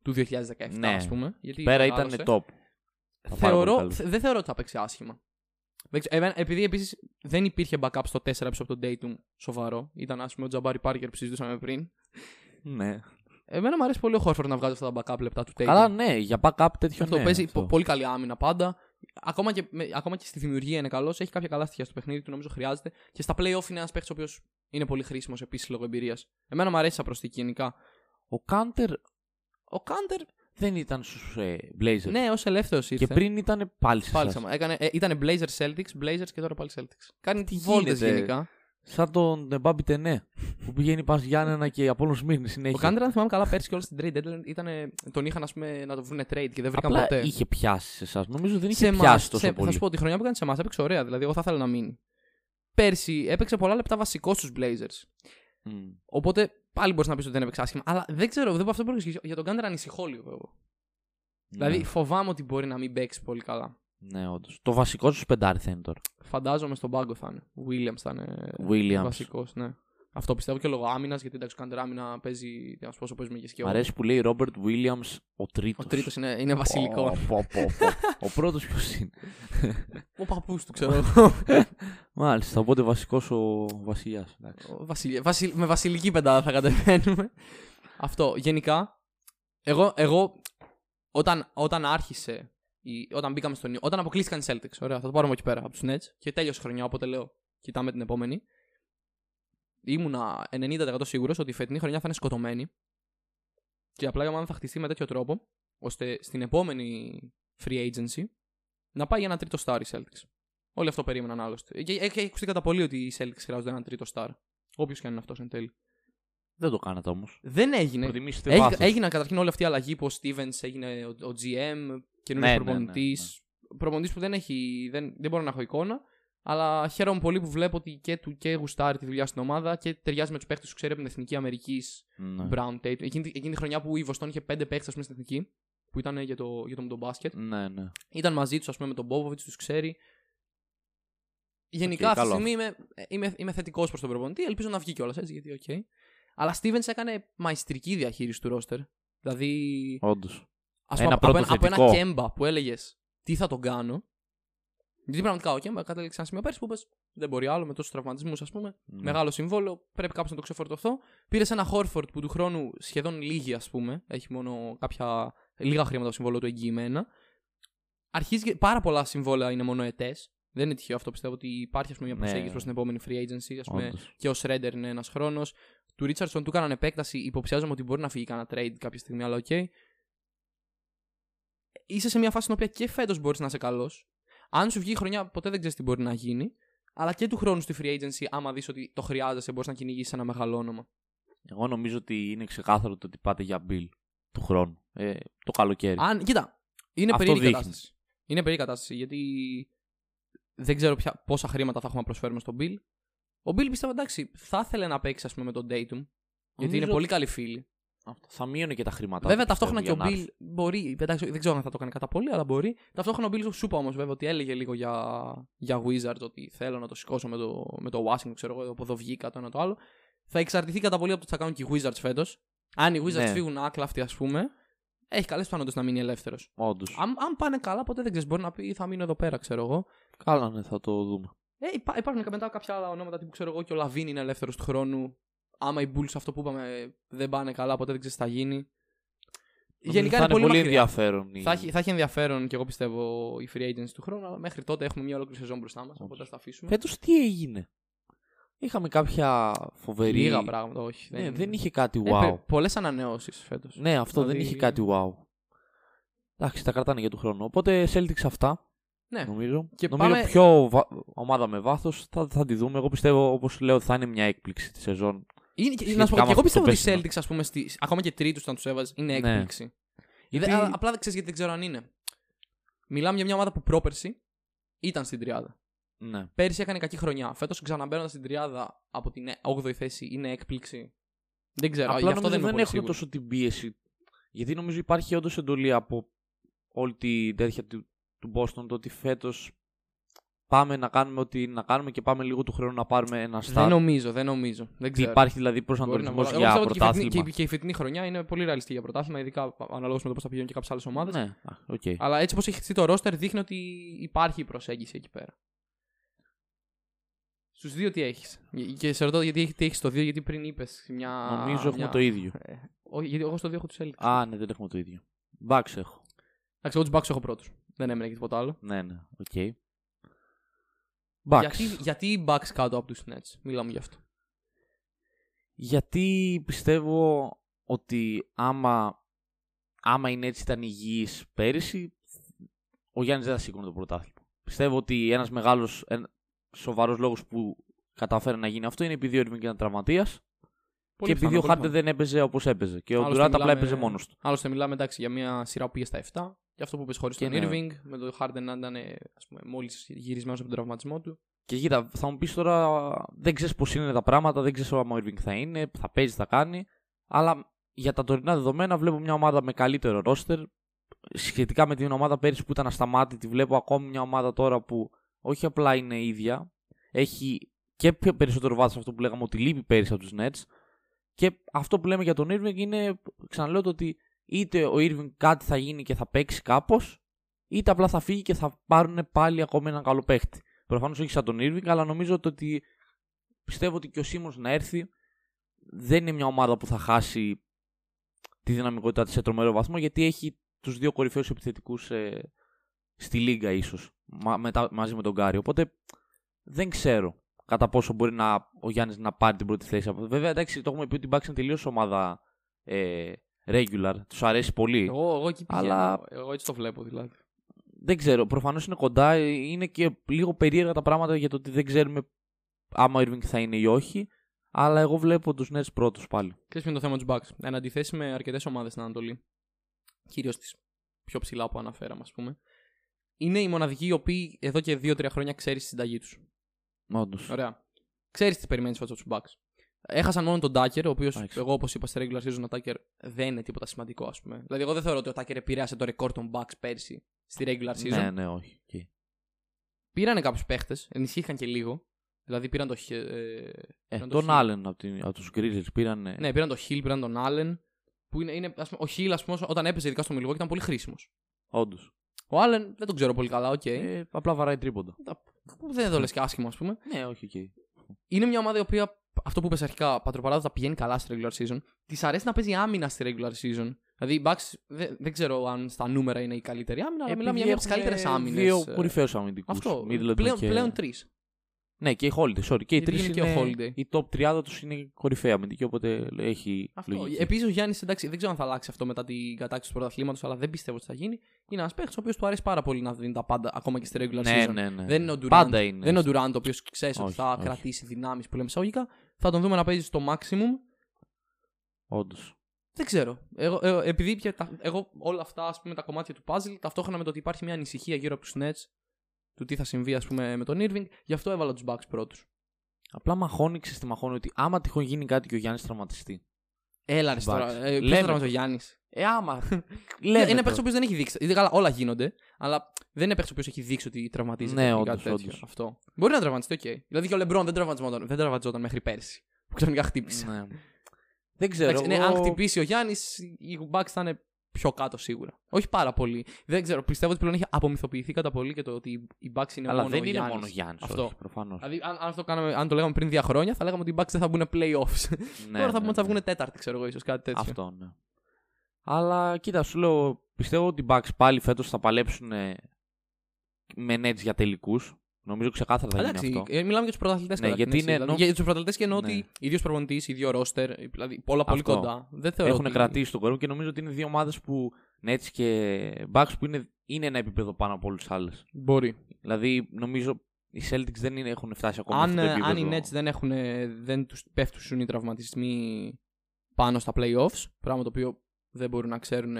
B: του 2017,
A: Ναι.
B: α πούμε. Γιατί
A: Πέρα ήταν
B: μεγάλωσε.
A: top. Ήταν πάρα πολύ
B: Θεωρώ,
A: καλός.
B: θε- δεν θεωρώ ότι θα παίξει άσχημα. Δεν ξέρω, εμένα- επειδή επίσης δεν υπήρχε backup στο 4 πίσω από τον Dayton σοβαρό. Ήταν ας πούμε ο Τζαμπάρι Πάρκερ που συζητούσαμε πριν.
A: Ναι.
B: Εμένα μου αρέσει πολύ ο Χόρφορντ να βγάζει αυτά τα backup λεπτά του Tatum.
A: Καλά, ναι, για backup τέτοιο
B: αυτό
A: ναι.
B: παίζει
A: αυτό.
B: πο- πολύ καλή άμυνα πάντα. Ακόμα και, με- ακόμα και στη δημιουργία είναι καλός. Έχει κάποια καλά στοιχεία στο παιχνίδι του, νομίζω χρειάζεται. Και στα playoff είναι ένας παίχτη ο οποίος είναι πολύ χρήσιμος επίσης λόγω εμπειρίας. Εμένα μου αρέσει σαν προσθήκη γενικά.
A: Ο Κάντερ
B: Ο Κάντερ,
A: δεν ήταν στους ε, Blazers.
B: ναι, ως ελεύθερος ήρθε.
A: και πριν ήταν πάλι σε
B: Πάλι
A: εσάς.
B: σάμα. Έκανε, ε, ήταν Blazers Celtics, Blazers και τώρα πάλι Celtics. Κάνει
A: Τι
B: βόλτες
A: γίνεται.
B: γενικά.
A: Σαν τον Μπάμπι Τενέ που πηγαίνει πας Γιάννενα και Απόλυτο Σμύρνη συνέχεια.
B: Ο Κάντερ, αν θυμάμαι καλά, πέρσι και όλα στην trade deadline ήταν, ε, τον είχαν ας πούμε, να το βρουν trade και δεν βρήκαν
A: Απλά
B: ποτέ.
A: είχε πιάσει σε εσάς. Νομίζω δεν είχε
B: σε εμάς,
A: πιάσει τόσο
B: σε-
A: πολύ.
B: Θα σου πω τη χρονιά που έκανε σε εμάς έπαιξε ωραία. Δηλαδή, εγώ θα ήθελα να μείνει. Πέρσι έπαιξε πολλά λεπτά βασικό στους Blazers.
A: Μμ. ναι.
B: Οπότε πάλι μπορείς να πεις ότι δεν έπαιξε άσχημα. Αλλά δεν ξέρω, δεν αυτό μπορεί να εξηγήσω. Για τον Κάντερ ανησυχώ λίγο εγώ.
A: Ναι.
B: Δηλαδή, φοβάμαι ότι μπορεί να μην παίξει πολύ καλά.
A: Ναι, ναι όντως. Το βασικό σου πεντάρι θα είναι τώρα.
B: Φαντάζομαι στον πάγκο θα είναι. Williams θα είναι.
A: Williams.
B: Ε, Βασικός, ναι. Αυτό πιστεύω και λόγω άμυνας, γιατί εντάξει, ο Κάντερ άμυνα παίζει. Τι να σου πω, όσο παίζουμε και
A: Μ'
B: σκέφτομαι.
A: αρέσει που λέει Ρόμπερτ Βίλιαμ ο τρίτος.
B: Ο τρίτος είναι, είναι βασιλικό.
A: Ο πρώτος ποιος είναι.
B: Ο παππούς του, ξέρω εγώ.
A: Μάλιστα, οπότε βασικός ο βασιλιάς.
B: Ο Βασιλε- Βασιλ- με βασιλική πεντάδα θα κατεβαίνουμε. Αυτό. Γενικά, εγώ, εγώ όταν, όταν άρχισε, η- όταν μπήκαμε στον όταν αποκλείστηκαν οι Celtics, ωραία, θα το πάρουμε εκεί πέρα από τους Nets και τέλειωσε η χρονιά, οπότε λέω, κοιτάμε την επόμενη. Ήμουνα 90% σίγουρος ότι η φετινή χρονιά θα είναι σκοτωμένη και απλά για μένα θα χτιστεί με τέτοιο τρόπο, ώστε στην επόμενη free agency να πάει για ένα τρίτο star οι Celtics. Όλοι αυτό περίμεναν άλλωστε. Και έχει ακουστεί κατά πολύ ότι οι Celtics χρειάζονται έναν τρίτο star. Όποιος και αν είναι αυτός εν τέλει.
A: Δεν το κάνατε όμως.
B: Δεν Ναι. έγινε.
A: Προτιμήσετε
B: Έγι,
A: βάθος.
B: έγιναν καταρχήν όλη αυτή η αλλαγή που ο Stevens έγινε ο, ο GM,
A: Ναι,
B: καινούριο
A: ναι,
B: προπονητή. Προπονητής που δεν έχει. Δεν, δεν μπορώ να έχω εικόνα. Αλλά χαίρομαι πολύ που βλέπω ότι και του και γουστάρει τη δουλειά στην ομάδα και ταιριάζει με τους παίχτε που ξέρει από την Εθνική Αμερικής.
A: Ναι.
B: Brown Tate. Εκείνη, τη- εκείνη τη χρονιά που η Βοστόν είχε πέντε παίχτε στην Εθνική, που ήταν για το, για το, το μπάσκετ.
A: Ναι, ναι.
B: Ήταν μαζί τους, ας πούμε, με τον Μπόβοβιτ, τους ξέρει. Γενικά
A: Οκ,
B: αυτή τη
A: καλό.
B: στιγμή είμαι, είμαι, είμαι θετικός προς τον προπονητή. Ελπίζω να βγει κιόλας έτσι, γιατί οκ. Αλλά Stevens έκανε μαϊστρική διαχείριση του ρόστερ. Δηλαδή,
A: Όντως.
B: ας
A: ένα
B: πούμε,
A: πρώτο
B: από, ένα, από ένα
A: θετικό.
B: κέμπα που έλεγες τι θα τον κάνω. Γιατί πραγματικά ο κέμπα κατέληξε σε ένα σημείο πέρσι που είπες, δεν μπορεί άλλο με τόσους τραυματισμούς, ας πούμε.
A: Ναι.
B: Μεγάλο συμβόλαιο, πρέπει κάπως να το ξεφορτωθώ. Πήρες ένα Χόρφορντ που του χρόνου σχεδόν λίγη, ας πούμε. Έχει μόνο κάποια λίγα χρήματα το συμβόλαιο του εγγυημένα. Αρχίζει και- πάρα πολλά συμβόλαια είναι μόνο ετές. Δεν είναι τυχαίο αυτό. Πιστεύω ότι υπάρχει ας πούμε, μια
A: Ναι.
B: προσέγγιση προς την επόμενη free agency. Ας πούμε, και ο Σρέντερ είναι ένας χρόνος. Του Ρίτσαρτσον του έκαναν επέκταση. Υποψιάζομαι ότι μπορεί να φύγει κανένα trade κάποια στιγμή, αλλά οκ. Είσαι σε μια φάση στην οποία και φέτος μπορείς να είσαι καλός. Αν σου βγει η χρονιά, ποτέ δεν ξέρεις τι μπορεί να γίνει. Αλλά και του χρόνου στη free agency, άμα δεις ότι το χρειάζεσαι, μπορείς να κυνηγήσεις ένα μεγάλο όνομα.
A: Εγώ νομίζω ότι είναι ξεκάθαρο το ότι πάτε για Bill του χρόνου. Ε, το καλοκαίρι.
B: Αν, κοίτα, είναι
A: Αυτό
B: περίεργη
A: δείχνεις.
B: κατάσταση. Είναι περίεργη κατάσταση γιατί δεν ξέρω πια πόσα χρήματα θα έχουμε να προσφέρουμε στον Bill. Ο Bill πιστεύω εντάξει, θα ήθελε να παίξει ας πούμε, με τον Dayton. Γιατί είναι
A: ότι
B: πολύ καλοί φίλοι.
A: αυτό. Θα μείωνε και τα χρήματα.
B: Βέβαια
A: τους,
B: ταυτόχρονα και ο
A: πιστεύω, για να
B: Μπιλ μπορεί. Εντάξει, δεν ξέρω αν θα το κάνει κατά πολύ, αλλά μπορεί. Ταυτόχρονα ο Μπιλ σου είπα όμως βέβαια ότι έλεγε λίγο για, για Wizards ότι θέλω να το σηκώσω με το, με το Washington, ξέρω εγώ, από εδώ βγήκα το ένα το άλλο. Θα εξαρτηθεί κατά πολύ από το τι θα κάνουν και οι Wizards φέτος. Αν οι Wizards
A: Ναι.
B: φύγουν άκλαυτοι, ας πούμε, έχει καλέ πιθανότητε να μείνει ελεύθερος.
A: Όντως.
B: Αν, αν πάνε καλά, ποτέ δεν ξέρεις. Μπορεί να πει θα μείνω εδώ πέρα, ξέρω εγώ.
A: Καλά, ναι, θα το δούμε.
B: Ε, υπά- υπάρχουν και μετά κάποια άλλα ονόματα τύπου ξέρω εγώ και ο Λαβίν είναι ελεύθερος του χρόνου. Άμα οι Bulls αυτό που είπαμε δεν πάνε καλά, ποτέ δεν ξέρεις τι θα γίνει. Γενικά
A: θα
B: είναι πολύ, μακριά.
A: ενδιαφέρον. η-
B: Θα έχει, θα έχει ενδιαφέρον και εγώ πιστεύω η free agency του χρόνου, αλλά μέχρι τότε έχουμε μια ολόκληρη σεζόν μπροστά μας. Οπότε θα τα αφήσουμε.
A: Φέτος τι έγινε. Είχαμε κάποια φοβερή...
B: Λίγα πράγματα, Ε, όχι.
A: Ναι, δεν είχε κάτι wow.
B: Πολλές ανανεώσεις φέτος.
A: Ναι, αυτό δεν
B: Δηλαδή-
A: είχε κάτι wow. Εντάξει, τα κρατάνε για του χρόνου. Οπότε Celtics αυτά,
B: Ναι.
A: νομίζω.
B: Και
A: νομίζω
B: πάμε-
A: πιο βα- ομάδα με βάθος θα, θα τη δούμε. Εγώ πιστεύω, όπως λέω, θα είναι μια έκπληξη τη σεζόν.
B: Είναι, και-
A: Σχετικά
B: να σου πω,
A: με
B: και εγώ
A: αυτό το
B: πιστεύω ότι οι
A: πέσιμο.
B: Celtics, ας πούμε, στη, ακόμα και τρίτους όταν του έβαζε, είναι
A: Ναι.
B: έκπληξη.
A: Γιατί
B: Δε- α- απλά δεν ξέρεις γιατί δεν ξέρω αν είναι. Μιλάμε για μια ομάδα που πρόπερση ήταν στην τριάδα.
A: ναι.
B: Πέρσι έκανε κακή χρονιά. Φέτος ξαναμπαίνοντας στην τριάδα από την 8η θέση είναι έκπληξη. Δεν ξέρω.
A: Απλά
B: γι'
A: νομίζω
B: αυτό δεν,
A: δεν,
B: είμαι πολύ
A: έχουν
B: σίγουρος.
A: τόσο την πίεση. Γιατί νομίζω υπάρχει όντως εντολή από όλη την τέτοια του, του Boston το ότι φέτος πάμε να κάνουμε ό,τι να κάνουμε και πάμε λίγο του χρόνου να πάρουμε ένα
B: Δεν
A: στάδιο.
B: νομίζω, δεν νομίζω. Δεν ξέρω.
A: Υπάρχει δηλαδή
B: Μπορεί να
A: προσανατολισμό
B: μπορώ. Εγώ
A: για λοιπόν.
B: πιστεύω ότι και
A: πρωτάθλημα.
B: η φετινή- Και, η- και η φετινή χρονιά είναι πολύ ρεαλιστική για πρωτάθλημα, ειδικά αναλόγως με το πώς θα πηγαίνουν και κάποιες άλλες ομάδες.
A: Ναι, α, οκ.
B: Αλλά έτσι όπως έχεις χτιστεί το ρόστερ δείχνει ότι υπάρχει η προσέγγιση εκεί πέρα. Στους δύο τι έχεις. Και σε ρωτάω γιατί έχεις το δύο, γιατί πριν είπες μια.
A: Νομίζω έχουμε
B: μια...
A: το ίδιο.
B: Όχι, γιατί εγώ στο δύο έχω τους Celtics.
A: Α, ναι, δεν έχουμε το ίδιο. Bucks έχω.
B: Εντάξει, εγώ τους Bucks έχω πρώτους. Δεν έμενε και τίποτα άλλο.
A: Ναι, ναι, οκ. Okay. Bucks.
B: Γιατί, γιατί οι Bucks κάτω από τους Nets. Μιλάμε γι' αυτό.
A: Γιατί πιστεύω ότι άμα, άμα οι Nets ήταν υγιείς πέρυσι, ο Γιάννης δεν θα σήκωνε το πρωτάθλημα. Πιστεύω ότι ένας μεγάλος, ένα σοβαρός λόγος που κατάφερε να γίνει αυτό είναι επειδή ο Irving ήταν τραυματίας
B: Πολύ
A: και επειδή ο
B: πιθανό, πολύ
A: Harden δεν έπαιζε όπως έπαιζε και ο
B: Άλλωστε
A: Durant απλά
B: μιλάμε-
A: έπαιζε μόνος του.
B: πιθανό. Άλλωστε, μιλάμε εντάξει, για μια σειρά που πήγε στα 7. Και αυτό που είπε χωρίς
A: Και
B: τον
A: ναι.
B: Irving, με τον Harden να ήταν μόλις γυρισμένος από τον τραυματισμό του.
A: Και κοίτα, θα μου πεις τώρα, δεν ξέρεις πώς είναι τα πράγματα, δεν ξέρεις άμα ο Irving θα είναι, θα παίζει, θα κάνει. Αλλά για τα τωρινά δεδομένα βλέπω μια ομάδα με καλύτερο ρόστερ. Σχετικά με την ομάδα πέρυσι που ήταν ασταμάτητη, βλέπω ακόμη μια ομάδα τώρα που όχι απλά είναι ίδια, έχει και πιο περισσότερο βάθος αυτό που λέγαμε ότι λείπει πέρυσι από τους Nets. Και αυτό που λέμε για τον Irving είναι, ξαναλέω το ότι είτε ο Irving κάτι θα γίνει και θα παίξει κάπως, είτε απλά θα φύγει και θα πάρουν πάλι ακόμη έναν καλό παίχτη. Προφανώς όχι σαν τον Irving, αλλά νομίζω το ότι πιστεύω ότι και ο Σίμον να έρθει δεν είναι μια ομάδα που θα χάσει τη δυναμικότητά της σε τρομερό βαθμό γιατί έχει τους δύο κορυφαίους επιθετικούς στη λίγα, ίσως μα, μετά- μαζί με τον Γκάρι. Οπότε δεν ξέρω κατά πόσο μπορεί να, ο Γιάννης να πάρει την πρώτη θέση. από- Βέβαια, εντάξει, το έχουμε πει ότι η Bucks είναι τελείως ομάδα ε, regular. Τους αρέσει πολύ.
B: Εγώ, εγώ εκεί πηγαίνω.
A: Αλλά-
B: Εγώ έτσι το βλέπω δηλαδή.
A: Δεν ξέρω. Προφανώς είναι κοντά. ε, Είναι και λίγο περίεργα τα πράγματα για το ότι δεν ξέρουμε άμα ο Irving θα είναι ή όχι. Αλλά εγώ βλέπω τους Nets πρώτους πάλι.
B: Ξέρεις ποιο είναι το θέμα τους Bucks. Εν αντιθέσει με αρκετές ομάδες στην Ανατολή, κυρίως τις πιο ψηλά που αναφέραμε, ας πούμε, είναι οι μοναδικοί οι οποίοι εδώ και 2-3 χρόνια ξέρεις τη συνταγή τους.
A: Όντως.
B: Ωραία. Ξέρεις τι περιμένεις φέτος από τους Bucks. Έχασαν μόνο τον Tucker, ο οποίος,
A: Εντάξει.
B: εγώ όπως είπα στη regular season, ο Tucker δεν είναι τίποτα σημαντικό, ας πούμε. Δηλαδή, εγώ δεν θεωρώ ότι ο Tucker επηρέασε το ρεκόρ των Bucks πέρσι στη regular season.
A: Ναι, ναι, όχι. Οκ.
B: Πήρανε κάποιους παίχτες, ενισχύθηκαν και λίγο. Δηλαδή, πήραν το, Χε- ε,
A: Ε,
B: Να το
A: τον
B: χει-
A: Άλεν από, την, από τους Grizzlies πήραν. ε,
B: Ναι, πήραν τον Χιλ, πήραν τον Άλεν. Που είναι, είναι, ας πούμε, ο Χιλ, ας πούμε, όταν έπαιζε ειδικά στο Μιλγόκι ήταν πολύ χρήσιμος.
A: όντως.
B: Ο Άλεν δεν τον ξέρω πολύ καλά, οκ.
A: Ε, απλά βαράει τρίποντα.
B: Τα- Δεν το λες και άσχημα, ας πούμε.
A: Ναι, όχι, οκ.
B: Είναι μια ομάδα η οποία, αυτό που είπες αρχικά, πατροπαράδοτα πηγαίνει καλά στη regular season. Της αρέσει να παίζει άμυνα στη regular season. Δηλαδή, οι Bucks δεν, δεν ξέρω αν στα νούμερα είναι η καλύτερη άμυνα, αλλά μιλάμε για μια από τις καλύτερε άμυνε.
A: Δύο κορυφαίου αμυντικού.
B: ε, Αυτό. ε, Πλέον,
A: και...
B: πλέον τρεις.
A: Ναι, και η Holiday. Sorry. Και οι
B: Γιατί
A: τρεις είναι.
B: είναι και ο Holiday.
A: Η top 30 τους είναι κορυφαία αμυντική, οπότε έχει
B: Αυτό. ε,
A: λογική.
B: Επίσης, ο Γιάννης, εντάξει, δεν ξέρω αν θα αλλάξει αυτό μετά την κατάκτηση του πρωταθλήματος, αλλά δεν πιστεύω ότι θα γίνει. Είναι ένας παίχτης ο οποίος του αρέσει πάρα πολύ να δίνει τα πάντα, ακόμα και στη regular
A: ναι,
B: season.
A: ναι, ναι.
B: Δεν είναι ο Durant.
A: Πάντα είναι.
B: Δεν είναι ο Ντουράντ, ο οποίος ξέρεις ότι
A: Όχι,
B: θα
A: όχι.
B: κρατήσει δυνάμεις που λέμε εισαγωγικά. Θα τον δούμε να παίζει στο maximum.
A: Όντως.
B: Δεν ξέρω. Εγώ, ε, επειδή πια τα, εγώ όλα αυτά ας πούμε, τα κομμάτια του puzzle, ταυτόχρονα με το ότι υπάρχει μια ανησυχία γύρω από τους Nets, του τι θα συμβεί ας πούμε, με τον Irving, γι' αυτό έβαλα τους Bucks πρώτους.
A: Απλά μαχώνει, ξέρεις τι μαχώνει, ότι άμα τυχόν γίνει κάτι και ο Γιάννης τραυματιστεί.
B: Έλα ρε
A: Bucks.
B: τώρα. Ε, ποιος
A: Λέμε.
B: θα τραυματίσει ο Γιάννης.
A: Ε, άμα.
B: Είναι
A: λέμε
B: παίκτης ο
A: τώρα.
B: οποίος δεν έχει δείξει. Δηλαδή, καλά, όλα γίνονται, αλλά δεν είναι παίκτης ο οποίος έχει δείξει ότι τραυματίζεται.
A: Ναι,
B: ή
A: όντως,
B: κάτι τέτοιο.
A: όντως.
B: Αυτό. Μπορεί να τραυματιστεί, οκ. Δηλαδή και ο Λεμπρόν δεν τραυματιζόταν, δεν τραυματιζόταν μέχρι πέρσι. Που ξαφνικά χτύπησε.
A: Ναι. Δεν ξέρω.
B: Εντάξει, ναι,
A: εγώ-
B: αν χτυπήσει ο Γιάννης, οι Bucks θα είναι πιο κάτω σίγουρα. Όχι πάρα πολύ. Δεν ξέρω. Πιστεύω ότι πλέον έχει απομυθοποιηθεί κατά πολύ και το ότι οι Bucks είναι
A: Αλλά
B: μόνο
A: δεν
B: ο
A: είναι
B: Γιάννης.
A: μόνο Γιάννης.
B: Αυτό.
A: Αυτό. Προφανώς.
B: Δηλαδή, αν, αν, αυτό κάναμε, αν το λέγαμε πριν δύο χρόνια, θα λέγαμε ότι οι Bucks δεν θα μπουν playoffs. Τώρα θα πούμε ότι θα βγουν τέταρτη, ξέρω εγώ, ίσως κάτι τέτοιο.
A: Ναι, Αυτό, ναι. Αλλά κοίτα, σου λέω, πιστεύω ότι οι Bucks πάλι φέτος θα παλέψουν ε, με Nets για τελικούς. Νομίζω ξεκάθαρα θα γίνει
B: Εντάξει,
A: αυτό.
B: ε, μιλάμε για τους πρωταθλητές
A: Ναι, γιατί είναι
B: δηλαδή,
A: ενώ-
B: Για τους πρωταθλητές και εννοώ
A: Ναι.
B: ότι οι δύο προπονητή, οι δύο ρόστερ, δηλαδή όλα πολύ
A: Αυτό.
B: κοντά. Δεν θεωρώ.
A: Έχουν
B: ότι-
A: κρατήσει τον κορμό και νομίζω ότι είναι δύο ομάδες που Nets και Bucks που είναι, είναι ένα επίπεδο πάνω από όλους τους άλλους.
B: Μπορεί.
A: Δηλαδή, νομίζω οι Celtics δεν είναι, έχουν φτάσει ακόμα
B: Αν, ε,
A: σε αυτό το
B: αν οι
A: επίπεδο.
B: Nets δεν, έχουν, δεν τους πέφτουν οι τραυματισμοί πάνω στα playoffs, πράγμα το οποίο δεν μπορούν να ξέρουν,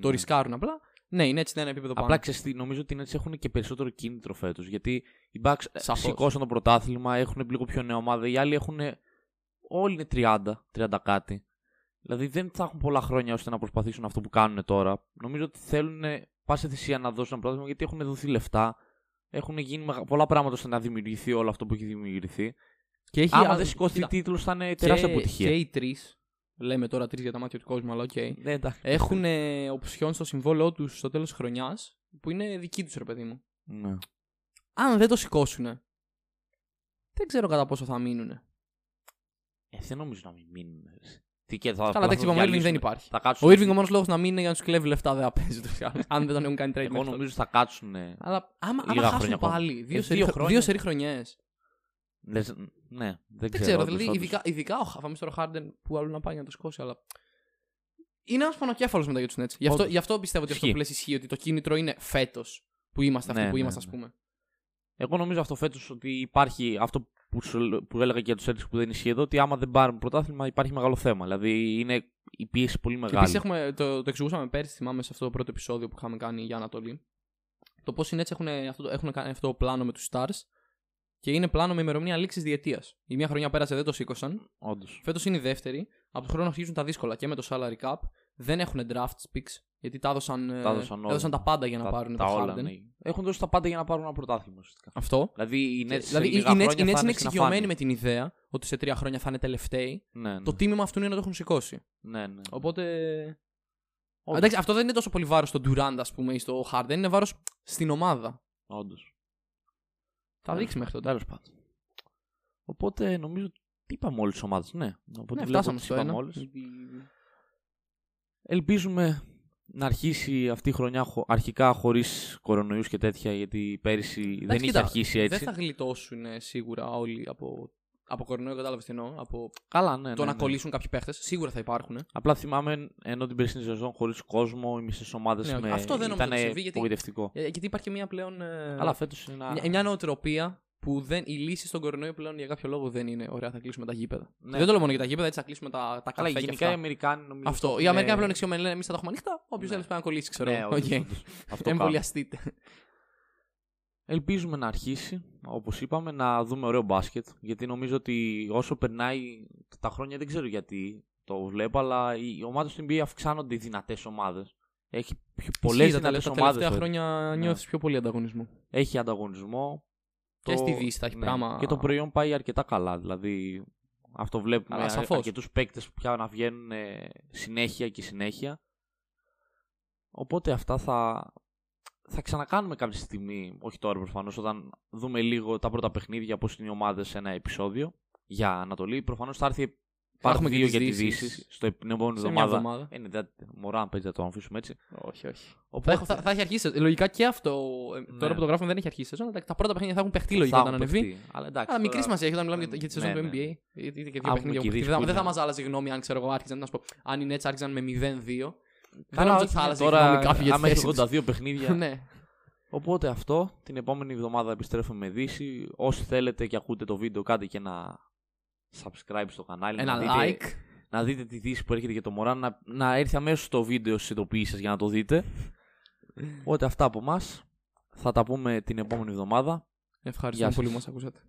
B: το
A: Ναι.
B: ρισκάρουν απλά. Ναι, οι Nets είναι ένα επίπεδο πάνω.
A: Απλά ξέρεις τι, νομίζω ότι οι Nets έχουν και περισσότερο κίνητρο φέτος. Γιατί οι Bucks ε,
B: Σαφώς.
A: σηκώσαν το πρωτάθλημα, έχουν λίγο πιο νέα ομάδα. Οι άλλοι έχουν. Όλοι είναι 30, 30 κάτι. Δηλαδή δεν θα έχουν πολλά χρόνια ώστε να προσπαθήσουν αυτό που κάνουν τώρα. Νομίζω ότι θέλουν ε, πάση θυσία να δώσουν ένα πρωτάθλημα γιατί έχουν δοθεί λεφτά. Έχουν γίνει μεγα- πολλά πράγματα ώστε να δημιουργηθεί όλο αυτό που έχει δημιουργηθεί.
B: και έχει
A: Άμα
B: α-
A: δεν σηκωθεί
B: κοίτα,
A: τίτλος θα είναι
B: και-
A: τεράστια αποτυχία.
B: Και οι τρεις, λέμε τώρα τρεις για τα μάτια του κόσμου, αλλά οκ.
A: Ναι, εντάξει.
B: Έχουν ε, οψιόν στο συμβόλαιό τους στο τέλος χρονιάς που είναι δική τους, ρε παιδί μου.
A: Ναι.
B: Αν δεν το σηκώσουν, δεν ξέρω κατά πόσο θα μείνουν.
A: Ε, δεν νομίζω να μην μείνουν. ρε, εσύ. Τι και θα
B: Καλά, εντάξει,
A: θα
B: είπαμε ο Irving δεν
A: διαλύσουμε.
B: υπάρχει.
A: Θα κάτσουν,
B: Ο Irving ο μόνος λόγος να μείνει είναι για να τους κλέβει λεφτά, δεν θα παίζει ούτως ή άλλως, Αν δεν τον έχουν κάνει trade.
A: Ε, Εγώ
B: μέχρι
A: νομίζω θα κάτσουν. ε,
B: τότε. Αλλά άμα,
A: Λίγα
B: άμα χάσουν
A: χρόνια ακόμα.
B: πάλι δύο,
A: Ε,
B: σερί,
A: δύο
B: δύο,
A: χρόνια.
B: σερί χρονιές,
A: λες, ν- Ναι, δεν
B: Δεν
A: ξέρω.
B: ξέρω,
A: όντως,
B: δηλαδή
A: όντως.
B: ειδικά, ειδικά ο Χαφαμί τώρα Χάρντεν που αλλού να πάει να το σκώσει, αλλά. Είναι ένας πονοκέφαλο μετά για τους Nets. Γι' αυτό,
A: Όντως.
B: γι αυτό πιστεύω ότι αυτό
A: Ισχύει.
B: που λες ισχύει, ότι το κίνητρο είναι φέτος που είμαστε αυτοί
A: Ναι,
B: που
A: ναι,
B: είμαστε,
A: ναι.
B: ας πούμε.
A: Εγώ νομίζω αυτό φέτος ότι υπάρχει αυτό που, σου- που έλεγα και για τους Celtics που δεν ισχύει εδώ, ότι άμα δεν πάρουν πρωτάθλημα υπάρχει μεγάλο θέμα. Δηλαδή είναι η πίεση πολύ
B: Και
A: μεγάλη.
B: επίσης το, το εξηγούσαμε πέρσι, θυμάμαι σε αυτό το πρώτο επεισόδιο που είχαμε κάνει για Ανατολή. Το πώς οι Nets έχουν, αυτό, το- έχουν κάνει αυτό το πλάνο με τους Stars και είναι πλάνο με ημερομηνία λήξης διετίας. Η μία χρονιά πέρασε, δεν το σήκωσαν.
A: Όντως.
B: Φέτος είναι η δεύτερη. Από τον χρόνο αρχίζουν τα δύσκολα και με το salary cap. Δεν έχουν draft picks γιατί τα έδωσαν, ε,
A: Τα έδωσαν όλα.
B: έδωσαν τα πάντα για να πάρουν
A: τα
B: το
A: όλα,
B: Harden.
A: ναι. Έχουν δώσει τα πάντα για να πάρουν ένα πρωτάθλημα. ουσιαστικά.
B: Αυτό.
A: Δηλαδή οι Nets,
B: Και-
A: σε
B: δηλαδή οι
A: λίγα
B: Nets,
A: χρόνια
B: οι Nets
A: θα
B: είναι
A: είναι στην
B: εξοικειωμένοι
A: αφάνεια.
B: με την ιδέα ότι σε τρία χρόνια θα είναι τελευταίοι.
A: Ναι, ναι.
B: Το τίμημα αυτού είναι να το έχουν σηκώσει.
A: ναι, ναι.
B: Οπότε.
A: Όντως.
B: Εντάξει, αυτό δεν είναι τόσο πολύ βάρος στον Durant, ας πούμε, ή στο Harden. Είναι βάρος στην ομάδα.
A: Όντως. Ναι.
B: Θα δείξει μέχρι τότε.
A: Τέλο πάντων. Οπότε νομίζω τι είπαμε όλες τις ομάδες. Ναι, οπότε
B: Ναι,
A: βλέπω
B: φτάσαμε
A: τις
B: στο
A: είπαμε
B: ένα.
A: όλες. Ελπίζουμε να αρχίσει αυτή η χρονιά χω- αρχικά χωρίς κορονοϊούς και τέτοια, γιατί πέρυσι δεν είχε
B: κοίτα,
A: αρχίσει
B: Δεν
A: έτσι.
B: θα γλιτώσουν ε, σίγουρα όλοι από, από κορονοϊό, κατάλαβες τι εννοώ. Από
A: Καλά, ναι.
B: το
A: ναι,
B: να
A: ναι.
B: κολλήσουν κάποιοι παίχτες. Σίγουρα θα υπάρχουν.
A: Απλά θυμάμαι ενώ την περσινή σεζόν χωρίς κόσμο, οι μισές ομάδες
B: Ναι,
A: με.
B: αυτό δεν νομίζω
A: ήταν
B: ότι συμβεί, γιατί-
A: απογοητευτικό.
B: Ε, γιατί υπάρχει και μια πλέον. ε,
A: Αλλά φέτος είναι ένα.
B: μια, μια νοοτροπία που δεν, η λύση στον κορονοϊό πλέον για κάποιο λόγο δεν είναι ωραία, θα κλείσουμε τα γήπεδα.
A: Ναι.
B: Δεν το λέω μόνο για τα γήπεδα, έτσι θα κλείσουμε τα, τα
A: Καλά,
B: καφέ και
A: γενικά οι
B: αυτά.
A: Αμερικάνοι νομίζω.
B: Αυτό.
A: ότι
B: Οι
A: είναι-
B: Αμερικανοί πλέον εξοικειωμένοι λένε εμείς θα τα έχουμε ανοιχτά. Όποιος
A: Ναι.
B: θέλει πάει να κολλήσει, ξέρω.
A: Ναι,
B: εγώ.
A: όντως,
B: Οκ.
A: όντως. Αυτό κάνουν.
B: Εμβολιαστείτε.
A: Ελπίζουμε να αρχίσει, όπως είπαμε, να δούμε ωραίο μπάσκετ. Γιατί νομίζω ότι όσο περνάει τα χρόνια, δεν ξέρω γιατί το βλέπω, αλλά οι ομάδες του NBA αυξάνονται οι δυνατές ομάδες. Έχει πολλέ
B: Ισχύει, τα
A: δυνατές
B: τελευταία- Τα
A: ομάδες.
B: τελευταία χρόνια
A: Ναι.
B: νιώθεις πιο πολύ ανταγωνισμό.
A: Έχει ανταγωνισμό. ναι.
B: Και στη Δύση θα έχει πράγμα.
A: Και το προϊόν πάει αρκετά καλά. Δηλαδή, αυτό βλέπουμε
B: Καλά,
A: αρ-
B: σαφώς.
A: αρκετούς παίκτες που πια να βγαίνουν ε, συνέχεια και συνέχεια. Οπότε αυτά θα, θα ξανακάνουμε κάποια στιγμή, όχι τώρα προφανώς, όταν δούμε λίγο τα πρώτα παιχνίδια, πώς είναι οι ομάδες σε ένα επεισόδιο για Ανατολή. Προφανώς θα έρθει part
B: έχουμε και
A: 2
B: τις
A: για τη
B: δύσεις.
A: Δύση στο επ- την επόμενη
B: Σε μια
A: εβδομάδα.
B: εβδομάδα.
A: Ε, ναι, δεν- μωρά, αν παίζει, θα το αφήσουμε έτσι.
B: Όχι, όχι. Θα,
A: Οπότε
B: έχω- θα, θα έχει αρχίσει. Λογικά και αυτό. ε,
A: Ναι.
B: Τώρα που το γράφουμε δεν έχει αρχίσει η σεζόν. αλλά Τα πρώτα παιχνίδια θα έχουν παιχτεί λογικά όταν
A: έχουμε
B: ανεβεί.
A: παιχτεί. Αλλά εντάξει.
B: Αλλά μικρή
A: τώρα-
B: σημασία έχει όταν μιλάμε για,
A: Ναι,
B: το- ε, για τη σεζόν
A: ναι,
B: του
A: ναι.
B: NBA. Γιατί και δύο
A: Άπουμε
B: παιχνίδια
A: και
B: που
A: οι
B: δεν, θα-
A: δύσκολοι.
B: δεν θα μας άλλαζε γνώμη αν ξέρω εγώ άρχιζαν να σου πω αν οι Nets άρχιζαν με 0-2.
A: Καλά,
B: Δεν νομίζω
A: όχι,
B: ότι θα
A: ναι,
B: άλλαζε
A: τώρα,
B: γνώμη κάποιοι για τη
A: άμα έχει
B: θέση τους.
A: 82 παιχνίδια.
B: Ναι.
A: Οπότε αυτό, την επόμενη εβδομάδα επιστρέφουμε με Δύση. Όσοι θέλετε και ακούτε το βίντεο, κάντε και ένα subscribe στο κανάλι.
B: Ένα
A: να δείτε,
B: like.
A: Να δείτε τη Δύση που έρχεται για το Μωράν. Να, να έρθει αμέσως το βίντεο στις ειδοποιήσει σας για να το δείτε. Οπότε αυτά από εμά. Θα τα πούμε την επόμενη εβδομάδα.
B: Ευχαριστούμε
A: σας.
B: πολύ που μας ακούσατε.